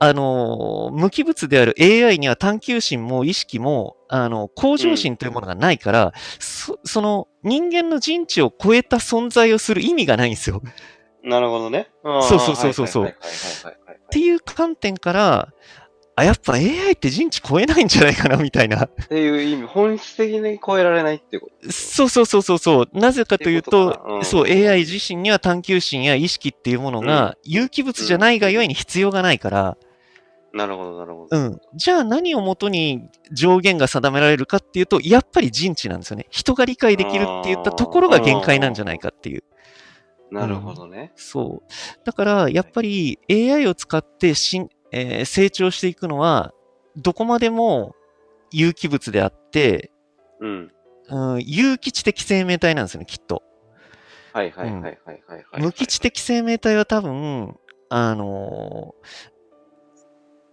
[SPEAKER 2] あのー、無機物である AI には探求心も意識も、あの、向上心というものがないから、そその人間の人知を超えた存在をする意味がないんですよ。っ
[SPEAKER 3] なるほどね。あー
[SPEAKER 2] そうそうそうそうそう
[SPEAKER 3] はいはいはいはいはいはい
[SPEAKER 2] ていう観点から、あ、やっぱ AI って人知超えないんじゃないかな、みたいな。
[SPEAKER 3] っていう意味、本質的に超えられないってこと。
[SPEAKER 2] そうそうそうそうそう。なぜかという
[SPEAKER 3] そ
[SPEAKER 2] と、
[SPEAKER 3] ういうことかうん
[SPEAKER 2] そう、AI 自身には探求心や意識っていうものが、有機物じゃないがゆえに必要がないから、
[SPEAKER 3] なるほど、なるほど。
[SPEAKER 2] うん。じゃあ何をもとに上限が定められるかっていうと、やっぱり人知なんですよね。人が理解できるって言ったところが限界なんじゃないかっていう。
[SPEAKER 3] なるほどね。
[SPEAKER 2] そう。だから、やっぱり AI を使ってしん、えー成長していくのは、どこまでも有機物であって、
[SPEAKER 3] うん。
[SPEAKER 2] うん、有機知的生命体なんですよね、きっと。
[SPEAKER 3] はいはいはいはいはいはいはい。
[SPEAKER 2] 無機知的生命体は多分、あの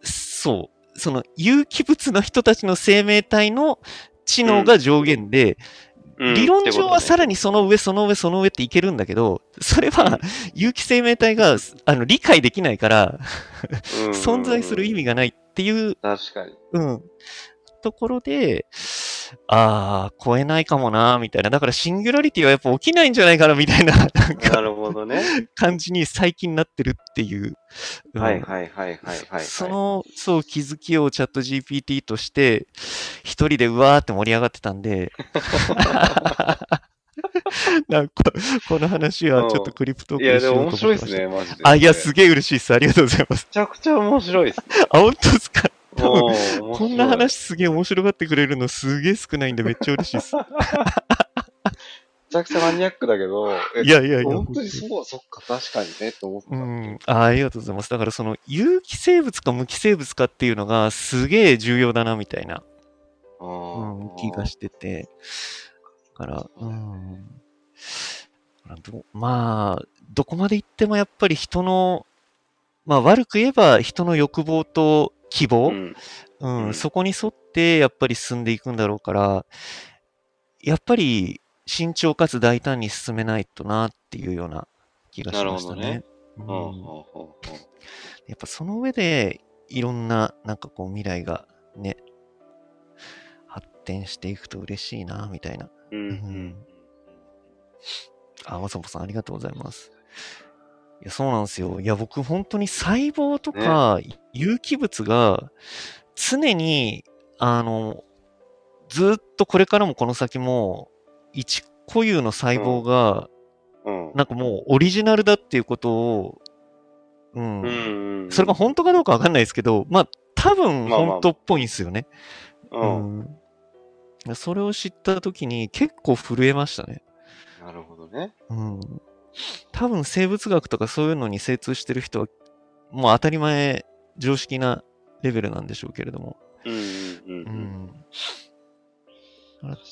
[SPEAKER 2] ーそう、その有機物の人たちの生命体の知能が上限で、
[SPEAKER 3] うん
[SPEAKER 2] 理論上はさら。
[SPEAKER 3] っ
[SPEAKER 2] にその上、その上、その上っていけるんだけど、それ
[SPEAKER 3] うん
[SPEAKER 2] は (laughs) 有機生命体があの理解できないから、
[SPEAKER 3] てことね
[SPEAKER 2] 存在する意味
[SPEAKER 3] が。
[SPEAKER 2] がないっていう、
[SPEAKER 3] 確かに。
[SPEAKER 2] うん、ところで、ああ、超えないかもな、みたいな。だからシンギュラリティはやっぱ起きないんじゃないかな、みたいな、 (laughs) なんか
[SPEAKER 3] なるほどね。
[SPEAKER 2] 感じに最近なってるっていう。うん
[SPEAKER 3] はいはいはいはいはいはい。
[SPEAKER 2] その、そう、気づきをチャット GPT として、一人でうわーって盛り上がってたんで、
[SPEAKER 3] (laughs)
[SPEAKER 2] なんか、この話はちょっとクリプト
[SPEAKER 3] い
[SPEAKER 2] ク
[SPEAKER 3] や、
[SPEAKER 2] リ
[SPEAKER 3] で
[SPEAKER 2] しようと
[SPEAKER 3] も
[SPEAKER 2] 思ってま
[SPEAKER 3] 面白い
[SPEAKER 2] し
[SPEAKER 3] で
[SPEAKER 2] た
[SPEAKER 3] すね、マジで。
[SPEAKER 2] あ、いや、
[SPEAKER 3] め
[SPEAKER 2] すげえ嬉しいです。ありがとうございます。
[SPEAKER 3] ちゃくちゃ面白い
[SPEAKER 2] (laughs)
[SPEAKER 3] ですね。
[SPEAKER 2] あ、本当ですか
[SPEAKER 3] おー面白い
[SPEAKER 2] こんな話すげえ面白がってくれるのすげえ少ないんでめっちゃ嬉しい (laughs) です。
[SPEAKER 3] めちゃくちゃマニアックだけど、え
[SPEAKER 2] いやいやいや。
[SPEAKER 3] 本当にそう、そっか、確かにね、と思った。
[SPEAKER 2] うん、あありがとうございます。だからその有機生物か無機生物かっていうのがすげえ重要だなみたいな、
[SPEAKER 3] あ
[SPEAKER 2] うん
[SPEAKER 3] ー
[SPEAKER 2] 気がしてて。だから、うん。だからどまあ、どこまで行ってもやっぱり人の、まあ悪く言えば人の欲望と希望、
[SPEAKER 3] うん
[SPEAKER 2] うん
[SPEAKER 3] うん
[SPEAKER 2] そこに沿ってやっぱり進んでいくんだろうから、やっぱり慎重かつ大胆に進めないとなっていうような気がしました
[SPEAKER 3] なる
[SPEAKER 2] ね。うん
[SPEAKER 3] ほうほうほうほう
[SPEAKER 2] やっぱその上でいろんななんかこう未来がね、発展していくと嬉しいな、みたいな。
[SPEAKER 3] うんう
[SPEAKER 2] うんんあ、わさぼさんありがとうございます。いや、そうなんですよ。いや、僕本当に細胞とか有機物が常に、あの、ずーっとこれからもこの先も、一固有の細胞が、
[SPEAKER 3] うん。
[SPEAKER 2] なんかもうオリジナルだっていうことを、うん。
[SPEAKER 3] うんうんうん。
[SPEAKER 2] それが本当かどうかわかんないですけど、まあ、多分
[SPEAKER 3] まあまあ
[SPEAKER 2] 本当っぽいんですよね。
[SPEAKER 3] うん。
[SPEAKER 2] うん。それを知った時に結構震えましたね。
[SPEAKER 3] なるほどね。
[SPEAKER 2] うん。多分生物学とかそういうのに精通してる人は、もう当たり前、常識なレベルなんでしょうけれども。
[SPEAKER 3] うんうん
[SPEAKER 2] う
[SPEAKER 3] うん。
[SPEAKER 2] ん。
[SPEAKER 3] 確かに。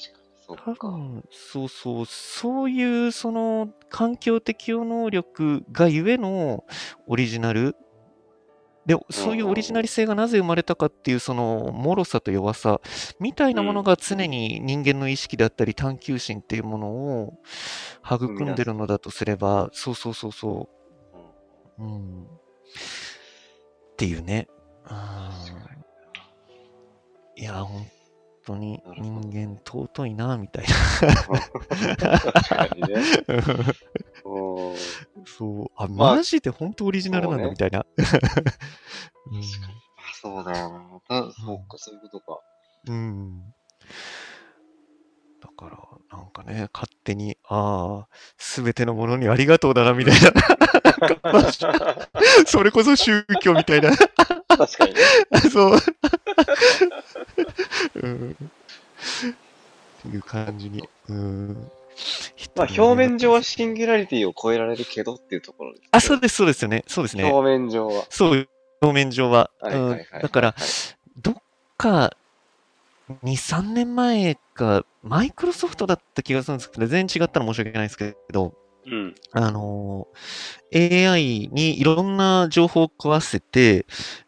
[SPEAKER 3] そう
[SPEAKER 2] 多
[SPEAKER 3] か。
[SPEAKER 2] 分、そうそう、そういうその環境適応能力がゆえのオリジナル。で、そういうオリジナリ性がなぜ生まれたかっていうその脆さと弱さみたいなものが常に人間の意識だったり探求心っていうものを育んでるのだとすれば、そうそうそうそう、うんっていうね。あーいや、本当に
[SPEAKER 3] なるほど
[SPEAKER 2] 人間尊いな、みたい
[SPEAKER 3] 確か
[SPEAKER 2] (laughs)
[SPEAKER 3] にね。
[SPEAKER 2] な。
[SPEAKER 3] おー
[SPEAKER 2] そう。あ、
[SPEAKER 3] まあ
[SPEAKER 2] マジで本当オリジナルなん
[SPEAKER 3] そう
[SPEAKER 2] だ、
[SPEAKER 3] ね
[SPEAKER 2] みたいな。うん
[SPEAKER 3] あそうだよな。たそうか、そういうことか。
[SPEAKER 2] (laughs) うん。だから、なんかね、勝手に、ああ、すべてのものにありがとうだな、みたいな。
[SPEAKER 3] (laughs)
[SPEAKER 2] それこそ宗教みたいな。
[SPEAKER 3] 確かにね。
[SPEAKER 2] (laughs) そう。うん。っていう感じに。 (laughs) うん。
[SPEAKER 3] まあ、表面上はシンギュラリティを超えられるけどっていうところですね、
[SPEAKER 2] あ、そうです、そうですよね。そうですね。
[SPEAKER 3] 表面上は。
[SPEAKER 2] そう、表面上は。
[SPEAKER 3] はいはい
[SPEAKER 2] う
[SPEAKER 3] はい
[SPEAKER 2] ん
[SPEAKER 3] はい、はい。
[SPEAKER 2] だから、、どっか、2、3年前か、マイクロソフトだった気がするんですけど、全然違ったら申し訳ないですけど、
[SPEAKER 3] うん。
[SPEAKER 2] あのー AI にいろんな情報を食わせて、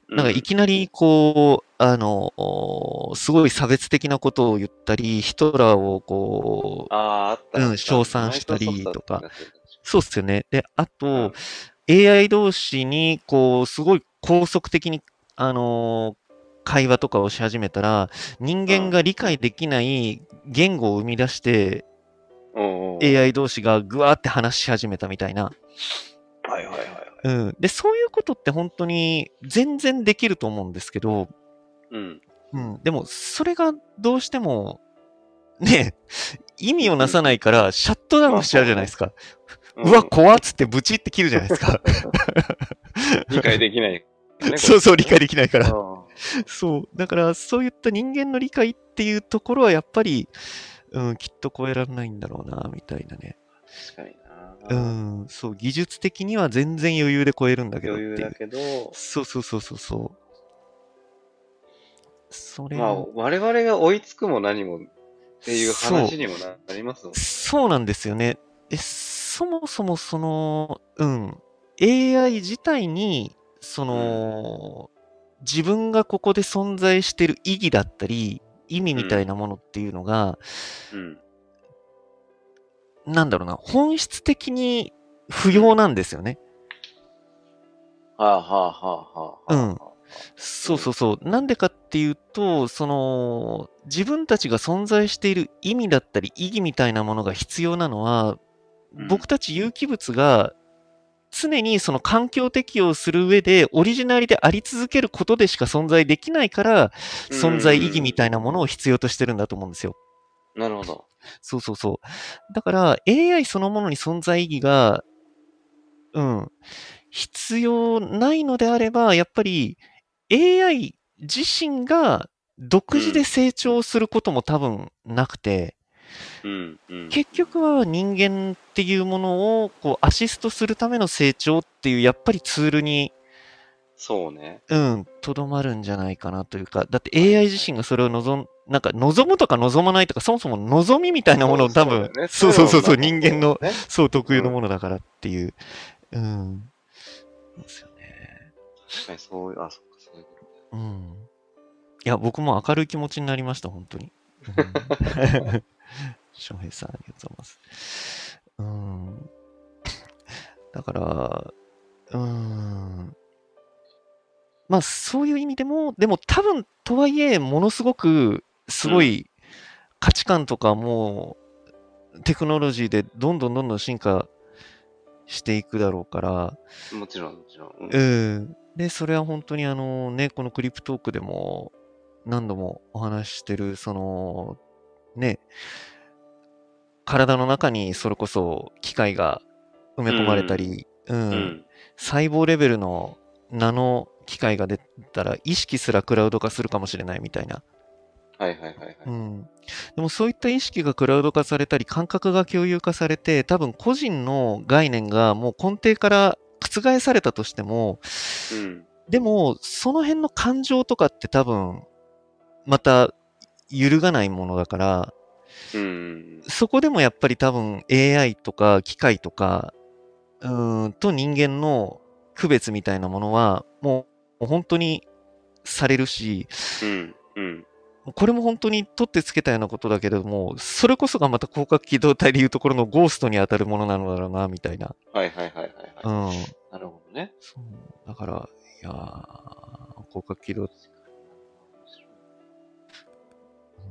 [SPEAKER 2] なんかいきなりこう、あのーすごい差別的なことを言ったり、ヒトラーをこう、
[SPEAKER 3] ああ、あった。
[SPEAKER 2] うん
[SPEAKER 3] あった
[SPEAKER 2] 称賛したりとか。
[SPEAKER 3] マイクロソフトだった
[SPEAKER 2] そうっすよね。で、あと、
[SPEAKER 3] ん
[SPEAKER 2] AI 同士に、こう、すごい高速的に、あのー会話とかをし始めたら、人間が理解できない言語を生み出して、
[SPEAKER 3] うんうん
[SPEAKER 2] AI 同士がぐわーって話し始めたみたいな。
[SPEAKER 3] はいはいはいはい。
[SPEAKER 2] うん。で、そういうことって本当に全然できると思うんですけど、
[SPEAKER 3] うん。
[SPEAKER 2] うん。でも、それがどうしても、ね、 (laughs) 意味をなさないから、シャットダウンしちゃうじゃないですか。うわ、怖っつってブチって切るじゃないですか。
[SPEAKER 3] 理解できない、ね。
[SPEAKER 2] (laughs) そうそう、理解
[SPEAKER 3] で
[SPEAKER 2] できないか
[SPEAKER 3] き
[SPEAKER 2] ら。そう。だから、そういった人間の理解っていうところは、やっぱり、うん、きっと超えられないんだろうな、みたいなね。
[SPEAKER 3] 確かに
[SPEAKER 2] う
[SPEAKER 3] な。
[SPEAKER 2] ん、そう、技術的には全然余裕で超えるんだけどっ
[SPEAKER 3] 余
[SPEAKER 2] てい
[SPEAKER 3] 裕だ
[SPEAKER 2] う。
[SPEAKER 3] けど、
[SPEAKER 2] そうそうそうそうそう。それ
[SPEAKER 3] まあ、
[SPEAKER 2] を、
[SPEAKER 3] 我々が追いつくも何もっていう
[SPEAKER 2] そ
[SPEAKER 3] 話にもななりますもんね。
[SPEAKER 2] そうなんですよね。え、そもそもその、うん、AI 自体に、その、自分がここで存在してる意義だったり、意味みたいなものっていうのが、
[SPEAKER 3] うん。
[SPEAKER 2] なんだろうな、本質的に不要なんですよね。
[SPEAKER 3] はあはあはあはあ。
[SPEAKER 2] うん。そうそうそう。なんでかっていうと、その、自分たちが存在している意味だったり、意義みたいなものが必要なのは
[SPEAKER 3] うん、
[SPEAKER 2] 僕たち有機物が常にその環境適応する上で、オリジナリであり続けることでしか存在できないから、存在意義みたいなものを必要としてるんだと思うんですよ。
[SPEAKER 3] なるほど。
[SPEAKER 2] そうそうそう。だから AI そのものに存在意義が、うん、必要ないのであれば、やっぱり AI 自身が独自で成長することも多分なくて、
[SPEAKER 3] うん。うん、
[SPEAKER 2] 結局は人間っていうものをこうアシストするための成長っていうやっぱりツールに、
[SPEAKER 3] そうね。
[SPEAKER 2] うん、とどまるんじゃないかなというか、だって AI 自身がそれを望ん、なんか望むとか望まないとか、そもそも望みみたいなものを多分、そうそうそうそう、人間の、
[SPEAKER 3] ね
[SPEAKER 2] そう、特有のものだからっていう。うん。そうですよね。
[SPEAKER 3] 確かにそういう、あ、そっか、そういうこ
[SPEAKER 2] う
[SPEAKER 3] と。
[SPEAKER 2] ん。いや、僕も明るい気持ちになりました、本当に。うん翔平さん、ありがとうございます。うん。だから、うん。まあ、そういう意味でも、でも多分、とはいえ、ものすごく、すごい価値観とかも、テクノロジーでどんどんどんどん進化していくだろうから、
[SPEAKER 3] もちろん、もちろん。うん
[SPEAKER 2] うん。で、それは本当にあのね、このクリプトークでも何度もお話ししてる、その、ね、体の中にそれこそ機械が埋め込まれたり、うん、
[SPEAKER 3] うん。
[SPEAKER 2] 細胞レベルのナノ機械が出たら意識すらクラウド化するかもしれないみたいな。
[SPEAKER 3] はいはいはいはい。
[SPEAKER 2] うん。でもそういった意識がクラウド化されたり、感覚が共有化されて、多分個人の概念がもう根底から覆されたとしても、
[SPEAKER 3] うん。
[SPEAKER 2] でも、その辺の感情とかって多分、また揺るがないものだから、
[SPEAKER 3] うん。
[SPEAKER 2] そこでもやっぱり多分 AI とか機械とか、うーん、と人間の区別みたいなものは、もう本当にされるし、
[SPEAKER 3] うん。うん。
[SPEAKER 2] これも本当に取ってつけたようなことだけれども、それこそがまた広角機動隊でいうところのゴーストに当たるものなのだろうな、みたいな。
[SPEAKER 3] はいはいはいはいうはい。
[SPEAKER 2] ん。
[SPEAKER 3] なるほどね。
[SPEAKER 2] そうだから、いやー、広角機動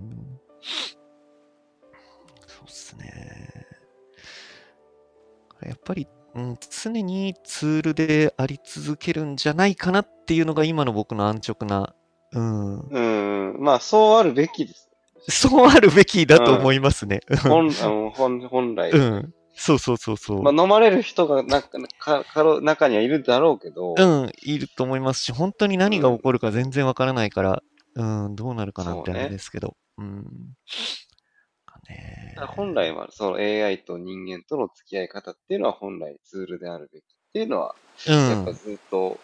[SPEAKER 2] うんそうっすね。だからやっぱり、うん、常にツールであり続けるんじゃないかなっていうのが今の僕の安直な、うん、
[SPEAKER 3] うん。まあ、そうあるべきです。
[SPEAKER 2] そうあるべきだと思いますね。
[SPEAKER 3] 本あの本本来
[SPEAKER 2] う。ん、そうそうそうそう。
[SPEAKER 3] まあ、飲まれる人がなんかかかろ中にはいるだろうけど、
[SPEAKER 2] うん、いると思いますし、本当に何が起こるか全然わからないから、うん、どうなるかなってあれですけど、うん。かね
[SPEAKER 3] 本来はその AI と人間との付き合い方っていうのは本来ツールであるべきっていうのは、
[SPEAKER 2] う
[SPEAKER 3] やっぱ
[SPEAKER 2] ん、
[SPEAKER 3] ずっと、こ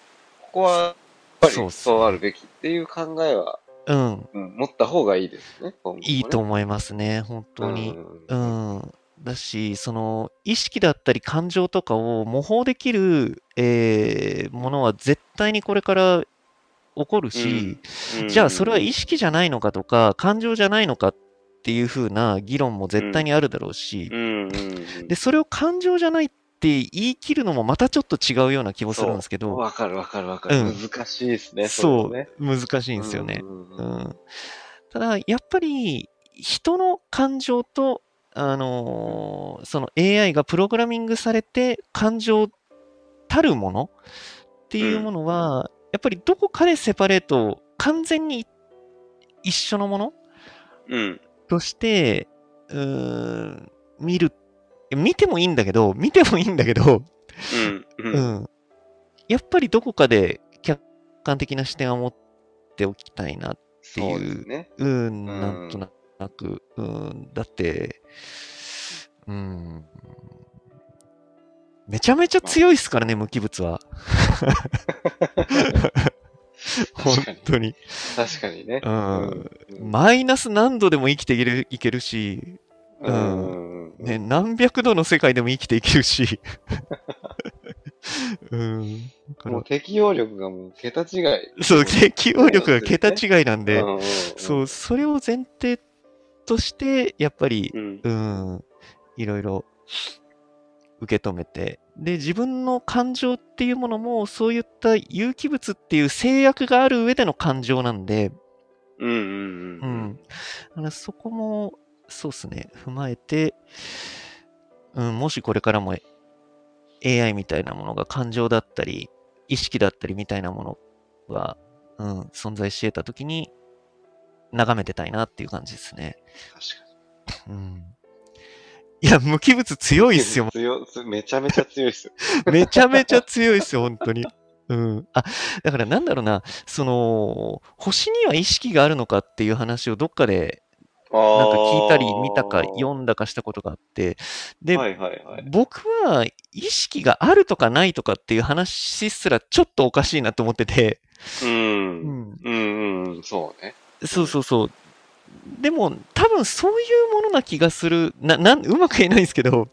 [SPEAKER 3] こはやっぱ
[SPEAKER 2] そうっ
[SPEAKER 3] り
[SPEAKER 2] すね
[SPEAKER 3] そうあるべきっていう考えは、
[SPEAKER 2] うん、
[SPEAKER 3] うん持った方がいいですね、今後もね
[SPEAKER 2] いいと思いますね、本当に。う
[SPEAKER 3] うん
[SPEAKER 2] ん。だし、その、意識だったり感情とかを模倣できる、えーものは絶対にこれから起こるし、じゃあそれは意識じゃないのかとか、感情じゃないのかっていう風な議論も絶対にあるだろうし
[SPEAKER 3] う、んうんうん
[SPEAKER 2] で、それを感情じゃないって言い切るのもまたちょっと違うような気もするんですけど、
[SPEAKER 3] わかるわかるわかる。
[SPEAKER 2] うん
[SPEAKER 3] 難しいですね、
[SPEAKER 2] そ
[SPEAKER 3] れはね
[SPEAKER 2] う、難しいんですよね。
[SPEAKER 3] うんう
[SPEAKER 2] う
[SPEAKER 3] んうん
[SPEAKER 2] ん、ただ、やっぱり人の感情と、あのーその AI がプログラミングされて感情たるものっていうものは、やっぱりどこかでセパレート、完全に一緒のもの
[SPEAKER 3] うん。
[SPEAKER 2] として、うーん、見る。見てもいいんだけど、見てもいいんだけど、
[SPEAKER 3] う
[SPEAKER 2] う
[SPEAKER 3] ん。うん。
[SPEAKER 2] ん。やっぱりどこかで客観的な視点は持っておきたいな
[SPEAKER 3] そうですね。
[SPEAKER 2] うん、なんとなく、うん、だって、うん、めちゃめちゃ強いですからね、無機物
[SPEAKER 3] (laughs)
[SPEAKER 2] は。本
[SPEAKER 3] 確かに
[SPEAKER 2] 当に。
[SPEAKER 3] 確かにね。
[SPEAKER 2] うん。マイナス何度でも生きていけるいけるし、
[SPEAKER 3] うん。うん
[SPEAKER 2] ね、何百度の世界でも生きていける
[SPEAKER 3] (laughs)
[SPEAKER 2] し。うん。だか
[SPEAKER 3] もう
[SPEAKER 2] ら
[SPEAKER 3] 適応力がもう桁違い。
[SPEAKER 2] そう、適応力が桁違いなんで、
[SPEAKER 3] うんうんうん
[SPEAKER 2] そう、それを前提として、やっぱり、
[SPEAKER 3] うん。
[SPEAKER 2] うん、いろいろ受け止めて、で、自分の感情っていうものも、そういった有機物っていう制約がある上での感情なんで、
[SPEAKER 3] うんうんうん。
[SPEAKER 2] うんあのそこも、そうですね、踏まえて、うん、もしこれからも AI みたいなものが感情だったり、意識だったりみたいなものが、うん、存在し得たときに、眺めてたいなっていう感じですね。
[SPEAKER 3] 確か
[SPEAKER 2] うん。いや、無機物強い
[SPEAKER 3] に。
[SPEAKER 2] っすよ、
[SPEAKER 3] 強すめちゃめちゃ強いっすよ。
[SPEAKER 2] めちゃめちゃ強いですよ、本当に。うん。あ、だからなんだろうな、その、星には意識があるのかっていう話をどっかで、
[SPEAKER 3] な
[SPEAKER 2] (laughs) なんか聞いたり、見たか、読んだかしたことがあって、で、
[SPEAKER 3] はいはいはい。
[SPEAKER 2] 僕は意識があるとかないとかっていう話すらちょっとおかしいなと思ってて、
[SPEAKER 3] うん。
[SPEAKER 2] う
[SPEAKER 3] うん
[SPEAKER 2] ん。
[SPEAKER 3] うんうん、そうね。
[SPEAKER 2] そうそうそう。でも、多分そういうものな気がする。な、なん、うまく言えないんですけど、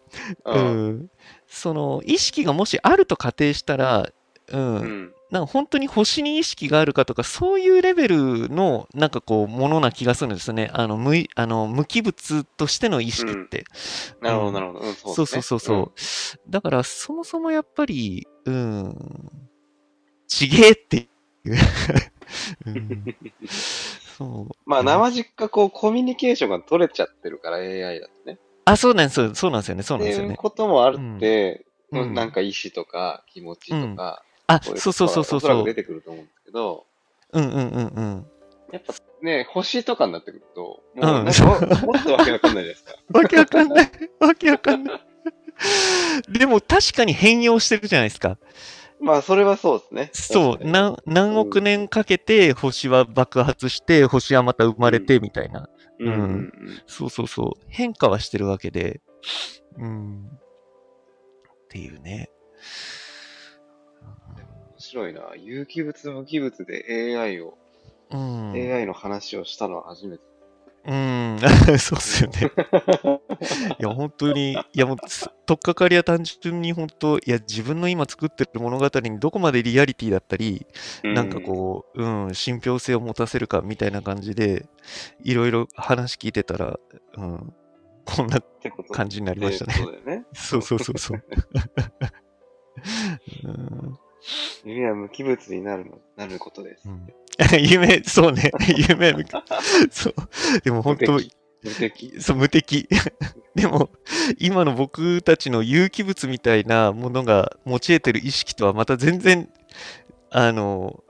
[SPEAKER 3] うん。
[SPEAKER 2] うんその意識がもしあると仮定したら、うん
[SPEAKER 3] うん。
[SPEAKER 2] なんか本当に星に意識があるかとか、そういうレベルの、なんかこう、ものな気がするんですよね。あの、無い、あの、無機物としての意識って。
[SPEAKER 3] なるほど、なるほど。うん、
[SPEAKER 2] そ
[SPEAKER 3] そううです
[SPEAKER 2] そう
[SPEAKER 3] ね
[SPEAKER 2] そうそう。だから、そもそもやっぱり、うん、ちげえっていう。 (laughs) うん、そう。
[SPEAKER 3] まあ、生実家、こう、コミュニケーションが取れちゃってるから、AI だとね。
[SPEAKER 2] あ、そうなんですよ。そうなんですよね。そう
[SPEAKER 3] っ
[SPEAKER 2] なん
[SPEAKER 3] て
[SPEAKER 2] ですよ
[SPEAKER 3] いう
[SPEAKER 2] ね。
[SPEAKER 3] こともあるって、
[SPEAKER 2] うんうん
[SPEAKER 3] なんか意志とか気持ちとか、
[SPEAKER 2] あ、
[SPEAKER 3] こい
[SPEAKER 2] そうそうそうそう
[SPEAKER 3] ことがお
[SPEAKER 2] そ
[SPEAKER 3] そらく出
[SPEAKER 2] う。
[SPEAKER 3] てくると思うんですけど、
[SPEAKER 2] うんうんうんうん。
[SPEAKER 3] やっぱね、星とかになってくると、も
[SPEAKER 2] う
[SPEAKER 3] うなんんか、もっとわけわかんないじゃないですか。
[SPEAKER 2] わけわかんない。 (laughs) わけわかんない。でも確かに変容してるじゃないですか。
[SPEAKER 3] まあ、それはそうですね。
[SPEAKER 2] そう、
[SPEAKER 3] 確かに
[SPEAKER 2] 何何億年かけて星は爆発して、星はまた生まれてみたいな。
[SPEAKER 3] うんうんうん。
[SPEAKER 2] そうそうそう。変化はしてるわけで。うん。っていうね。
[SPEAKER 3] 面白いな。有機物、無機物で AI を、
[SPEAKER 2] うん。
[SPEAKER 3] AI の話をしたのは初めて。
[SPEAKER 2] うん。 (laughs) そうっすよ (laughs) ね。いや、本当に、いや、もう、つとっかかりは単純に本当、いや、自分の今作ってる物語にどこまでリアリティだったり、なんかこう、うん、信憑性を持たせるかみたいな感じで、いろいろ話聞いてたら、うん、こんな
[SPEAKER 3] うん、ってこと
[SPEAKER 2] 感じになりました
[SPEAKER 3] って
[SPEAKER 2] ね。
[SPEAKER 3] ことだよね。
[SPEAKER 2] (laughs) そうそうそう (laughs) そう。うん
[SPEAKER 3] 夢は無機物になるの、なることです。
[SPEAKER 2] うん、 (laughs) 夢、そうね、 (laughs) 夢、そう、でも本当
[SPEAKER 3] 無、敵無敵。
[SPEAKER 2] そう、無敵。 (laughs) でも、今の僕たちの有機物みたいなものが持ち得てる意識とはまた全然、あの、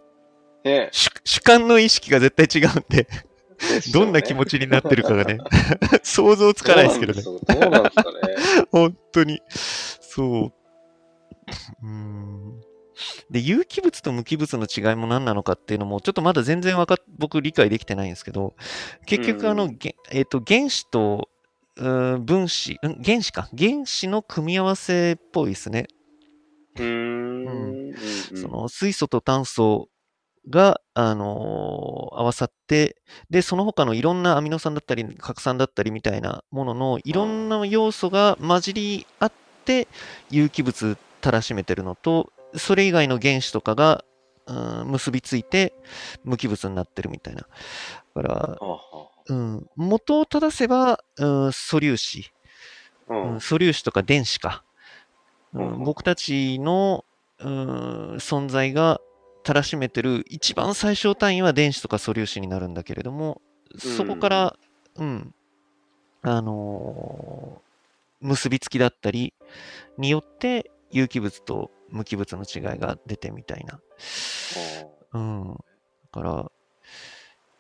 [SPEAKER 3] ね
[SPEAKER 2] 主主観の意識が絶対違うんで。 (laughs) どんな気
[SPEAKER 3] ち
[SPEAKER 2] 持ちになってるかがね、 (laughs) 想像つかないですけどね、
[SPEAKER 3] どうなんですかね。
[SPEAKER 2] (laughs) 本当に。そう。うーん。で、有機物と無機物の違いも何なのかっていうのも、ちょっとまだ全然わかっ僕理解できてないんですけど、結
[SPEAKER 3] うん
[SPEAKER 2] 局、あの、げえっ、と、原子と、うーん分子、うん、原子か。原子の組み合わせっぽいですね。
[SPEAKER 3] うー
[SPEAKER 2] うん
[SPEAKER 3] ん。
[SPEAKER 2] その水素と炭素が、あのー合わさって、で、その他のいろんなアミノ酸だったり、核酸だったりみたいなものの、いろんな要素が混じり合って、有機物たらしめてるのと、それ以外の原子とかが、うん結びついて、無機物になってるみたいな。だから、
[SPEAKER 3] あは
[SPEAKER 2] うん、元を正せば、うん、素粒子。
[SPEAKER 3] うん
[SPEAKER 2] うん素粒子とか電子か、う
[SPEAKER 3] うんうん
[SPEAKER 2] ん、僕たちの、うん、存在がたらしめてる一番最小単位は電子とか素粒子になるんだけれどもそこから、うんあのー結びつきだったりによって有機物と無機物の違いが出てみたいな、うん、だから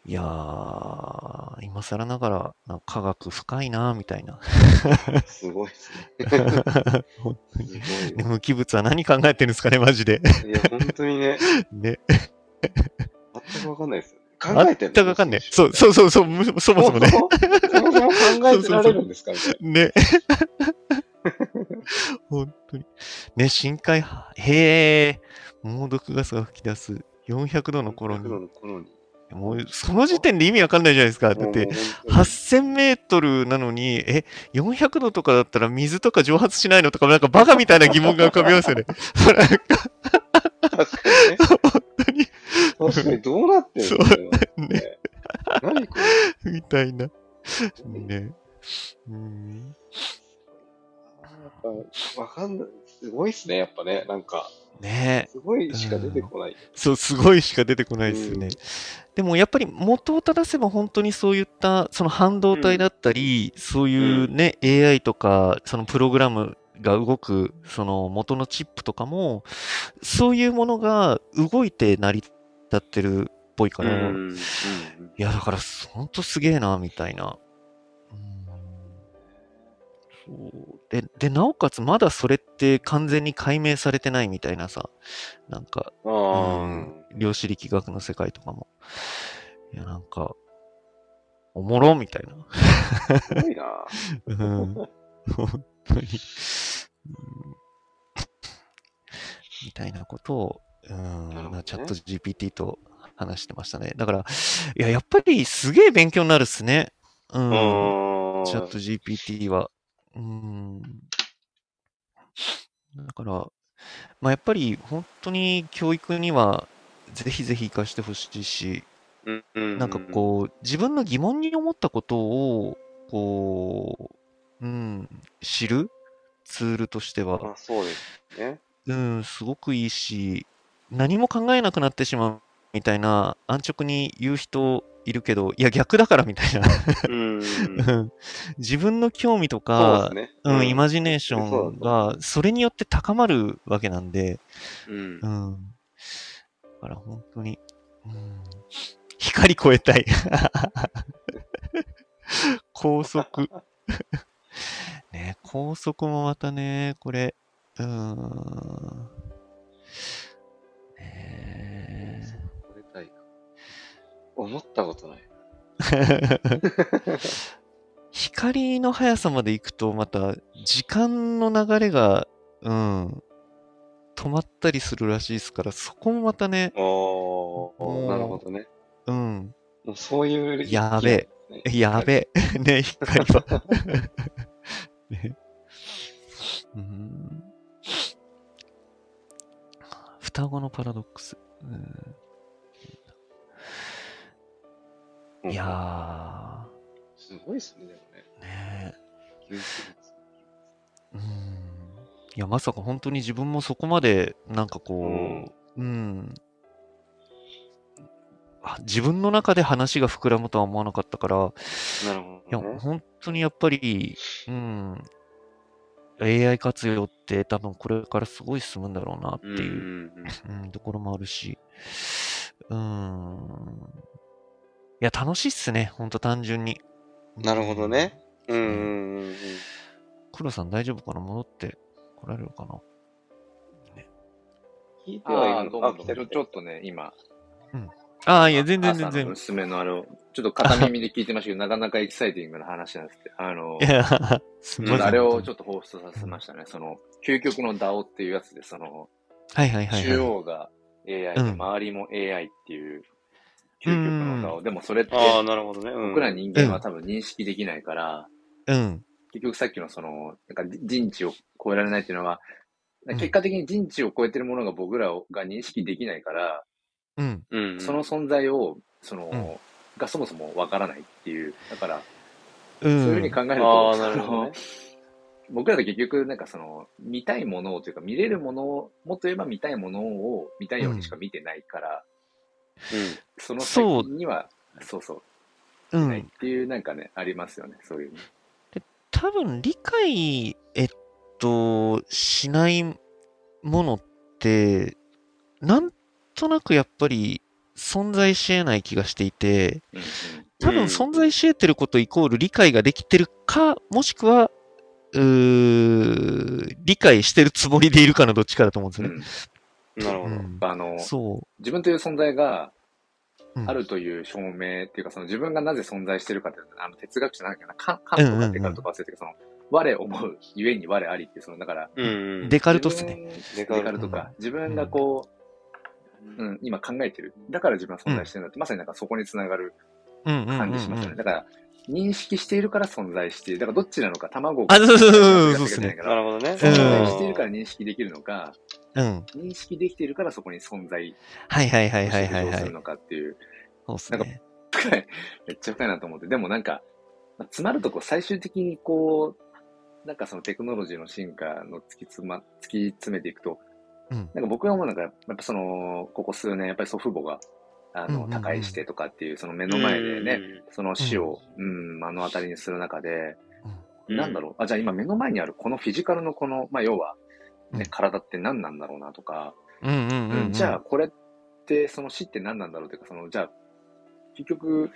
[SPEAKER 2] いやー今更ながらなんか科学深いなーみたい
[SPEAKER 3] (laughs)
[SPEAKER 2] な
[SPEAKER 3] うんすごいですね。
[SPEAKER 2] (laughs) 本当に
[SPEAKER 3] すご
[SPEAKER 2] ね
[SPEAKER 3] い
[SPEAKER 2] 無機物は何考えてるんですかね、マジで。
[SPEAKER 3] よ。いや、本当にね、
[SPEAKER 2] ね。
[SPEAKER 3] 全くわかんないですよね。考えてる
[SPEAKER 2] 全くわかんねえ。そう、そうそうそう、むそ
[SPEAKER 3] そ
[SPEAKER 2] もそもね。
[SPEAKER 3] そもそも考えてられるんですかみたいな。
[SPEAKER 2] ね。 (laughs) 本当に。ね、深海派、へえ、猛毒ガスが吹き出す400度の頃に。
[SPEAKER 3] の頃に。
[SPEAKER 2] もう、その時点で意味わかんないじゃないですか。だって、8000メートルなのに、え、400度とかだったら水とか蒸発しないのとか、なんかバカみたいな疑問が浮かびますよね。 (laughs)
[SPEAKER 3] 確かにね。
[SPEAKER 2] 当 (laughs) に
[SPEAKER 3] 確かに、どうなってるの
[SPEAKER 2] そ
[SPEAKER 3] これは
[SPEAKER 2] ね、
[SPEAKER 3] 何こ
[SPEAKER 2] みたいな。
[SPEAKER 3] れ
[SPEAKER 2] ね。うん。
[SPEAKER 3] やっぱわかんない。すごいっすね、やっぱね。なんか、
[SPEAKER 2] ね
[SPEAKER 3] すごいしか出てこない。
[SPEAKER 2] そう、すごいしか出てこないですよね。
[SPEAKER 3] うん
[SPEAKER 2] でもやっぱり元を正せば本当にそういった、その半導体だったり、そういうね、AI とか、そのプログラムが動く、その元のチップとかも、そういうものが動いて成り立ってるっぽいから、い
[SPEAKER 3] うん
[SPEAKER 2] や、だから本当すげえな、みたいな。うんそうでで、なおかつまだそれって完全に解明されてないみたいなさ、なんか、
[SPEAKER 3] あ
[SPEAKER 2] うん量子力学の世界とかも。いや、なんか、おもろみたいな。
[SPEAKER 3] あ、すごいな。
[SPEAKER 2] うん、本当に、うんみたいなことを、うん
[SPEAKER 3] るほどね
[SPEAKER 2] まあチャット GPT と話してましたね。だから、いや、やっぱりすげえ勉強になるっすね。うん、チャット GPT は。うん。だから、まあ、やっぱり本当に教育にはぜひぜひ活かしてほしいし、
[SPEAKER 3] うんうん。
[SPEAKER 2] なんかこう、自分の疑問に思ったことを、こう、うん、知るツールとして
[SPEAKER 3] まあ
[SPEAKER 2] は、
[SPEAKER 3] そうですね。
[SPEAKER 2] うん、すごくいいし、何も考えなくなってしまうみたいな、安直に言う人いるけど、いや、逆だからみたいな。 (laughs)
[SPEAKER 3] うんうん。
[SPEAKER 2] うん自分の興味と
[SPEAKER 3] そう
[SPEAKER 2] か
[SPEAKER 3] です、ね。
[SPEAKER 2] うん、イマジネーシ
[SPEAKER 3] そう
[SPEAKER 2] ョ
[SPEAKER 3] だ
[SPEAKER 2] ン
[SPEAKER 3] と
[SPEAKER 2] が、それによって高まるわけなんで、
[SPEAKER 3] うん
[SPEAKER 2] う。ん。だから本当に、うん、光超えたい。 (laughs) 高速。 (laughs) ね、高速もまたね、これ、うん。ね
[SPEAKER 3] これたいか思ったことない。
[SPEAKER 2] え (laughs) 光の速さまで行くと、また、時間の流れが、うん、止まったりするらしいですから、そこもまたね、う
[SPEAKER 3] おー、
[SPEAKER 2] ん
[SPEAKER 3] なるほどね。
[SPEAKER 2] うん、
[SPEAKER 3] もうそういう理由
[SPEAKER 2] やべ
[SPEAKER 3] ね。
[SPEAKER 2] え、やべえ、 (laughs) ね、光は。 (laughs) ね、うーん双子のパラドックス。う
[SPEAKER 3] うんん
[SPEAKER 2] いや
[SPEAKER 3] すごいですね、でもね。
[SPEAKER 2] ー、ねえ
[SPEAKER 3] 技術
[SPEAKER 2] うーん。いや、まさか本当に自分もそこまで、なんか
[SPEAKER 3] う
[SPEAKER 2] こ
[SPEAKER 3] ん
[SPEAKER 2] う、うん。あ自分の中で話が膨らむとは思わなかったから、
[SPEAKER 3] なるほ
[SPEAKER 2] いや、
[SPEAKER 3] どね。
[SPEAKER 2] 本当にやっぱり、うん、AI 活用って多分これからすごい進むんだろうなって
[SPEAKER 3] うんう
[SPEAKER 2] いう、
[SPEAKER 3] んうん。
[SPEAKER 2] うん、ところもあるし、うん、いや、楽しいっすね、本当単純に。
[SPEAKER 3] なるほどねうんうんうんうん。
[SPEAKER 2] うん。黒さん大丈夫かな戻って来られるかな
[SPEAKER 3] 聞いてはい
[SPEAKER 1] あ
[SPEAKER 3] る
[SPEAKER 1] ーどう
[SPEAKER 3] の
[SPEAKER 1] も
[SPEAKER 3] あ、
[SPEAKER 1] ど
[SPEAKER 3] 来
[SPEAKER 1] う
[SPEAKER 3] て
[SPEAKER 1] も
[SPEAKER 3] る
[SPEAKER 1] ちょっとね、今、
[SPEAKER 2] ああ、いや、全然
[SPEAKER 1] 朝
[SPEAKER 2] 全
[SPEAKER 1] の
[SPEAKER 2] 然。
[SPEAKER 1] 娘のあの、ちょっと片耳で聞いてましたけど、なかなかエキサイティングな話なんですって。あの
[SPEAKER 2] い、や、す
[SPEAKER 3] うん
[SPEAKER 1] ちょっとあれをちょ
[SPEAKER 2] っ
[SPEAKER 1] っと放出させましたね。その、究極の DAO っていうやつで、その、
[SPEAKER 2] と。はいはいはいはい。
[SPEAKER 1] 中央が AI で、
[SPEAKER 2] うん
[SPEAKER 1] 周りも AI っていう、究極の DAO。でもそれって、
[SPEAKER 3] ああ、なるほどね。うん
[SPEAKER 1] 僕ら人間は多分認識できないから、
[SPEAKER 2] うん。
[SPEAKER 1] 結局さっきのその、なんか人知を超えられないっていうのは、
[SPEAKER 2] ん
[SPEAKER 1] 結果的に人知を超えてるものが僕らをが認識できないから、
[SPEAKER 2] うん。
[SPEAKER 3] うんうん。
[SPEAKER 1] その存在を、その、
[SPEAKER 2] うん
[SPEAKER 1] がそもそもわからないっていう、だから、
[SPEAKER 2] う
[SPEAKER 1] そう
[SPEAKER 2] ん。
[SPEAKER 1] いうふうに考える
[SPEAKER 3] あ
[SPEAKER 1] と、
[SPEAKER 3] あ、なるほどね。
[SPEAKER 1] その僕らって結局、なんかその、見たいものをというか、見れるものを、もっと言えば見たいものを見たいようにしか見てないから、その
[SPEAKER 2] そう
[SPEAKER 1] 先には、そうそう、
[SPEAKER 2] う
[SPEAKER 1] ないっ
[SPEAKER 2] ん。
[SPEAKER 1] ていうなんかね、ありますよね、そういうの。
[SPEAKER 2] 多分理解、えっと、しないものって、なんとなくやっぱり存在し得ない気がしていて、
[SPEAKER 1] うん
[SPEAKER 2] 多
[SPEAKER 3] うん
[SPEAKER 2] 分存在し得てることイコール理解ができてるか、もしくは、うー理解してるつもりでいるかのどっちかだと思うんです
[SPEAKER 1] うん
[SPEAKER 2] よ
[SPEAKER 1] う
[SPEAKER 2] ね。
[SPEAKER 1] ん
[SPEAKER 3] うん。なるほど。
[SPEAKER 1] あの、
[SPEAKER 2] そ
[SPEAKER 1] 自分という存在が
[SPEAKER 2] う。うん
[SPEAKER 1] あるという証明っていうか、その自分がなぜ存在してるかって、あの哲学者なんだっけど、カカントがデカルトか忘れてるけど、その、我思うゆえに我ありっていう、その、だから、
[SPEAKER 3] うんうん。
[SPEAKER 2] デカルトっすね。
[SPEAKER 1] 自
[SPEAKER 3] デ
[SPEAKER 1] 分。
[SPEAKER 3] カルト
[SPEAKER 1] デカルトか。自分がこう、うん、今考えてる。だから自分は存在してるんだって、まさになんかそこにつながる
[SPEAKER 2] うんうんうんうん
[SPEAKER 1] 感じしましたね。だから、認識しているから存在している。だからどっちなのか、卵を。
[SPEAKER 2] あそうそうそうそ
[SPEAKER 1] ガ
[SPEAKER 2] う
[SPEAKER 1] チャガチャ
[SPEAKER 2] そうっすね
[SPEAKER 1] ガチャガチャ
[SPEAKER 3] なるほどね。
[SPEAKER 1] ガチャ
[SPEAKER 2] う
[SPEAKER 1] 存在
[SPEAKER 2] ん
[SPEAKER 1] しているから認識できるのか、
[SPEAKER 2] うん。
[SPEAKER 1] 認識できているからそこに存在
[SPEAKER 2] はいはいはい
[SPEAKER 1] と
[SPEAKER 2] は
[SPEAKER 1] し
[SPEAKER 2] い
[SPEAKER 1] て
[SPEAKER 2] は
[SPEAKER 1] 浮
[SPEAKER 2] いは
[SPEAKER 1] 上す
[SPEAKER 2] い
[SPEAKER 1] る。のかっていう。
[SPEAKER 2] そうっすね。
[SPEAKER 1] 深いめっちゃ深いなと思って。でもなんか、まあ詰まるとこう最終的にこう、なんかそのテクノロジーの進化の突き詰ま、突き詰めていくと、
[SPEAKER 2] うん。
[SPEAKER 1] なんか僕が思うのが、やっぱその、ここ数年、やっぱり祖父母が、あ
[SPEAKER 2] うんうん
[SPEAKER 1] の、
[SPEAKER 2] うん
[SPEAKER 1] 他界してとかっていう、その目の前でね、その死を、うん、目の当たりにする中で、
[SPEAKER 3] うん。
[SPEAKER 1] なんだろう、あ、じゃあ今目の前にあるこのフィジカルのこの、まあ要は、
[SPEAKER 2] うん
[SPEAKER 1] ね、体って何なんだろうなとか、
[SPEAKER 2] うんうんうんうん。
[SPEAKER 1] じゃあこれって、その死って何なんだろうというか、その、じゃあ、結局、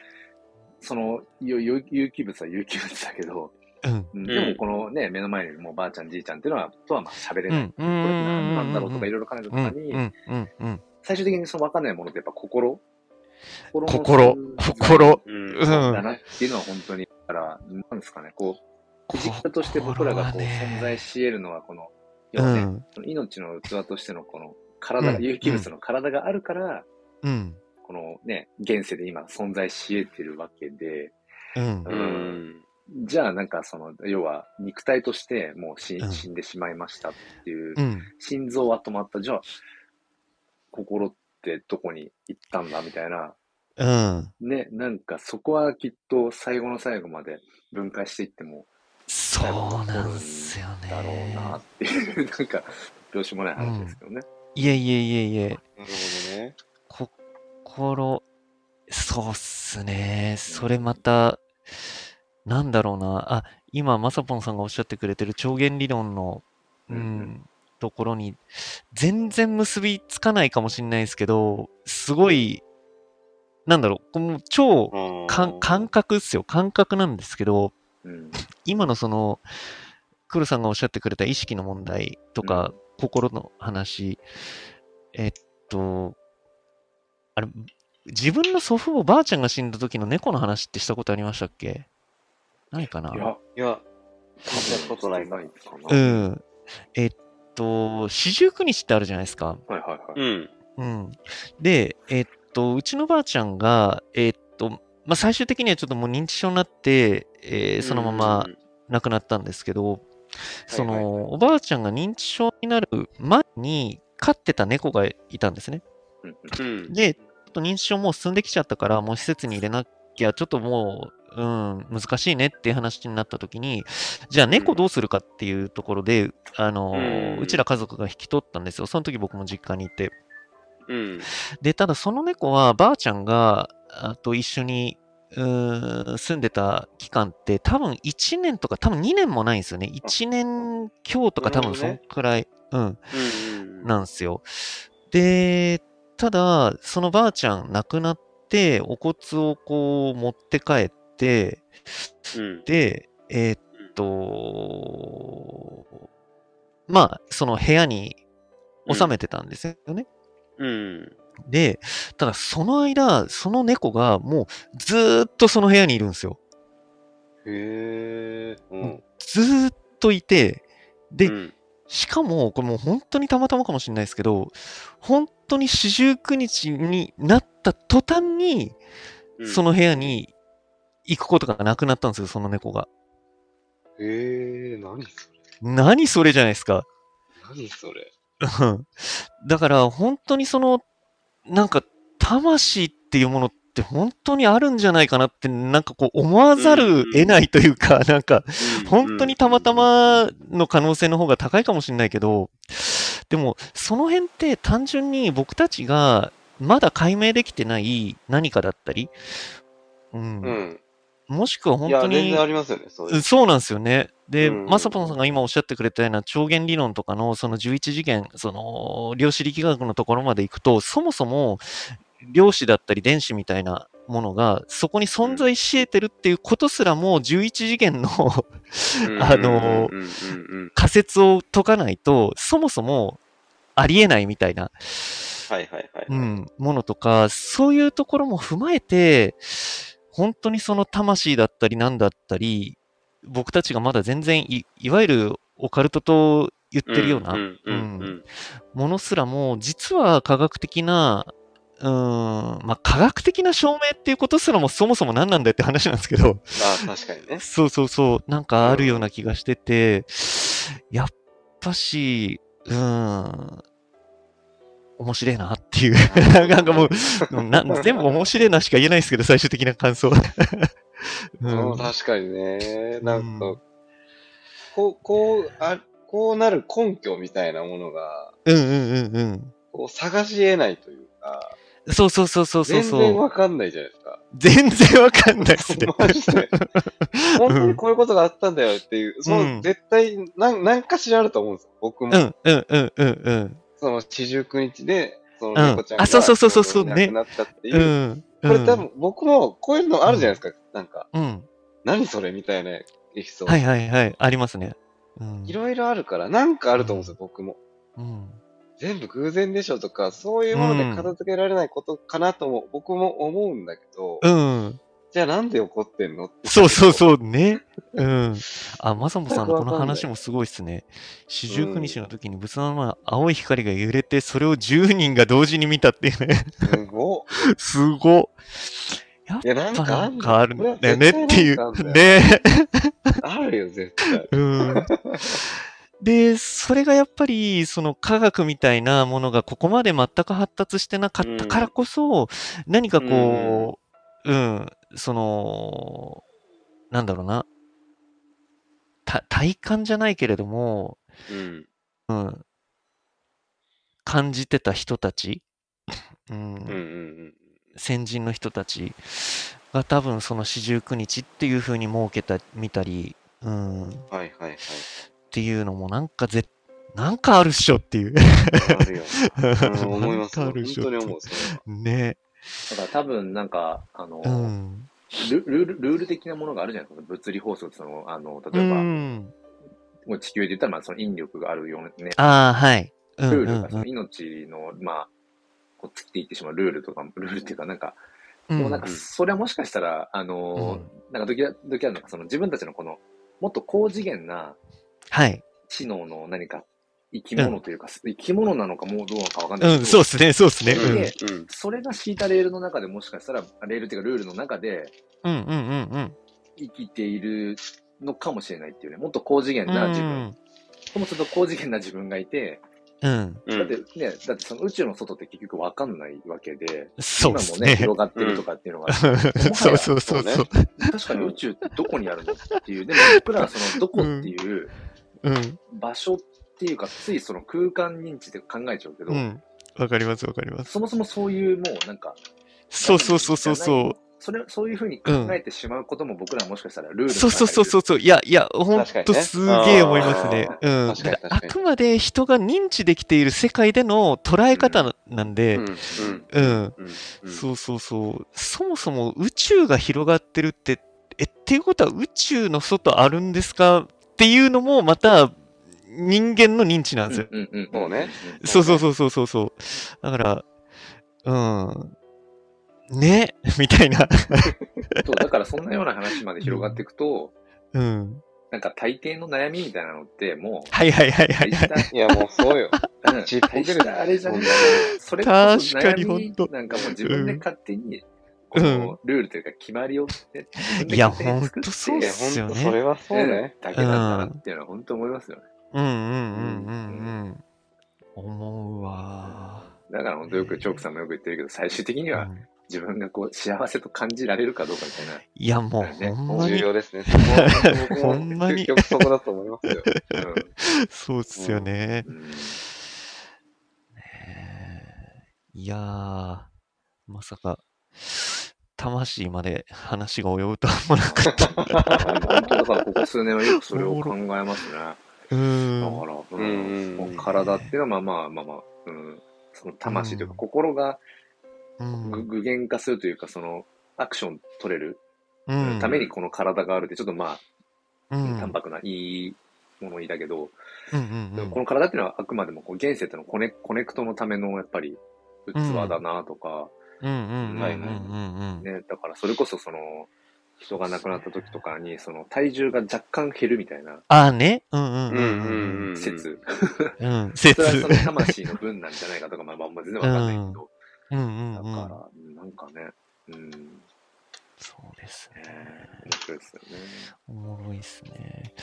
[SPEAKER 1] その、有有有機物は有機物だけど、
[SPEAKER 2] うん。
[SPEAKER 1] うんでもこのね、目の前にいるもうばあちゃん、じいちゃんっていうのは、とはまあ喋れ
[SPEAKER 2] う
[SPEAKER 1] ない。
[SPEAKER 2] ん。こ
[SPEAKER 1] これっ
[SPEAKER 2] れ
[SPEAKER 1] て何なんだろうとか、い
[SPEAKER 2] ろ
[SPEAKER 1] ろいろ考えた時
[SPEAKER 2] うん
[SPEAKER 1] に、
[SPEAKER 2] うんうんうん。
[SPEAKER 1] 最終的にその分かんないものってやっぱ心心の
[SPEAKER 2] 心
[SPEAKER 1] 存、在
[SPEAKER 2] 心。
[SPEAKER 3] うん。
[SPEAKER 2] う
[SPEAKER 1] だ
[SPEAKER 2] ん。
[SPEAKER 1] なっていうのは本当に、だから、なんですかね、こう、フィジカルとして僕らがこう
[SPEAKER 2] 心はね
[SPEAKER 1] 存在し得るのは、この、要
[SPEAKER 2] う
[SPEAKER 1] はね、
[SPEAKER 2] ん。
[SPEAKER 1] その命の器としてのこの体
[SPEAKER 2] う
[SPEAKER 1] が、
[SPEAKER 2] ん
[SPEAKER 1] 有機物の体があるから、
[SPEAKER 2] うん。
[SPEAKER 1] このね、現世で今存在し得てるわけで、
[SPEAKER 2] うん。
[SPEAKER 3] うん。
[SPEAKER 1] じゃあなんかその、要は肉体としてもう死
[SPEAKER 2] うん
[SPEAKER 1] 死んでしまいましたっていう、
[SPEAKER 2] うん。
[SPEAKER 1] 心臓は止まった、じゃあ心ってどこに行ったんだみたいな、
[SPEAKER 2] うん。
[SPEAKER 1] ね、なんかそこはきっと最後の最後まで分解していっても
[SPEAKER 2] そうなんすよね。
[SPEAKER 1] だろうなっていう、なんか、どうしようもない話ですけどね。
[SPEAKER 2] いえいえいえいえ、
[SPEAKER 3] なるほどね。
[SPEAKER 2] 心、そうっすね。それまた、なんだろうな。あ、今、まさぽんさんがおっしゃってくれてる超弦理論の、う、
[SPEAKER 1] うんうん
[SPEAKER 2] ところに、全然結びつかないかもしれないですけど、すごい、なんだろう、この超
[SPEAKER 3] うん
[SPEAKER 2] 感感覚っすよ。感覚なんですけど、
[SPEAKER 1] うん。
[SPEAKER 2] 今のその、クルさんがおっしゃってくれた意識の問題とか、心の話、えっと、あれ、自分の祖父母、ばあちゃんが死んだ時の猫の話ってしたことありましたっけないかない
[SPEAKER 1] や、
[SPEAKER 3] いや、聞いたことないな。
[SPEAKER 1] いか
[SPEAKER 2] う
[SPEAKER 1] な。
[SPEAKER 2] ん。えっと、四十九日ってあるじゃないですか。
[SPEAKER 1] はいはいは
[SPEAKER 3] う
[SPEAKER 1] い。
[SPEAKER 3] ん。
[SPEAKER 2] うん。で、えっと、うちのばあちゃんが、えっと、まあ、最終的にはちょっともう認知症になって、えーそのまま
[SPEAKER 3] うん、
[SPEAKER 2] 亡くなったんですけど、そ
[SPEAKER 3] はいはい
[SPEAKER 2] の、おばあちゃんが認知症になる前に飼ってた猫がいたんですね。
[SPEAKER 1] うんうん
[SPEAKER 3] うん。
[SPEAKER 2] で、ちょっと認知症もう進んできちゃったから、もう施設に入れなきゃ、ちょっともう、うん、難しいねっていう話になった時に、じゃあ猫どうするかっていうところで、あの
[SPEAKER 3] う、ん
[SPEAKER 2] うちら家族が引き取ったんですよ。その時僕も実家にいて。
[SPEAKER 3] うん。
[SPEAKER 2] で、ただその猫はばあちゃんが、あと一緒に、うーん住んでた期間って多分1年とか多分2年もないんですよね。1年強とか多分そ
[SPEAKER 3] なるほ
[SPEAKER 2] ん
[SPEAKER 3] どね
[SPEAKER 2] くらい、うん、
[SPEAKER 3] うん。
[SPEAKER 2] なんですよ。で、ただ、そのばあちゃん亡くなって、お骨をこう持って帰って、
[SPEAKER 3] うん。
[SPEAKER 2] で、えーっと、まあ、その部屋に収めてたんですよね。
[SPEAKER 3] うん。
[SPEAKER 2] で、ただその間、その猫がもうずーっとその部屋にいるんですよ。
[SPEAKER 3] へえ。うん。
[SPEAKER 2] ずーっといて、で
[SPEAKER 3] うん
[SPEAKER 2] しかも、これもう本当にたまたまかもしれないですけど、本当に四十九日になった途端に、そ、の部屋に行くことがなくなったんですよ、その猫が。
[SPEAKER 3] うんへえ、何それ
[SPEAKER 2] 何それじゃないですか。 (laughs)
[SPEAKER 3] 何それ
[SPEAKER 2] うんだから本当にその、なんか魂っていうものって本当にあるんじゃないかなって、なんかこう思わざる得ないというか、なんか本当にたまた、まの可能性の方が高いかもしれないけど、でもその辺って単純に僕たちがまだ解明できてない何かだったり、うん
[SPEAKER 3] うんうん。
[SPEAKER 2] もしくは本
[SPEAKER 3] いや、
[SPEAKER 2] 当
[SPEAKER 3] 全
[SPEAKER 2] に
[SPEAKER 3] 然ありますよね、そういう。
[SPEAKER 2] そうなんですよね。で、
[SPEAKER 3] うん
[SPEAKER 2] まさぽんさんが今おっしゃってくれたような超弦理論とかのその11次元、その量子力学のところまで行くと、そもそも量子だったり電子みたいなものがそこに存在し得てるっていうことすらも11次元のあの
[SPEAKER 3] うんうんうんうん。
[SPEAKER 2] 仮説を解かないと、そもそもありえないみたいな、
[SPEAKER 3] はいはいはい。
[SPEAKER 2] うん、ものとか、そういうところも踏まえて、本当にその魂だったり何だったり、僕たちがまだ全然い、いわゆるオカルトと言ってるような
[SPEAKER 3] うんうんうん
[SPEAKER 2] ものすらも、実は科学的な、うーん、まあ、科学的な証明っていうことすらもそもそも何なんだよって話なんですけど、
[SPEAKER 3] ああ、確かにね。
[SPEAKER 2] そうそうそう、なんかあるような気がしてて、やっぱし、うーん、面白いなっていう、 (laughs) (laughs) なんかもう、な全部面白いなしか言えないですけど、最終的な感想。 (laughs) う
[SPEAKER 3] そ
[SPEAKER 2] ん
[SPEAKER 3] う、確かにね。なん
[SPEAKER 2] うん
[SPEAKER 3] か、こう、こう、あ、こうなる根拠みたいなものが、
[SPEAKER 2] うんうんうんうん。
[SPEAKER 3] こう探し得ないというか、
[SPEAKER 2] そうそうそうそうそう
[SPEAKER 3] 全
[SPEAKER 2] そ
[SPEAKER 3] 然
[SPEAKER 2] う。
[SPEAKER 3] わかんないじゃないですか。
[SPEAKER 2] 全然わかんないっすね。
[SPEAKER 3] マジで。本当にこういうことがあったんだよっていう、そうの
[SPEAKER 2] ん
[SPEAKER 3] 絶対なん、なんかしらあると思うんですよ。僕
[SPEAKER 2] う
[SPEAKER 3] も、
[SPEAKER 2] んうんうんうんうん。
[SPEAKER 3] その四十九日で、そ
[SPEAKER 2] うん
[SPEAKER 3] の猫ちゃんが、
[SPEAKER 2] あそうそうそうそうそう
[SPEAKER 3] 亡
[SPEAKER 2] ね
[SPEAKER 3] くなったっていうう。
[SPEAKER 2] ん。
[SPEAKER 3] これ多分僕もこういうのあるじゃないですか。なんか、
[SPEAKER 2] うん。うん。
[SPEAKER 3] 何それみたいなエピソード。
[SPEAKER 2] はいはいはい。ありますね。うん
[SPEAKER 3] い。ろいろあるから、なんかあると思うんですよ、僕も。
[SPEAKER 2] うん。
[SPEAKER 3] 全部偶然でしょとか、そういうもので片付けられないことかなとも、僕も思うんだけど、
[SPEAKER 2] うん。
[SPEAKER 3] じゃあなんで怒ってんのって。
[SPEAKER 2] そうそうそうね。うん。あ、まさもさんのこの話もすごいっすね。四十九日の時に仏壇の青い光が揺れて、それを10人が同時に見たっていうね。
[SPEAKER 3] すご
[SPEAKER 2] すごっ。やっ
[SPEAKER 3] や、なん
[SPEAKER 2] ぱ
[SPEAKER 3] か
[SPEAKER 2] な
[SPEAKER 3] あ
[SPEAKER 2] ん
[SPEAKER 3] ん
[SPEAKER 2] かあるんだよねっていう。
[SPEAKER 3] ね。
[SPEAKER 2] ね。
[SPEAKER 3] あるよ、絶対。
[SPEAKER 2] (laughs) うん。で、それがやっぱり、その科学みたいなものがここまで全く発達してなかったからこそ、何かこう、うん、その、なんだろうな、た体感じゃないけれども、
[SPEAKER 3] うん。
[SPEAKER 2] うん、感じてた人たち、うん、
[SPEAKER 3] うんうん
[SPEAKER 2] 先人の人たちが多分その四十九日っていう風に設けた、見たり、うん、
[SPEAKER 3] うん。はいはいはい。
[SPEAKER 2] っていうのもなんかぜ、なんかあるっしょっていう。
[SPEAKER 3] あるよ。うん、思いますよ。
[SPEAKER 2] なんかあ
[SPEAKER 3] 本
[SPEAKER 2] るでしょ
[SPEAKER 3] 当に思う、それは。
[SPEAKER 2] ね。
[SPEAKER 1] だから多分なんか、あの、
[SPEAKER 2] うん。
[SPEAKER 1] ルルール、ルール的なものがあるじゃないですか。物理法則、その、あの、
[SPEAKER 2] う
[SPEAKER 1] 例えば、
[SPEAKER 2] ん。
[SPEAKER 1] もう地球で言ったら、まあ、その引力があるよね。
[SPEAKER 2] ああ、はい。うん
[SPEAKER 1] ルー
[SPEAKER 2] う
[SPEAKER 1] ル
[SPEAKER 2] ん
[SPEAKER 1] が、その命の、まあ、こう、尽きていってしまうルールとかも、ルールっていうか、なんか、
[SPEAKER 2] うん。
[SPEAKER 1] でもなんか、それはもしかしたら、あのー、なんか、時々、時々、なんか、その自分たちのこの、もっと高次元な
[SPEAKER 2] はい。
[SPEAKER 1] 知能の何か、生き物というか、生き物なのかもうどうなのかわかん
[SPEAKER 2] う
[SPEAKER 1] ないけ
[SPEAKER 2] ん、
[SPEAKER 1] ど、
[SPEAKER 2] そうですね、そうですね。
[SPEAKER 1] うん
[SPEAKER 3] うん。
[SPEAKER 1] それが敷いたレールの中でもしかしたら、レールっていうかルールの中で
[SPEAKER 2] うん、うん、うん、うん。
[SPEAKER 1] 生きているのかもしれないっていうね、もっと高次元
[SPEAKER 2] う
[SPEAKER 1] な自分、
[SPEAKER 2] ん。
[SPEAKER 1] ともすると高次元な自分がいて、
[SPEAKER 2] うん。
[SPEAKER 3] う
[SPEAKER 1] だっ
[SPEAKER 3] ん
[SPEAKER 1] てね、だってその宇宙の外って結局わかんないわけで、
[SPEAKER 2] そうで
[SPEAKER 1] 今も
[SPEAKER 2] す
[SPEAKER 1] ね、
[SPEAKER 2] ね。
[SPEAKER 1] 広がってるとかっていうのが、
[SPEAKER 2] (laughs) そうそうそうそう。
[SPEAKER 1] 確かに宇宙ってどこにあるのっていう、でも僕らはそのどこっていう
[SPEAKER 2] うん。
[SPEAKER 1] 場所っていうか、ついその空間認知で考えちゃうけど、
[SPEAKER 2] うん。わかります、わかります。
[SPEAKER 1] そもそもそういうもうなんか、
[SPEAKER 2] そうそうそうそうそう。
[SPEAKER 1] それそういうふうに考えてしまうことも僕らはもしかしたらルールの中
[SPEAKER 2] そう
[SPEAKER 1] に
[SPEAKER 2] そうそうそうそう。いや、いや、ほん
[SPEAKER 3] 確かに
[SPEAKER 2] と
[SPEAKER 3] ね
[SPEAKER 2] すげえ思いますね。
[SPEAKER 3] あー
[SPEAKER 2] うん。
[SPEAKER 3] 確かに
[SPEAKER 2] だからあ
[SPEAKER 3] 確か
[SPEAKER 2] くまで人が認知できている世界での捉え方なん
[SPEAKER 3] う
[SPEAKER 2] で、
[SPEAKER 3] ん。うん。
[SPEAKER 2] うん。
[SPEAKER 3] うん。うん
[SPEAKER 2] そうそうそう。そもそも宇宙が広がってるって、え、っていうことは宇宙の外あるんですかっていうのもまた人間の認知なんですよ。
[SPEAKER 1] うんうんん
[SPEAKER 3] そうね。
[SPEAKER 2] そうそう
[SPEAKER 3] う
[SPEAKER 2] そうそうそうそう。だから、うん。ねみたいな。
[SPEAKER 1] そう、だからそんなような話まで広がっていくと、
[SPEAKER 2] うん。
[SPEAKER 1] なんか大抵の悩みみたいなのって、もう、
[SPEAKER 2] はいはいはいはい
[SPEAKER 1] 大
[SPEAKER 2] はい。
[SPEAKER 1] し
[SPEAKER 3] ん。いや、もうそ
[SPEAKER 2] (laughs)
[SPEAKER 3] うよ。
[SPEAKER 1] た、うん、
[SPEAKER 3] ちっぽけ
[SPEAKER 1] 大
[SPEAKER 3] です
[SPEAKER 1] したあれじゃねえそれこそ
[SPEAKER 2] 確かに
[SPEAKER 1] 悩み
[SPEAKER 2] ほんと
[SPEAKER 1] なんかもう自分で勝手に、こ
[SPEAKER 2] うん
[SPEAKER 1] のルールというか決まりをね、自分で
[SPEAKER 2] いや
[SPEAKER 1] 勝手に作
[SPEAKER 2] ほんとそう
[SPEAKER 1] っ
[SPEAKER 3] い
[SPEAKER 1] て
[SPEAKER 3] や、
[SPEAKER 2] っすよ
[SPEAKER 3] ほん
[SPEAKER 2] ね
[SPEAKER 3] と、それはそうね。
[SPEAKER 1] だけなんだなっていうのは本当思いますよね。
[SPEAKER 2] うんうんうんうんうん。思うわ
[SPEAKER 1] だから本当よくチョークさんもよく言ってるけど、最終的に
[SPEAKER 2] ー。
[SPEAKER 1] は
[SPEAKER 2] うん
[SPEAKER 1] 自分がこう幸せと感じられるかどうかみたいな。
[SPEAKER 2] いやもう
[SPEAKER 1] ね
[SPEAKER 2] ほんま
[SPEAKER 3] 重
[SPEAKER 2] に、
[SPEAKER 3] 要ですね。そこは僕も
[SPEAKER 2] ほんまに
[SPEAKER 3] 究極そこだと思いますよ。
[SPEAKER 2] そうっすよね。
[SPEAKER 1] うんうん
[SPEAKER 2] いやー、まさか、魂まで話が及ぶとは思わなかった。 (laughs)
[SPEAKER 1] 本当だからここ数年はよくそれを考えますね。だか
[SPEAKER 2] う
[SPEAKER 1] ら、
[SPEAKER 2] ーん。
[SPEAKER 1] う
[SPEAKER 3] うん
[SPEAKER 1] んもう体っていうのはまあまあまあまあ、うん、その魂という
[SPEAKER 2] う
[SPEAKER 1] か
[SPEAKER 2] ん
[SPEAKER 1] 心が
[SPEAKER 2] うん
[SPEAKER 1] 具具現化するというか、そのアクション取れる
[SPEAKER 2] うん
[SPEAKER 1] ためにこの体があるって、ちょっとま
[SPEAKER 2] う
[SPEAKER 1] あ、
[SPEAKER 2] ん
[SPEAKER 1] 淡白ないいものをいいだけど、
[SPEAKER 2] うんうん
[SPEAKER 1] でもこの体っていうのはあくまでもこう現世とのコネコネクトのためのやっぱり器だなとか、
[SPEAKER 2] うんうんうん
[SPEAKER 1] はい
[SPEAKER 3] はい
[SPEAKER 2] うんうん
[SPEAKER 1] ね、だからそれこそその人が亡くなった時とかにその体重が若干減るみたいな
[SPEAKER 2] ああね。うんうん
[SPEAKER 3] うん
[SPEAKER 2] う
[SPEAKER 3] うん
[SPEAKER 2] ん
[SPEAKER 3] うん。
[SPEAKER 1] 説、
[SPEAKER 2] うん。うん、
[SPEAKER 1] そ
[SPEAKER 2] 説
[SPEAKER 1] れはその魂の分なんじゃないかとか、まあ、まあまあ全然わかんないけど、
[SPEAKER 2] うんうん
[SPEAKER 1] だ
[SPEAKER 2] うん。
[SPEAKER 1] から、なんかね、うん、ね
[SPEAKER 2] そうです
[SPEAKER 1] え
[SPEAKER 2] ね。
[SPEAKER 1] 面白いですよね。
[SPEAKER 2] おもろいです (laughs) ね。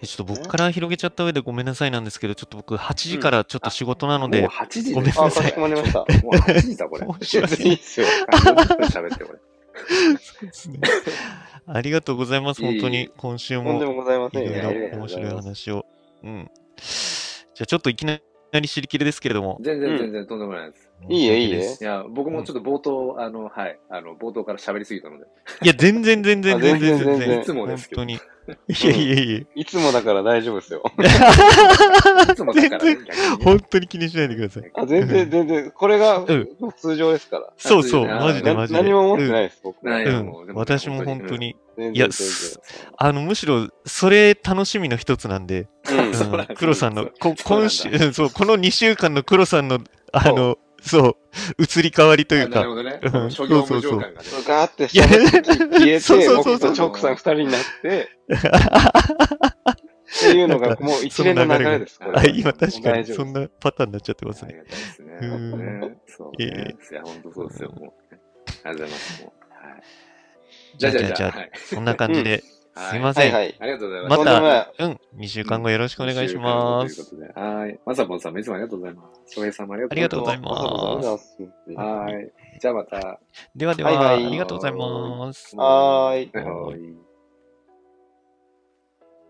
[SPEAKER 2] でちょっと僕から広げちゃった上でごめんなさいなんですけど、ちょっと僕8時からちょっと仕事なの
[SPEAKER 1] も
[SPEAKER 2] で
[SPEAKER 1] う、8時で
[SPEAKER 2] ごめんなさい
[SPEAKER 3] あかしこまり
[SPEAKER 2] (laughs)
[SPEAKER 3] ました
[SPEAKER 1] もう8時だ、これ。
[SPEAKER 2] 面
[SPEAKER 3] い
[SPEAKER 2] 白
[SPEAKER 3] や別にいいっすよ。
[SPEAKER 1] 40分喋って、これ。
[SPEAKER 2] ですね。 (laughs) ありがとうございます。本
[SPEAKER 1] い
[SPEAKER 2] 当
[SPEAKER 1] えい
[SPEAKER 2] に
[SPEAKER 1] え
[SPEAKER 2] 今週
[SPEAKER 3] とん
[SPEAKER 2] も
[SPEAKER 3] でもございま
[SPEAKER 2] い
[SPEAKER 3] せんよ。
[SPEAKER 2] ろ
[SPEAKER 3] あり
[SPEAKER 2] いろ
[SPEAKER 3] がとうご
[SPEAKER 2] 面
[SPEAKER 3] ざい
[SPEAKER 2] 白い
[SPEAKER 3] ます。
[SPEAKER 2] 話を。うん。じゃあちょっといきなり知り切れですけれども。
[SPEAKER 1] 全
[SPEAKER 3] う
[SPEAKER 1] 然
[SPEAKER 3] ん
[SPEAKER 1] 全然とんでもないです。
[SPEAKER 3] いいよいいよ
[SPEAKER 2] 申し訳で
[SPEAKER 1] い
[SPEAKER 2] す
[SPEAKER 1] や、僕もちょっと冒頭、あの、はい、あの、冒頭から喋りすぎ
[SPEAKER 2] (laughs)
[SPEAKER 1] たので。
[SPEAKER 2] いや、全然全然
[SPEAKER 3] あ
[SPEAKER 2] 全
[SPEAKER 3] 全
[SPEAKER 2] 然
[SPEAKER 3] 然
[SPEAKER 2] 全然。
[SPEAKER 1] いつもですけど
[SPEAKER 2] 本当に。いやいやいや。
[SPEAKER 3] いつもだから大丈夫ですよ。
[SPEAKER 1] いつもだからね、逆にね。
[SPEAKER 2] 本当に気にしないでください。
[SPEAKER 3] あ全然全然、これが
[SPEAKER 2] ん
[SPEAKER 3] 通常ですから。
[SPEAKER 2] そうそう、
[SPEAKER 1] あ
[SPEAKER 2] マジで
[SPEAKER 3] な
[SPEAKER 2] マジで。。
[SPEAKER 3] 何も思ってないいです、僕
[SPEAKER 1] な
[SPEAKER 3] は。
[SPEAKER 1] い
[SPEAKER 2] うん
[SPEAKER 1] やもうでもね
[SPEAKER 2] 私も本当に。
[SPEAKER 3] 全然
[SPEAKER 2] いや
[SPEAKER 3] 全
[SPEAKER 2] すあの、むしろ、それ楽しみの一つなんで、
[SPEAKER 3] 然。うん
[SPEAKER 1] そうなん
[SPEAKER 2] う
[SPEAKER 1] だ
[SPEAKER 2] ん、黒さんの、こ
[SPEAKER 1] そうなんだ
[SPEAKER 2] 今週、 (laughs) うんそう、この2週間の黒さんの、あの、そう、移り変わりと
[SPEAKER 1] と
[SPEAKER 2] いう
[SPEAKER 1] なる
[SPEAKER 2] か、
[SPEAKER 1] ほどね
[SPEAKER 2] うん。
[SPEAKER 1] 諸行無常感がね。
[SPEAKER 3] ガーって下の空気消えて、
[SPEAKER 2] そうそうそうそう
[SPEAKER 3] 僕とチョークさん二人になって、っていうのがもう一連の流れです、
[SPEAKER 1] そ
[SPEAKER 3] こ
[SPEAKER 1] の
[SPEAKER 3] れ
[SPEAKER 1] 流
[SPEAKER 3] は。
[SPEAKER 2] あ今確か
[SPEAKER 3] 大
[SPEAKER 2] に
[SPEAKER 3] 丈夫
[SPEAKER 2] そんなパターンになっちゃってます
[SPEAKER 1] あり
[SPEAKER 2] ね。
[SPEAKER 1] がたいですね。
[SPEAKER 2] うん
[SPEAKER 1] ねそうね。いや、本当そうですよ。もうありがとうございます。もうはいじゃあじゃあ
[SPEAKER 2] じゃあ
[SPEAKER 1] じゃあ。
[SPEAKER 2] じゃあ
[SPEAKER 1] はい
[SPEAKER 2] そんな感じで、
[SPEAKER 1] はい
[SPEAKER 2] すいま
[SPEAKER 3] は
[SPEAKER 2] せ
[SPEAKER 3] い
[SPEAKER 2] ん。
[SPEAKER 3] はい。
[SPEAKER 1] ありがとうございます。
[SPEAKER 2] ま
[SPEAKER 3] とんでもない
[SPEAKER 2] た、うん、2週間後よろしくお願いします。
[SPEAKER 1] ということではい。まさぽんさんもいつもありがとうございます。翔平さんもありがとうございます。
[SPEAKER 2] ありがとうございます
[SPEAKER 3] は
[SPEAKER 1] はい。じゃあまた。
[SPEAKER 2] ではでは、
[SPEAKER 3] はいはい
[SPEAKER 2] ありがとうございます。
[SPEAKER 3] はーい
[SPEAKER 1] はい